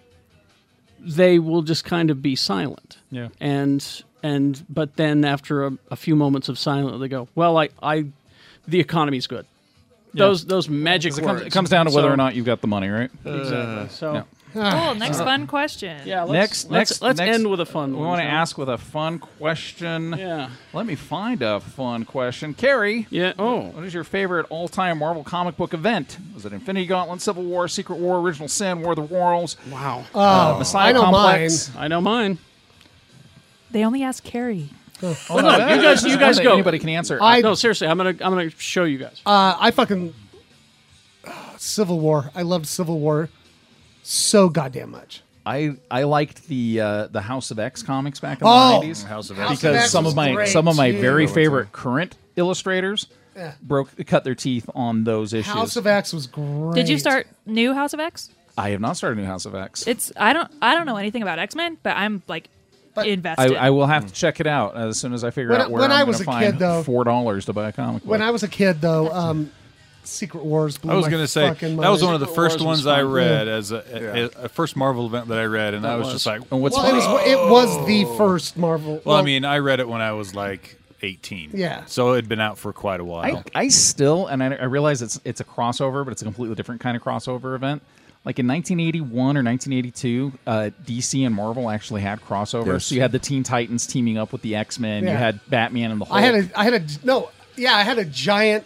S2: they will just kind of be silent.
S5: Yeah.
S2: And and but then after a, a few moments of silence, they go, "Well, I, I the economy's good." Those those magic
S5: 'Cause It
S2: words.
S5: comes, it comes down to whether
S2: So-
S5: or not you've got the money, right?
S2: Exactly. So
S5: yeah.
S3: Cool. Oh, Next fun question.
S2: yeah. Let's,
S5: next,
S2: let's,
S5: next,
S2: let's
S5: next-
S2: end with a fun.
S5: We
S2: one,
S5: want to
S2: so-
S5: ask with a fun question.
S2: Yeah.
S5: Let me find a fun question. Carrie,
S2: Yeah. Oh.
S5: what is your favorite all time Marvel comic book event? Was it Infinity Gauntlet, Civil War, Secret War, Original Sin, War of the Worlds,
S2: Wow.
S5: uh, Messiah
S6: I know
S5: Complex?
S2: I know mine.
S3: They only asked Carrie.
S5: Oh, no,
S2: you guys- you guys go.
S5: Anybody can answer.
S6: I
S2: No, seriously, I'm gonna I'm gonna show you guys.
S6: Uh, I fucking Civil War. I loved Civil War so goddamn much.
S5: I, I liked the uh, the House of X comics back in
S6: Oh.
S5: the 90s.
S7: House of
S6: House
S7: X.
S6: of X
S5: because some
S6: was
S5: of my
S6: great,
S5: some of my
S6: too.
S5: very favorite current illustrators
S6: Yeah.
S5: broke cut their teeth on those issues.
S6: House of X was great.
S3: Did you start new House of X?
S5: I have not started a new House of X.
S3: It's I don't I don't know anything about X Men, but I'm like
S5: I,
S3: invested.
S5: I will
S7: Hmm.
S5: have to check it out as soon as I figure
S6: When I-
S5: out where
S6: when
S5: I'm
S6: I was
S5: gonna
S6: a
S5: find
S6: kid, though-
S5: four dollars to buy a comic book.
S6: When I was a kid, though, um, Secret Wars. Blew
S7: I was
S6: going to
S7: say that was one of the first
S2: Wars was
S7: ones I
S2: fun.
S7: read as a, a, a- a first Marvel event that I read, and I was, just like,
S5: and what's
S6: Well, it
S5: funny-
S6: was it was the first Marvel.
S7: well, I mean, I read it when I was like 18.
S6: Yeah.
S7: So it'd been out for quite a while.
S5: I, I still and I, I realize it's it's a crossover, but it's a completely different kind of crossover event. Like in 1981 or 1982, uh, DC and Marvel actually had crossovers.
S4: Yes.
S5: So you had the Teen Titans teaming up with the X Men.
S6: Yeah.
S5: You had Batman and the Hulk.
S6: I had a I had a no yeah I had a giant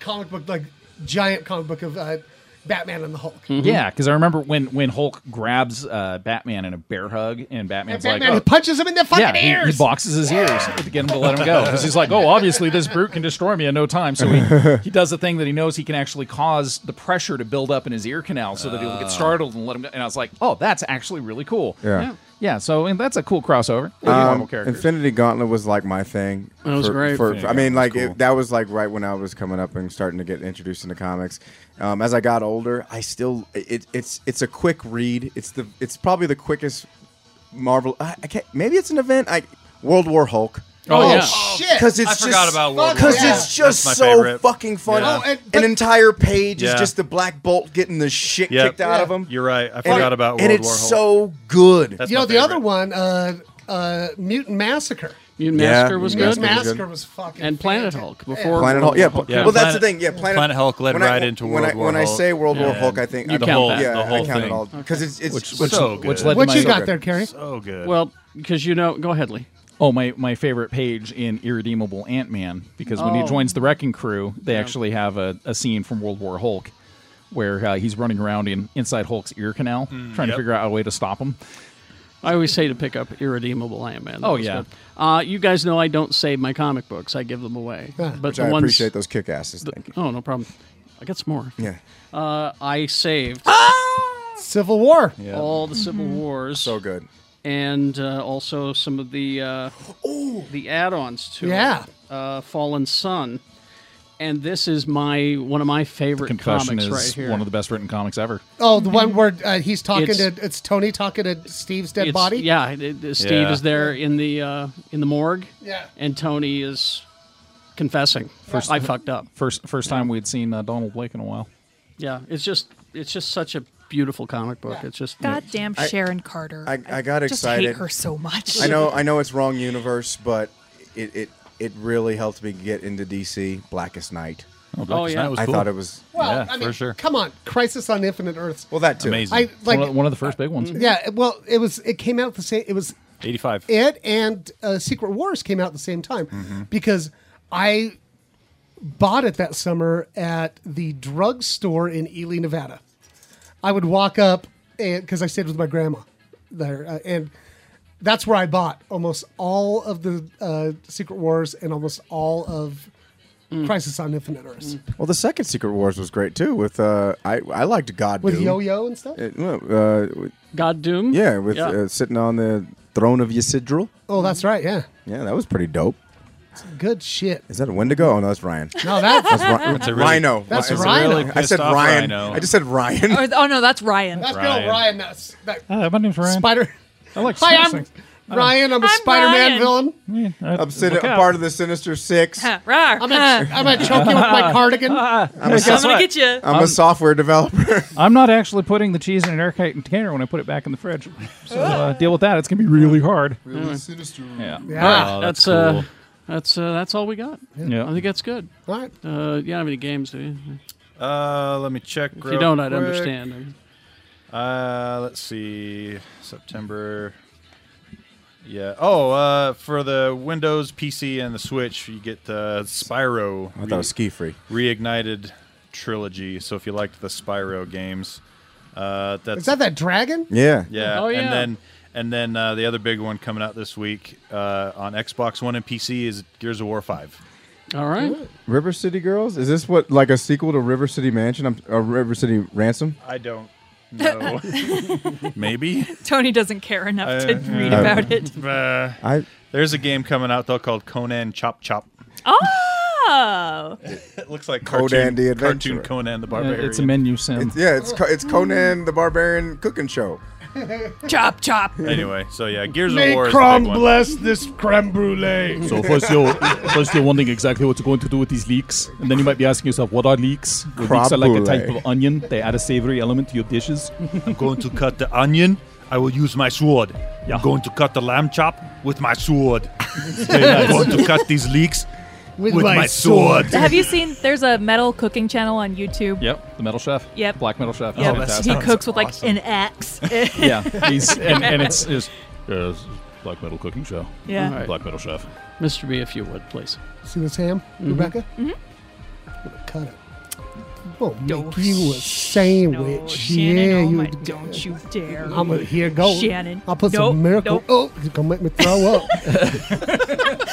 S6: comic book like giant comic book of uh, Batman and the Hulk.
S7: Mm-hmm.
S5: yeah, because I remember when when Hulk grabs uh, Batman in a bear hug, and
S6: And
S5: Batman's
S6: Batman
S5: like, "Oh,
S6: punches him in the fucking
S5: yeah, he-
S6: ears.
S5: He, boxes his ears to get him to let him go because he's like, oh, obviously this brute can destroy me in no time. So he, he does the thing that he knows he can actually cause the pressure to build up in his ear canal so that he'll
S6: Ah.
S5: get startled and let him. go. And I was like, oh, that's actually really cool.
S4: Yeah.
S5: yeah. Yeah, so and that's a cool crossover. With
S4: Um,
S5: Marvel characters.
S4: Infinity Gauntlet was like my thing.
S2: That was
S4: for,
S2: great.
S4: For,
S2: Infinity
S4: I mean, like
S7: Gauntlet was
S4: it,
S7: cool.
S4: that was like right when I was coming up and starting to get introduced into comics. Um, as I got older, I still it, it's it's a quick read. It's the it's probably the quickest Marvel. I, I can't, maybe it's an event. I World War Hulk.
S2: Oh, yeah.
S6: shit.
S4: Because it's
S7: I
S4: just,
S7: forgot about World
S6: War
S4: Because
S6: Hulk.
S4: it's just
S7: That's my
S4: so
S7: favorite.
S4: fucking funny.
S7: Yeah.
S6: Oh, and- but-
S4: An entire page
S7: Yeah.
S4: is just the Black Bolt getting the shit
S7: Yep.
S4: kicked out of
S6: Yeah.
S4: him.
S7: You're right. I
S4: And
S7: forgot
S4: it-
S7: about World
S4: And
S7: War
S4: it's
S7: Hulk.
S4: so good.
S7: That's
S6: you know
S7: my
S6: the other
S7: favorite.
S6: one uh, uh, Mutant Massacre.
S2: Mutant
S4: Yeah.
S2: Master was
S4: Mutant
S2: good.
S6: Mutant
S4: Massacre was good.
S6: Massacre was fucking
S2: and Planet
S6: fantastic.
S2: Hulk before
S4: Planet Hulk. Yeah, pl-
S7: Yeah,
S4: well, that's the
S7: Planet-
S4: thing. Yeah, Planet,
S7: Planet Hulk led
S4: when I-
S7: right into
S4: when
S7: World
S4: I,
S7: War
S4: When I
S7: Hulk.
S4: say World War
S7: Yeah.
S4: Hulk, I think
S2: You
S4: I,
S2: count
S4: whole,
S2: that.
S4: Yeah,
S7: The whole
S4: I count
S7: thing.
S4: it all because it's it's
S5: Which-
S4: so
S7: so
S4: good.
S7: good.
S5: which led-
S6: What you
S5: So
S6: got
S4: good.
S6: there, Carrie?
S7: so good.
S2: Well, because you know, go ahead, Lee.
S5: Oh, my, my favorite page in Irredeemable Ant Man, because when
S2: Oh.
S5: he joins the Wrecking Crew, they actually have a, a scene from World War Hulk where uh, he's running around in inside Hulk's ear canal
S6: Mm,
S5: trying
S7: yep.
S5: to figure out a way to stop him.
S2: I always say to pick up Irredeemable Ant Man.
S5: Oh, yeah.
S2: Uh, you guys know I don't save my comic books; I give them away. But
S4: Which
S2: the
S4: I
S2: ones,
S4: appreciate those kick asses. Thank you.
S2: Oh no problem. I got some more.
S4: Yeah.
S2: Uh, I saved
S5: Ah!
S6: Civil War.
S2: all the Civil Wars
S4: Mm-hmm. So good.
S2: and uh, also some of the uh, the add-ons to it.
S6: Yeah.
S2: Uh, Fallen Sun. And this is my one of my favorite
S5: Confession
S2: comics
S5: is
S2: right here.
S5: one of the best written comics ever.
S6: Oh, the one where uh, he's talking
S2: It's-
S6: to it's Tony talking to Steve's dead
S2: It's-
S6: body.
S2: Yeah, it- it- Steve
S7: Yeah.
S2: is there in the uh, in the morgue.
S6: Yeah.
S2: and Tony is confessing. First, I fucked up.
S5: First first time we'd seen uh, Donald Blake in a while.
S2: Yeah, it's just it's just such a beautiful comic book. It's just
S3: Goddamn Sharon Carter.
S4: I- I got
S3: just
S4: excited.
S3: hate her so much.
S4: I know, I know it's wrong universe, but it it, it really helped me get into DC. Blackest Night.
S2: Oh, yeah.
S7: was
S4: I
S7: cool.
S4: thought it was
S10: Well,
S7: Yeah,
S10: I mean,
S7: for sure.
S6: Come on, Crisis on Infinite Earths.
S4: well that too.
S7: amazing.
S6: I like. Mm,
S5: one, of, one of the first big ones.
S6: yeah. Well, it was. It came out at the same. It was
S7: 85.
S6: it and uh, Secret Wars came out at the same time because I bought it that summer at the drugstore in Ely, Nevada. I would walk up and because I stayed with my grandma there, uh, and that's where I bought almost all of the uh, Secret Wars and almost all of Crisis on Infinite Earths
S4: Well, the second Secret Wars was great too. With uh, I I liked God Uh,
S6: with Yo Yo and stuff.
S2: God Doom.
S4: yeah, with
S2: yeah.
S4: Uh, sitting on the throne of Ysidril.
S6: oh, that's right. Yeah,
S4: Yeah, that was pretty dope.
S6: good shit.
S4: Is that a Wendigo? Oh no, that's Ryan.
S6: No, that's
S4: That's Ri-
S7: a really-
S4: Rhino.
S6: That's
S4: It's a
S6: Rhino.
S4: really
S7: That's
S4: I said
S7: off
S4: Ryan.
S7: Rhino.
S4: I just said Ryan.
S3: Or- oh no, that's Ryan.
S6: that's
S7: Ryan.
S6: Bill Ryan. That's that
S5: Hi, Uh, my name's Ryan.
S6: Spider.
S5: I like
S6: Hi, I'm
S5: snacks.
S6: Uh, Ryan. I'm a
S3: I'm
S6: Spider Man
S3: Ryan.
S6: villain.
S5: uh,
S4: I'm sitting I'm part of the Sinister Six.
S3: Huh, rawr,
S6: I'm
S3: huh.
S6: gonna, I'm gonna choke you with my cardigan.
S4: I'm, a,
S3: I'm
S4: soft-
S3: gonna get you.
S4: I'm a software developer.
S5: I'm not actually putting the cheese in an airtight container when I put it back in the fridge. So uh, deal with that. It's going to be really hard.
S3: Mm.
S4: Sinister.
S5: Yeah.
S6: Yeah.
S5: Oh,
S2: that's uh, that's uh, that's all we got.
S5: Yeah.
S2: I think that's good.
S6: All right.
S2: Uh, you don't have any games, do you?
S7: Uh, let me check.
S2: If you don't, I'd understand.
S7: Uh, let's see. September. Yeah. Oh, uh, for the Windows, PC, and the Switch, you get the Spyro
S4: I thought it was ski free.
S7: re- Reignited trilogy. So if you liked the Spyro games, uh, that's
S6: Is that that dragon?
S4: Yeah.
S7: yeah.
S2: Oh, yeah.
S7: And then and then uh, the other big one coming out this week uh, on Xbox One and PC is Gears of War Five.
S2: All right.
S4: River City Girls? Is this what like a sequel to River City Mansion? I'm uh, River City Ransom?
S7: I don't know. Maybe.
S3: Tony doesn't care enough to
S7: Uh,
S3: read about it.
S7: Uh,
S4: I
S7: there's a game coming out though called Conan Chop Chop.
S3: Oh,
S7: It looks like
S4: Conan
S7: cartoon,
S4: the Adventurer.
S7: cartoon Conan the Barbarian.
S5: Uh, It's a menu sim.
S4: it's, yeah, it's Co- it's Conan the Barbarian cooking show.
S3: chop chop.
S7: Anyway, so yeah, Gears
S10: May
S7: of War is the
S10: Crumb
S7: big one.
S10: bless this creme brulee.
S11: So first you're first you're wondering exactly what you're going to do with these leeks, and then you might be asking yourself, what are leeks? Well, leeks are like a type
S4: Crapule.
S11: of onion. They add a savory element to your dishes.
S7: I'm going to cut the onion. I will use my sword. I'm going to cut the lamb chop with my sword. I'm going to cut these leeks with, my, sword.
S3: Have you seen? There's a metal cooking channel on YouTube.
S5: Yep, the metal chef.
S3: Yep.
S5: black metal chef.
S6: Oh,
S5: Oh,
S3: Yep. he
S5: Fantastic.
S3: cooks with like an axe.
S5: yeah, he's and, and it's, it's
S11: Yeah, it's uh, black metal cooking show.
S3: yeah.
S2: All right.
S11: Black metal chef.
S2: Mr. B, if you would, please.
S6: See this ham, Rebecca? Mm-hmm.
S3: Mm-hmm.
S6: Cut it. We'll make
S3: No,
S6: you a sandwich. yeah,
S3: Shannon, oh
S6: you.
S3: my, don't you dare.
S6: I'm a, here go.
S3: Shannon.
S6: I'll put
S3: Nope,
S6: some miracle.
S3: nope.
S6: Oh, it's gonna make me throw up.